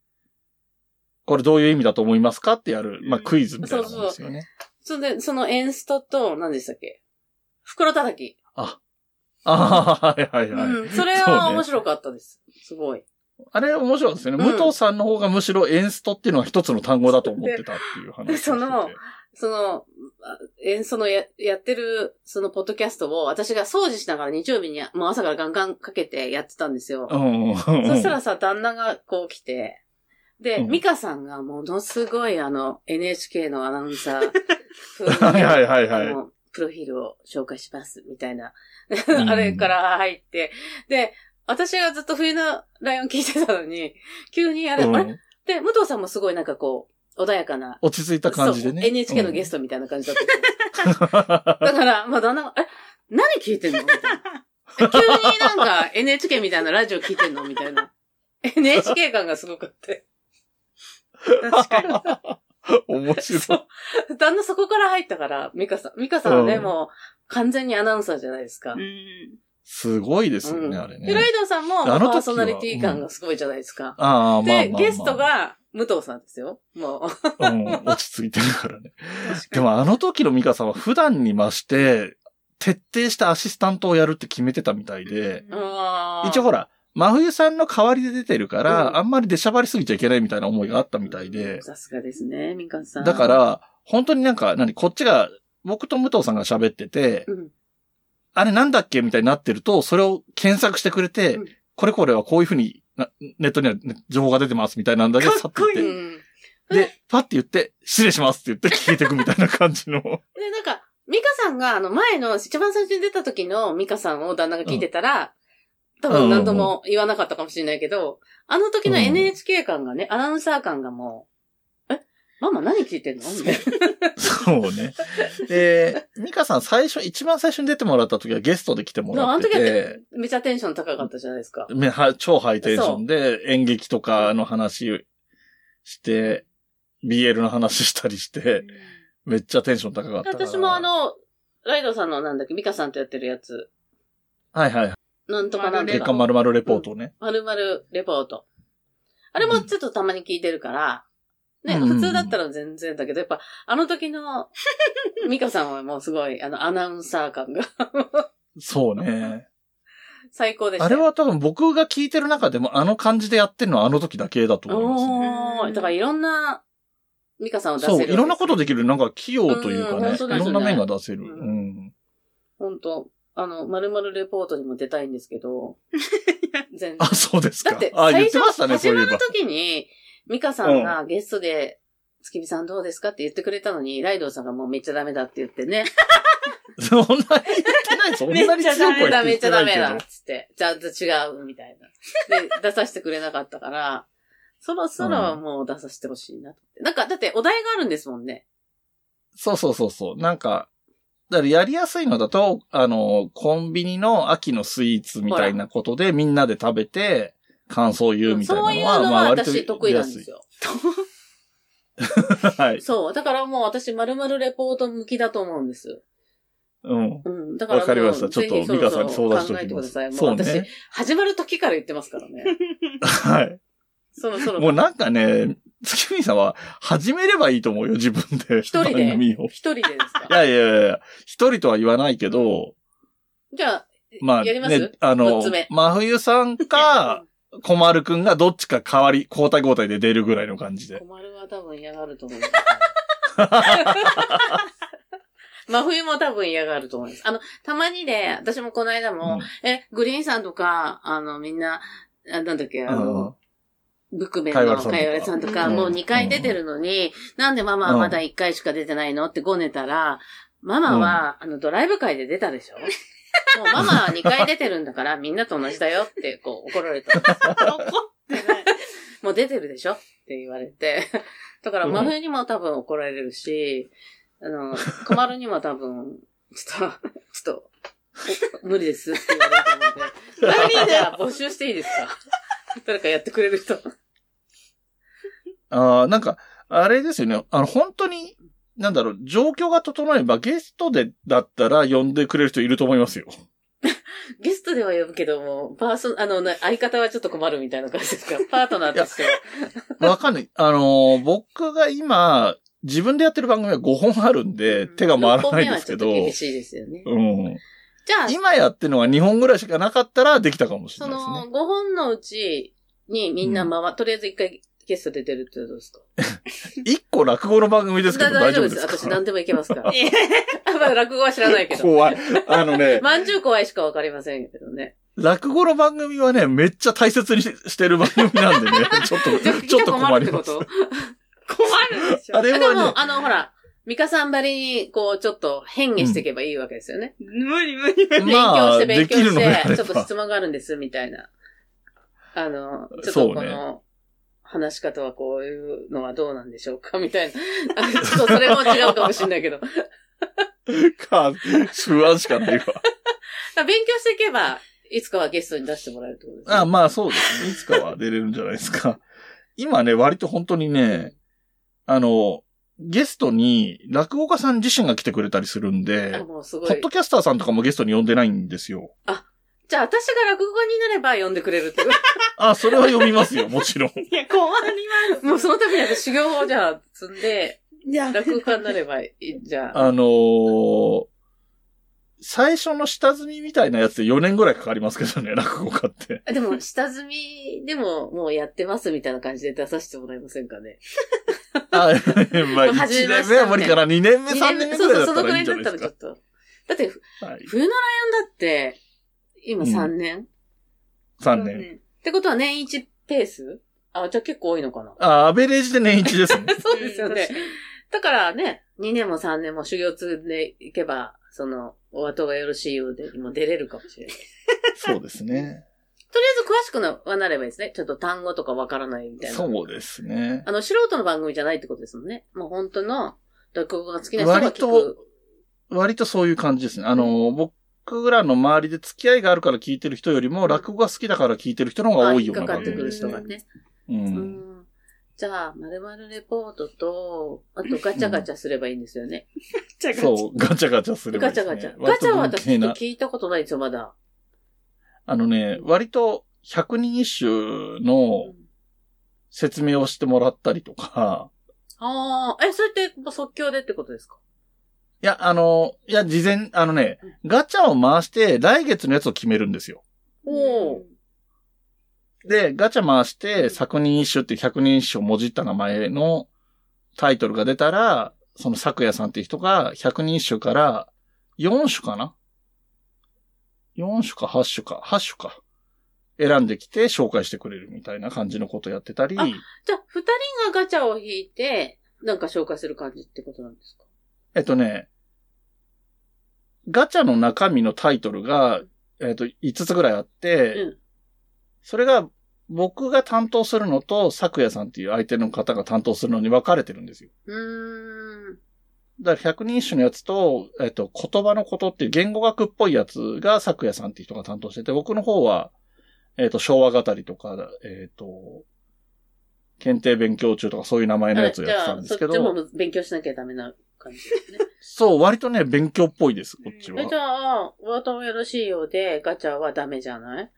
S1: これどういう意味だと思いますかってやる、まあ
S2: うん
S1: クイズみたいなもんですよね。
S3: それで、そのエンストと、何でしたっけ袋叩き。
S1: ああ、はいはいはい。
S3: うん。それ
S1: そう
S3: は
S1: ね
S3: 面白かったです。すごい。
S1: あれ面白いですよね。
S3: うん
S1: 武藤さんの方がむしろエンストっていうのは一つの単語だと思ってたっていう話をしてて。
S3: そのその、あ演奏のややってる、そのポッドキャストを、私が掃除しながら日曜日に、もう朝からガンガンかけてやってたんですよ。
S1: うん。
S3: そしたらさ、旦那がこう来て、で、
S1: うん
S3: ミカさんがものすごいあの、NHK のアナウンサ ー
S1: はいはいはいは
S3: あ
S1: い。
S3: の、プロフィールを紹介します、みたいな、
S1: ん
S3: あれから入って、で、私がずっと冬のライオン聞いてたのに、急にあれ、
S1: うん
S3: あれで、武藤さんもすごいなんかこう、穏やかな、
S1: 落ち着いた感じでね。
S3: そう NHK のゲス
S1: ト。
S3: トみたいな感じだったけど。だから、まあ、旦那が、え、何聞いてんのみた いな。急になんか NHK みたいなラジオ聞いてんのみたいな。NHK 感がすごくって。
S2: 確かに。
S1: 面白
S3: そ
S1: い。
S3: う。旦那そこから入ったから、ミカさん。ミカさんはね、
S1: うん
S3: もう完全にアナウンサーじゃないですか。
S2: うん。
S1: すごいですよ
S3: うん
S1: ね、あれ
S3: で、ラ
S1: ね。
S3: イドンさんも
S1: あの時は
S3: パーソナリティ感がすごいじゃないですか。
S1: ああ、まあまあまあ
S3: で、。ゲストが武藤さんですよ。もう。
S1: うん、落ち着いてるから ね。
S2: 確か
S1: で
S2: に。
S1: もあの時のミカさんは普段に増して、徹底したアシスタントをやるって決めてたみたいで、
S2: うん
S1: 一応ほ
S3: ら、
S1: ら、真冬さんの代わりで出てるから、
S3: うん
S1: あんまり出しゃばりすぎちゃいけないみたいな思いがあったみたいで、
S3: さすがですね、ミカさん。
S1: だか、ら、本当になんか、何、こっちが、僕と武藤さんが喋ってて、
S3: うん。
S1: あれなんだっけみたいになってると、それを検索してくれて、
S3: うん
S1: これこれはこういうふうにな、ネットにはね情報が出てますみたいなんだけど、
S2: かっこいい
S1: さ
S3: う
S1: っと
S3: ん。
S1: 言ってで、パって言って、失礼しますって言って聞いてくみたいな感じの。
S3: で、なんか、ミカさんが、あの、前の、一番最初に出た時のミカさんを旦那が聞いてたら、多分何とも言わなかったかもしれないけど、あの時の
S1: うん
S3: NHK 感がね、アナウンサー感がもう、えママ何聞いてんのみたいな。
S1: そうね。で、ミカさん最初、一番最初に出てもらった時はゲストで来てもら
S3: あ
S1: っ
S3: の
S1: て
S3: 時は
S1: て、
S3: めちゃテンション高かったじゃないですか。
S1: めは超ハイテンションで演劇とかの話して、BL の話したりして、めっちゃテンション高かっ
S3: で
S1: たから。
S3: 私もあ、の、ライドさんのなんだっけ、ミカさんとやってるやつ、
S1: はいはい。
S3: なんとかなん
S2: で
S3: と
S1: 月
S3: か
S1: 刊、まるレポートをね。
S3: まるまるレポート。あれもちょっとたまに聞いてるから、ね、
S1: うん
S3: 普通だったら全然だけど、やっぱ、あの時の、 ミカさんはもうすごい、あの、アナウンサー感が
S1: そうね。
S3: 最高でした。
S1: あれ、は多分僕が聞いてる中でもあの感じでやってるのはあの時だけだと思いますね。
S3: おー、だからいろんな、ミカさんを出せる
S1: そう、
S3: わけで
S1: い
S3: す
S1: ろんなことできる。なんか器用というか
S3: うん
S1: ね、
S3: 本
S1: い
S3: 当ですね
S1: ろんな面が出せる。う
S3: うん
S1: ん。
S3: 本当あの、まるまるレポートにも出たいんですけ ど、全然。
S1: あ、そうです
S3: だ
S1: か。
S3: って、
S1: あ、言
S3: 最
S1: って
S3: 初、
S1: ましたね、そ
S3: 始
S1: うい
S3: ま
S1: えば
S3: る。時に、ミカさんがゲストで、月見さんどうですかって言ってくれたのに、ライドウさんがもうめっちゃダメだって言ってね。
S1: そんな言ってない、そんなに強くは
S3: めっちゃ
S1: 言ってない
S3: ダメめっちゃダメ
S1: け
S3: だ
S1: ど
S3: っ。つって。じゃあ、違う、みたいな。で、 出させてくれなかったから、そろそろもう出させてほしいなと思って。なんか、だってお題があるんですもんね。
S1: そうそうそうそう。なんか、だからやりやすいのだと、あの、コンビニの秋のスイーツみたいなことでみんなで食べて、感想を言うみたいなの
S3: そ
S1: は、
S3: ういうのは私得意な
S1: や
S3: んです
S1: り
S3: よ。
S1: やすいはい。
S3: そう。だからもう私、まるまるレポート向きだと思うんです。
S1: うん。
S3: うん。だからも
S1: わ
S3: う
S1: かりました。ちょっ
S3: ぜ
S1: と、
S3: ひそろ
S1: ミカさんに
S3: そ
S1: 相
S3: ろ
S1: 談して
S3: 考
S1: お
S3: え
S1: き
S3: て
S1: ま
S3: くだ
S1: す。
S3: さい。もう
S1: そう
S3: 私、
S1: ね。
S3: 始まる時か ら言ってますからね。
S1: はい。
S3: そろそろ。
S1: もうなんかね、月見さんは始めればいいと思うよ、自分で。
S3: 一人で
S1: 番組を。い
S3: 一人でです か
S1: やいやいやいや、一人とは言わないけど、
S3: じゃあ、
S1: まあ、
S3: やります
S1: ね、あ
S3: 六
S1: の
S3: つ目、
S1: 真冬さん か、小丸くんがどっちか代わり、交代交代で出るぐらいの感じで。
S3: 困るは多分嫌がると思い ます。真冬も多分嫌がると思います。あの、たまにで、私もこの間も、え、グリーンさんとか、あの、みんな、あなんだっけ、あの、
S1: う
S3: ブックメン
S1: カイワレ
S3: の
S1: さんとか
S3: カイワレさんとか、
S1: うん
S3: もう2回出てるのに、なんでママはまだ1回しか出てないのってごねたら、ママは、あの、ドライブ会で出たでしょもうママは2回出てるんだ から、みんなと同じだよって、こう、怒られた。
S2: 怒ってない。
S3: もう出てるでしょって言われて。だから、
S1: うん
S3: 真冬にも多分怒られるし、あの、小丸にも多分、ちょっと、ちょっと、お無理ですって言われると 思うんで。何で募集していいですか誰かやってくれる人。
S1: ああ、なんか、あれですよね。あの、本当に、なんだろう、状況が整えばゲストで、だったら呼んでくれる人いると思いますよ。
S3: ゲストでは呼ぶけども、パーソン、あの、な相方はちょっと困るみたいな感 じですかパートナーとしては。
S1: わかんない。あのー僕が今、自分でやってる番組は5本あるんで、手が回らないんですけど、
S3: 六本目はちょっと厳しいですよね。
S1: うん。
S3: じゃあ、
S1: 今やってるのが2本ぐらいしかなかったらできたかもしれ
S3: そ
S1: ないですね
S3: の、5本のうちにみんな回、とりあえず1回ゲストで出るってどうですか。
S1: 1個落語の番組ですけど
S3: だ
S1: 大丈夫ですか
S3: 私何でもいけま すから。
S2: えへ
S3: あまあ、落語は知らないけど。
S1: 怖い。あのね、
S3: まんじゅう怖いしかわかりませんけどね。
S1: 落語の番組はね、めっちゃ大切にししてる番組なんでね、ちょっと、ちょっと困ります。
S2: 困るでしょ。
S1: あれ
S3: で
S1: はね
S3: も、、あの、ほら、ミカさんばりに、こう、ちょっと変化していけばいいわけですよね。
S2: 無理無理無理。
S3: 勉強
S1: ま
S3: し
S1: あ、
S3: て
S1: で
S3: 勉強
S1: きる
S3: し
S1: のであ
S3: て、
S1: れ
S3: ちょっと
S1: ば
S3: 質問があるんです、みたいな。あの、ちょっ
S1: そう
S3: と
S1: ね
S3: この、話し方はこういうのはどうなんでしょうかみたいな。 あちょっとそれも違うかもしれないけど。だ
S1: か、
S3: か
S1: 不安しかないわ。
S3: ら勉強していけば、いつかはゲストに出してもらえるってことです、ね。
S1: あまあそうですね。いつかは出れるんじゃないですか。 今ね、割と本当にね、あの、ゲストに落語家さん自身が来てくれたりするん
S3: あ
S1: で、
S3: もうす
S1: ポ
S3: ご
S1: ッ
S3: い
S1: ド。キャスターさんとかもゲストに呼んでないんですよ。
S3: じゃあ、私が落語家になれば呼んでくれるってこと
S1: あ、それは読みますよ、もち ろん。
S2: いや、困ります。
S3: もうそのために私修行をじゃあ積んで、
S2: いや、
S3: 落語家になればいい、じゃあ。
S1: あのー最初の下積みみたいなやつで4年ぐらいかかりますけどね、落語家 って。
S3: でも、下積みでももうやってますみたいな感じで出させてもらえませんかね。
S1: あ、まあ、1
S3: 始めました
S1: 年目は無理かな、2年目、3
S3: 二
S1: 年目
S3: そ
S1: ぐ
S3: う
S1: ら
S3: そ
S1: いだった
S3: う、そのく
S1: ら
S3: ら
S1: いい
S3: い
S1: んじ
S3: だ
S1: ゃない
S3: っ
S1: です
S3: たらち
S1: か
S3: ょっ。と。だって、
S1: はい、
S3: 冬のライオンだって、今
S1: うん
S3: 3年、っ
S1: 3年。
S3: てことは年1ペースあ、じゃあ結構多いのか な。
S1: あ、アベレージで年1ですね。
S3: そうですよね。だからね、2年も3年も修行積んでいけば、その、お後がよろしいようで、もう出れるかもしれない。
S1: そうですね。
S3: とりあえず詳しくなはなればいいですね。ちょっと単語とかわからないみたいな。
S1: そうですね。
S3: あの、素人の番組じゃないってことですもんね。もう本当の、落語が好きな人が聞
S1: 割
S3: く。
S1: 割とそういう感じですね。あの、僕らの周りで付き合いがあるから聞いてる人よりも、落語が好きだから聞いてる人の方が
S3: あ
S1: 多い
S3: 引
S1: よ
S3: っ
S1: うな
S3: かかっ
S1: 感
S3: て
S1: じ
S3: くる
S1: です
S3: 人が
S1: ね。
S3: ね。
S1: う。
S3: うんん。じゃあ、まるまるレポートと、あとガチャガチャすればいいんですよね。
S2: ちゃう。
S1: そう、ガチャガチャする、
S3: ガチャガチャ。ガチャは私ちょっと聞いたことないですよ、まだ。
S1: あのね、割と百人一首の説明をしてもらったりとか、
S3: ああ、え、それってもう即興でってことですか
S1: いや、あの、いや、事前、あのね、ガチャを回して、来月のやつを決めるんですよ。
S3: おお。
S1: で、ガチャ回して、作人一首っていう百人一首をもじった名前のタイトルが出たら、その作家さんっていう人が、百人一首から、4種かな ?4 種か8種か、8種か。選んできて紹介してくれるみたいな感じのことやってたり、
S3: あじゃあ、二人がガチャを引いて、なんか紹介する感じってことなんですか
S1: えっとね、ガチャの中身のタイトルが、えっと、5つぐらいあって、
S3: うん
S1: それが僕が担当するのと、咲夜さんっていう相手の方が担当するのに分かれてるんですよ。
S3: うーん。
S1: だから百人一首のやつと、えっと、言葉のことっていう言語学っぽいやつが咲夜さんっていう人が担当してて、僕の方は、えっと、昭和語りとか、えっと、検定勉強中とかそういう名前のやつをやってたんですけ
S3: あじゃあ、そっ
S1: ど、
S3: ちも勉強しなきゃダメな感じですね。
S1: そう、割とね、勉強っぽいです、こっちは
S3: え、。じゃあ、ワートもよろしいようで、ガチャはダメじゃない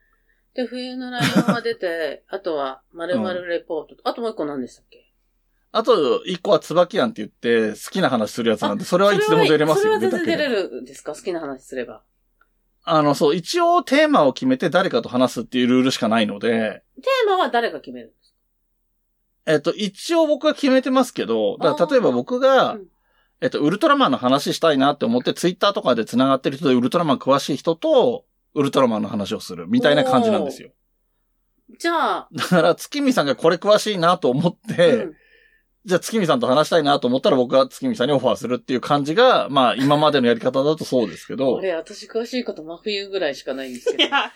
S3: で、冬のライオンが出て、あとは、〇〇レポートと、あともう一個何でしたっけ
S1: あと、一個は椿庵って言って、好きな話するやつなんで、それはいつでも出れますよ、
S3: それは全然出
S1: れ
S3: れ
S1: ば
S3: るんですか好きな話すれば。
S1: あの、そう、一応テーマを決めて誰かと話すっていうルールしかないので、
S3: テーマは誰が決めるんですか
S1: えっと、一応僕は決めてますけど、だから
S3: あー
S1: 例えば僕が、
S3: うん
S1: えっと、ウルトラマンの話したいなって思って、ツイッターとかで繋がってる人でウルトラマン詳しい人と、ウルトラマンの話をする、みたいな感じなんですよ。
S3: じゃあ、
S1: だから、月見さんがこれ詳しいなと思って、
S3: うん
S1: じゃあ月見さんと話したいなと思ったら僕が月見さんにオファーするっていう感じが、まあ今までのやり方だとそうですけど
S3: こ、れ、私詳しいこと真冬ぐらいしかないんですけ
S2: い
S3: ど。
S2: や、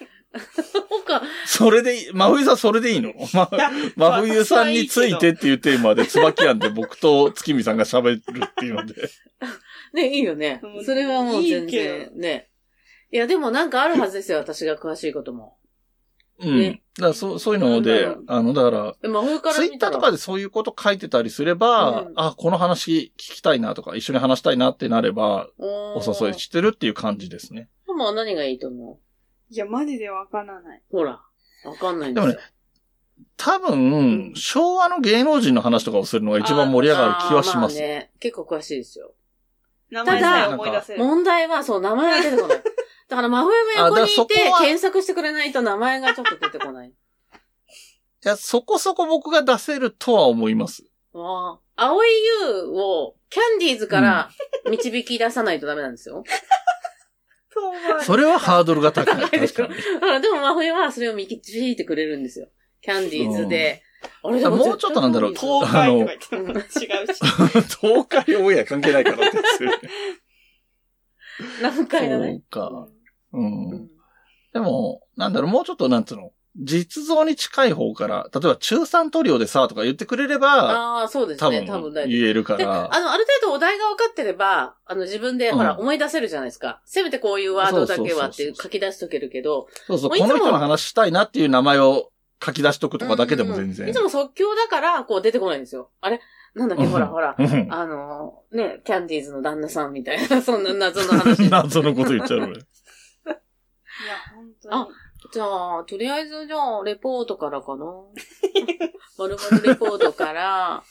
S3: 他、
S1: それでいい、真冬さんそれでいいのま
S2: いや
S1: 真冬さんについてっていうテーマで、椿庵で僕と月見さんが喋るっていうの で。
S3: ね、いいよね
S2: もう。
S3: それはもう全
S2: いいけ
S3: 然、ね。いや、でもなんかあるはずですよ、私が詳しいことも。
S1: うん。
S3: ね
S1: だからそそういうので
S3: なんだろう、
S1: あの、だから、
S3: え真冬から
S1: ツイ
S3: 見
S1: ッター
S3: たら。
S1: とかでそういうこと書いてたりすれば、
S3: うん
S1: あ、この話聞きたいなとか、一緒に話したいなってなれば、
S3: お
S1: お誘い
S3: し。
S1: してるっていう感じですね。
S3: ママは何がいいと思
S2: いや、マジでわからない。
S3: うほら。わかんないんですよ。
S1: でも多分、
S2: ん
S1: 昭和の芸能人の話とかをするのが一番盛り上がる気はします。
S3: あーあーあね結構詳しいですよ。
S2: 名前さえ思い出せる。
S3: 問題は、そう、名前が出 てこない。だから、真冬が横に
S1: あ
S3: い
S1: だか
S3: て
S1: らそこは、
S3: 検索してくれないと名前がちょっと出てこない。
S1: いや、そこそこ僕が出せるとは思います。
S3: ああ。青い優を、キャンディーズから導き出さないとダメなんですよ。
S2: そう思う
S1: それはハードルが高い。
S3: 高いで
S1: 確
S3: しょ
S1: かに。
S3: あでも、真冬はそれを導いてくれるんですよ。キャンディーズで。あれ
S1: だからもうちょっとなんだろう
S3: 絶対
S2: 東海とか言っても違うし。
S1: 東海オンエア関係ないからですよね。
S3: 何回だ
S1: そ
S3: ね。
S1: うか。うん。
S3: うん
S1: でも、なんだろう、もうちょっと、なんつうの、実像に近い方から、例えば中3トリオでさ、とか言ってくれれば、
S3: ああ、そうです
S1: 多
S3: ね。
S1: 分
S3: 多分大丈夫
S1: 言えるか
S3: で、
S1: ら
S3: あ。の、ある程度お題が分かってれば、あの、自分で、ほ
S1: う
S3: ら、
S1: ん
S3: 思い出せるじゃないですか。せめてこういうワードだけ
S1: そう
S3: はっ
S1: そうそう
S3: て
S1: そう
S3: 書き出しとけるけど。
S1: そうそう、
S3: もういつ
S1: こ
S3: も
S1: の人の話したいなっていう名前を書き出しとくとかだけでも全
S3: うんうんうん
S1: 然
S3: いつ。も即興だから、こう出てこないんですよ。あれなんだっけ
S1: うん
S3: ほらほら。
S1: うん
S3: あの、ね、キャンディーズの旦那さんみたいな、そんな謎の話。 じゃ
S1: 謎のこと言っちゃう 俺。
S2: いや、本当に。
S3: あ、とりあえず、じゃあ、レポートから かな。まるまるレポートから、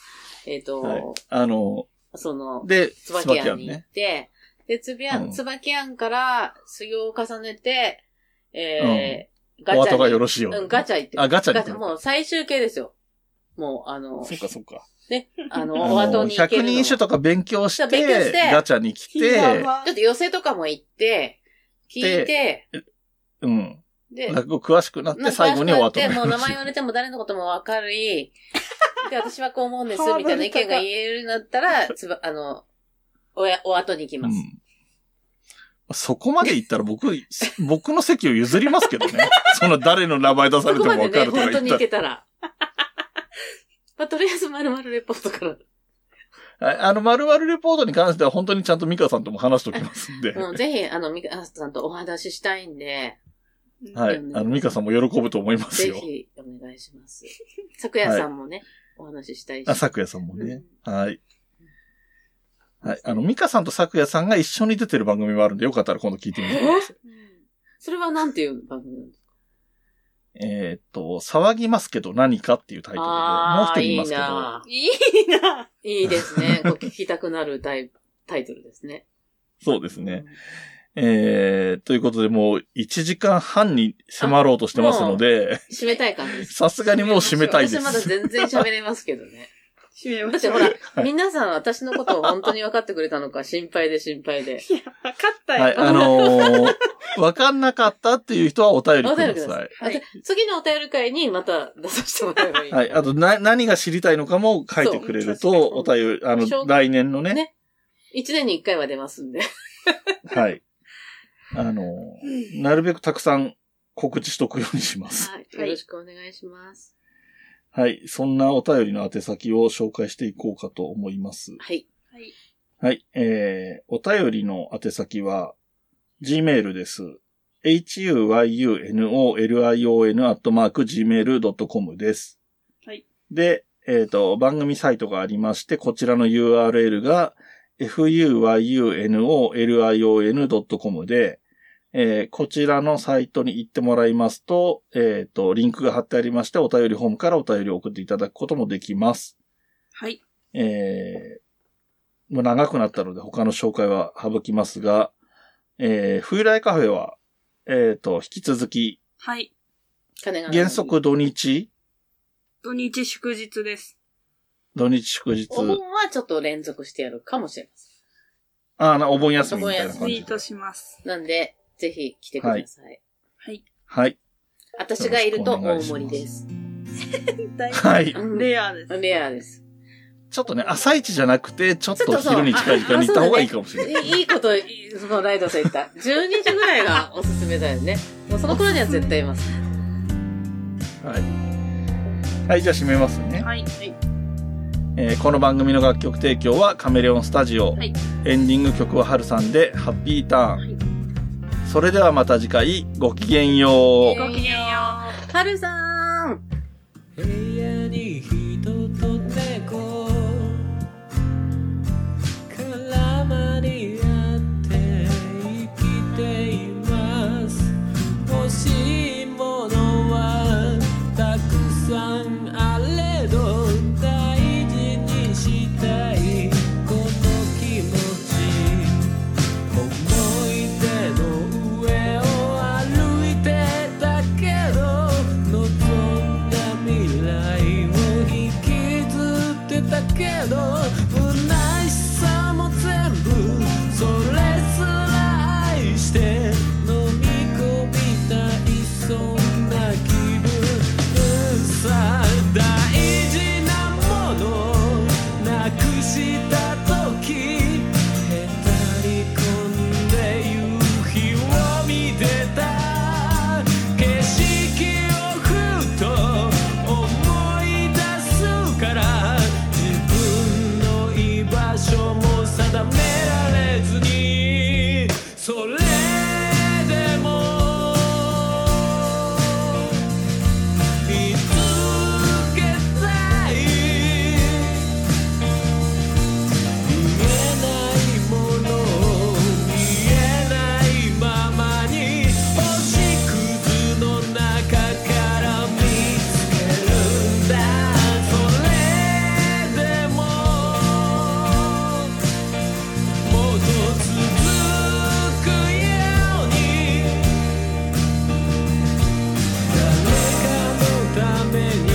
S3: えっと、
S1: はいあの、
S3: その、
S1: で、
S3: つばき
S1: 椿
S3: やん
S1: 庵
S3: に行っ
S1: ね。
S3: て、で、つば
S1: うん
S3: き、つばきやんから修行を重ねて、えー、
S1: お
S3: ガチャ
S1: 後
S3: に。
S1: がよろしいようで。
S3: うん、ガチャ行って。
S1: あガチャに
S3: ガチャ、もう最終形ですよ。もう、あの
S1: そ、っかそっか。
S3: ね、あの、
S1: あ
S3: お後
S1: の、
S3: に行
S1: 百
S3: けるの
S1: 人一首
S3: ち
S1: と
S3: ょ
S1: か勉強し
S3: 勉強してて、
S1: ガチャに来て、
S3: っと寄せとかも行って、聞いて、
S1: うん。
S3: で、
S1: 落語詳しくなって、最後にお後
S3: で、もう名前
S1: 話
S3: 言われても誰のこともわか るい。で、私はこう思うんです、
S2: ハードル
S3: みたいな意見が言えるんだったら、つば、あの、おや、お後に行き
S1: う
S3: ます。
S1: んそこまで言ったら僕、 僕の席を譲りますけどね。 そんな誰の名前出さ
S3: そ
S1: れて
S3: こ
S1: も
S3: まで
S1: 分かる
S3: ね、
S1: とか
S3: 本
S1: 言
S3: 当
S1: った
S3: にい
S1: ら
S3: けたら。 まあ、とりあえず、まるまるレポートから。。
S1: はいあの、〇〇レポートに関しては本当にちゃんとミカさんとも話しときますんで。
S3: もうぜひ、あの、ミカさんとお話ししたいんで、
S1: は
S3: う
S1: い。
S3: ん
S1: あの、ミカさんも喜ぶと思います
S3: ぜ
S1: よ。
S3: ひお願いします。昨夜さんもね、お話ししたいし。
S1: あ、咲夜さんもね。はい。はい。あの、ミカさんと咲夜さんが一緒に出てる番組もあるんで、よかったら今度聞いてみてください。
S3: それはなんていう番組なんです
S1: えーっと、騒ぎますけど何かっていうタイトルで、もう一
S3: ああ、
S1: 人
S3: い
S1: いま
S3: い
S1: すけど、
S3: ない
S2: いな。
S3: ぁいいです ね。こう聞きたくなるタイタイトルですね。
S1: そうですね。えー、ということでもう1時間半に迫ろうとしてますので、
S3: 締めたい感じです。
S1: さすがにもう締めたいで
S3: 私まだ
S1: す。
S3: 全然喋れますけど ね。
S2: 締め
S3: だ
S2: ま
S3: っ
S2: してょう
S3: ほら、
S1: い
S3: 皆さん私のことを本当に分かってくれたのか心配で心配で。
S2: いや、わかったよ。
S1: はい、あのー、わかんなかったっていう人はお便りください。
S3: あと次のお便り会にまた出させてもらえばいい。
S1: はい。あと、な、何が知りたいのかも書いてくれると、
S3: そう
S1: お便り、あ
S3: しょ
S1: の、
S3: う
S1: 来年のね、
S3: ね一年に一回は出ますんで。
S1: はい。あのー、なるべくたくさん告知しとくようにします。
S3: はい。
S2: は
S3: よ
S2: い
S3: ろしくお願いします。
S1: はい。そんなお便りの宛先を紹介していこうかと思います。
S3: はい。
S2: はい。
S1: はい。えー、お便りの宛先は、gmail です。huyunolion.gmail.com です。
S2: はい。
S1: で、えっ、と、番組サイトがありまして、こちらの URL が、fuyunolion.com で、えーこちらのサイトに行ってもらいますと、えっ、と、リンクが貼ってありまして、お便りフォームからお便りを送っていただくこともできます。
S2: はい。
S1: えー、もう長くなったので他の紹介は省きますが、えー、冬来カフェは、えっ、と、引き続き、
S2: はい。
S3: 金が。
S1: 原。則土日、
S2: 土日祝日です。
S1: 土日祝日、
S3: お盆はちょっと連続してやるかもしれませ
S1: あなお盆休みみたいな
S3: お
S2: ツ
S1: 感
S2: イー
S1: じで
S2: ト。します。
S3: ん。なんで、ぜひ来てください。
S2: はい。
S1: はい。
S3: 私がいると
S1: よろ
S3: 大
S1: しくお
S3: 盛
S1: 願いします
S3: りです。
S2: 大
S1: はい。
S3: うん
S2: レアです。
S3: レアです。
S1: ちょっとね、朝一じゃなくて、ちょっ
S3: ちょ
S1: と
S3: っとそう
S1: 昼に近い時間に行った方がいいかもしれない。
S3: いいいいこと、いいそのライドさん言った。12時ぐらいがおすすめだよね。もうその頃には絶対います。
S1: はい。はい、じゃあ締めますね。
S2: はい。はい。
S1: えーこの番組の楽曲提供はカメレオンスタジオ、
S2: はい
S1: エンディング曲はハルさんで「ハッピーターン」
S2: はい
S1: それではまた次回ごきげんよう
S3: ごきげんよう。はるさーん
S6: 部屋に人と猫絡まり合って生きています欲しいものはたくさんあれど大事にしたいこの気持ち思い出の上を歩いてたけど望んだ未来を引きずってたけど不悔しさも全部それすら愛して飲み込みたいそんな気分さ大事なものなくした時へたり込んで夕日を見てた景色をふと思い出すから自分の居場所も定められずにそれでも見つけたい見えないもの見えないままに星屑の中から見つけるんだそれでももっと続くように誰かのために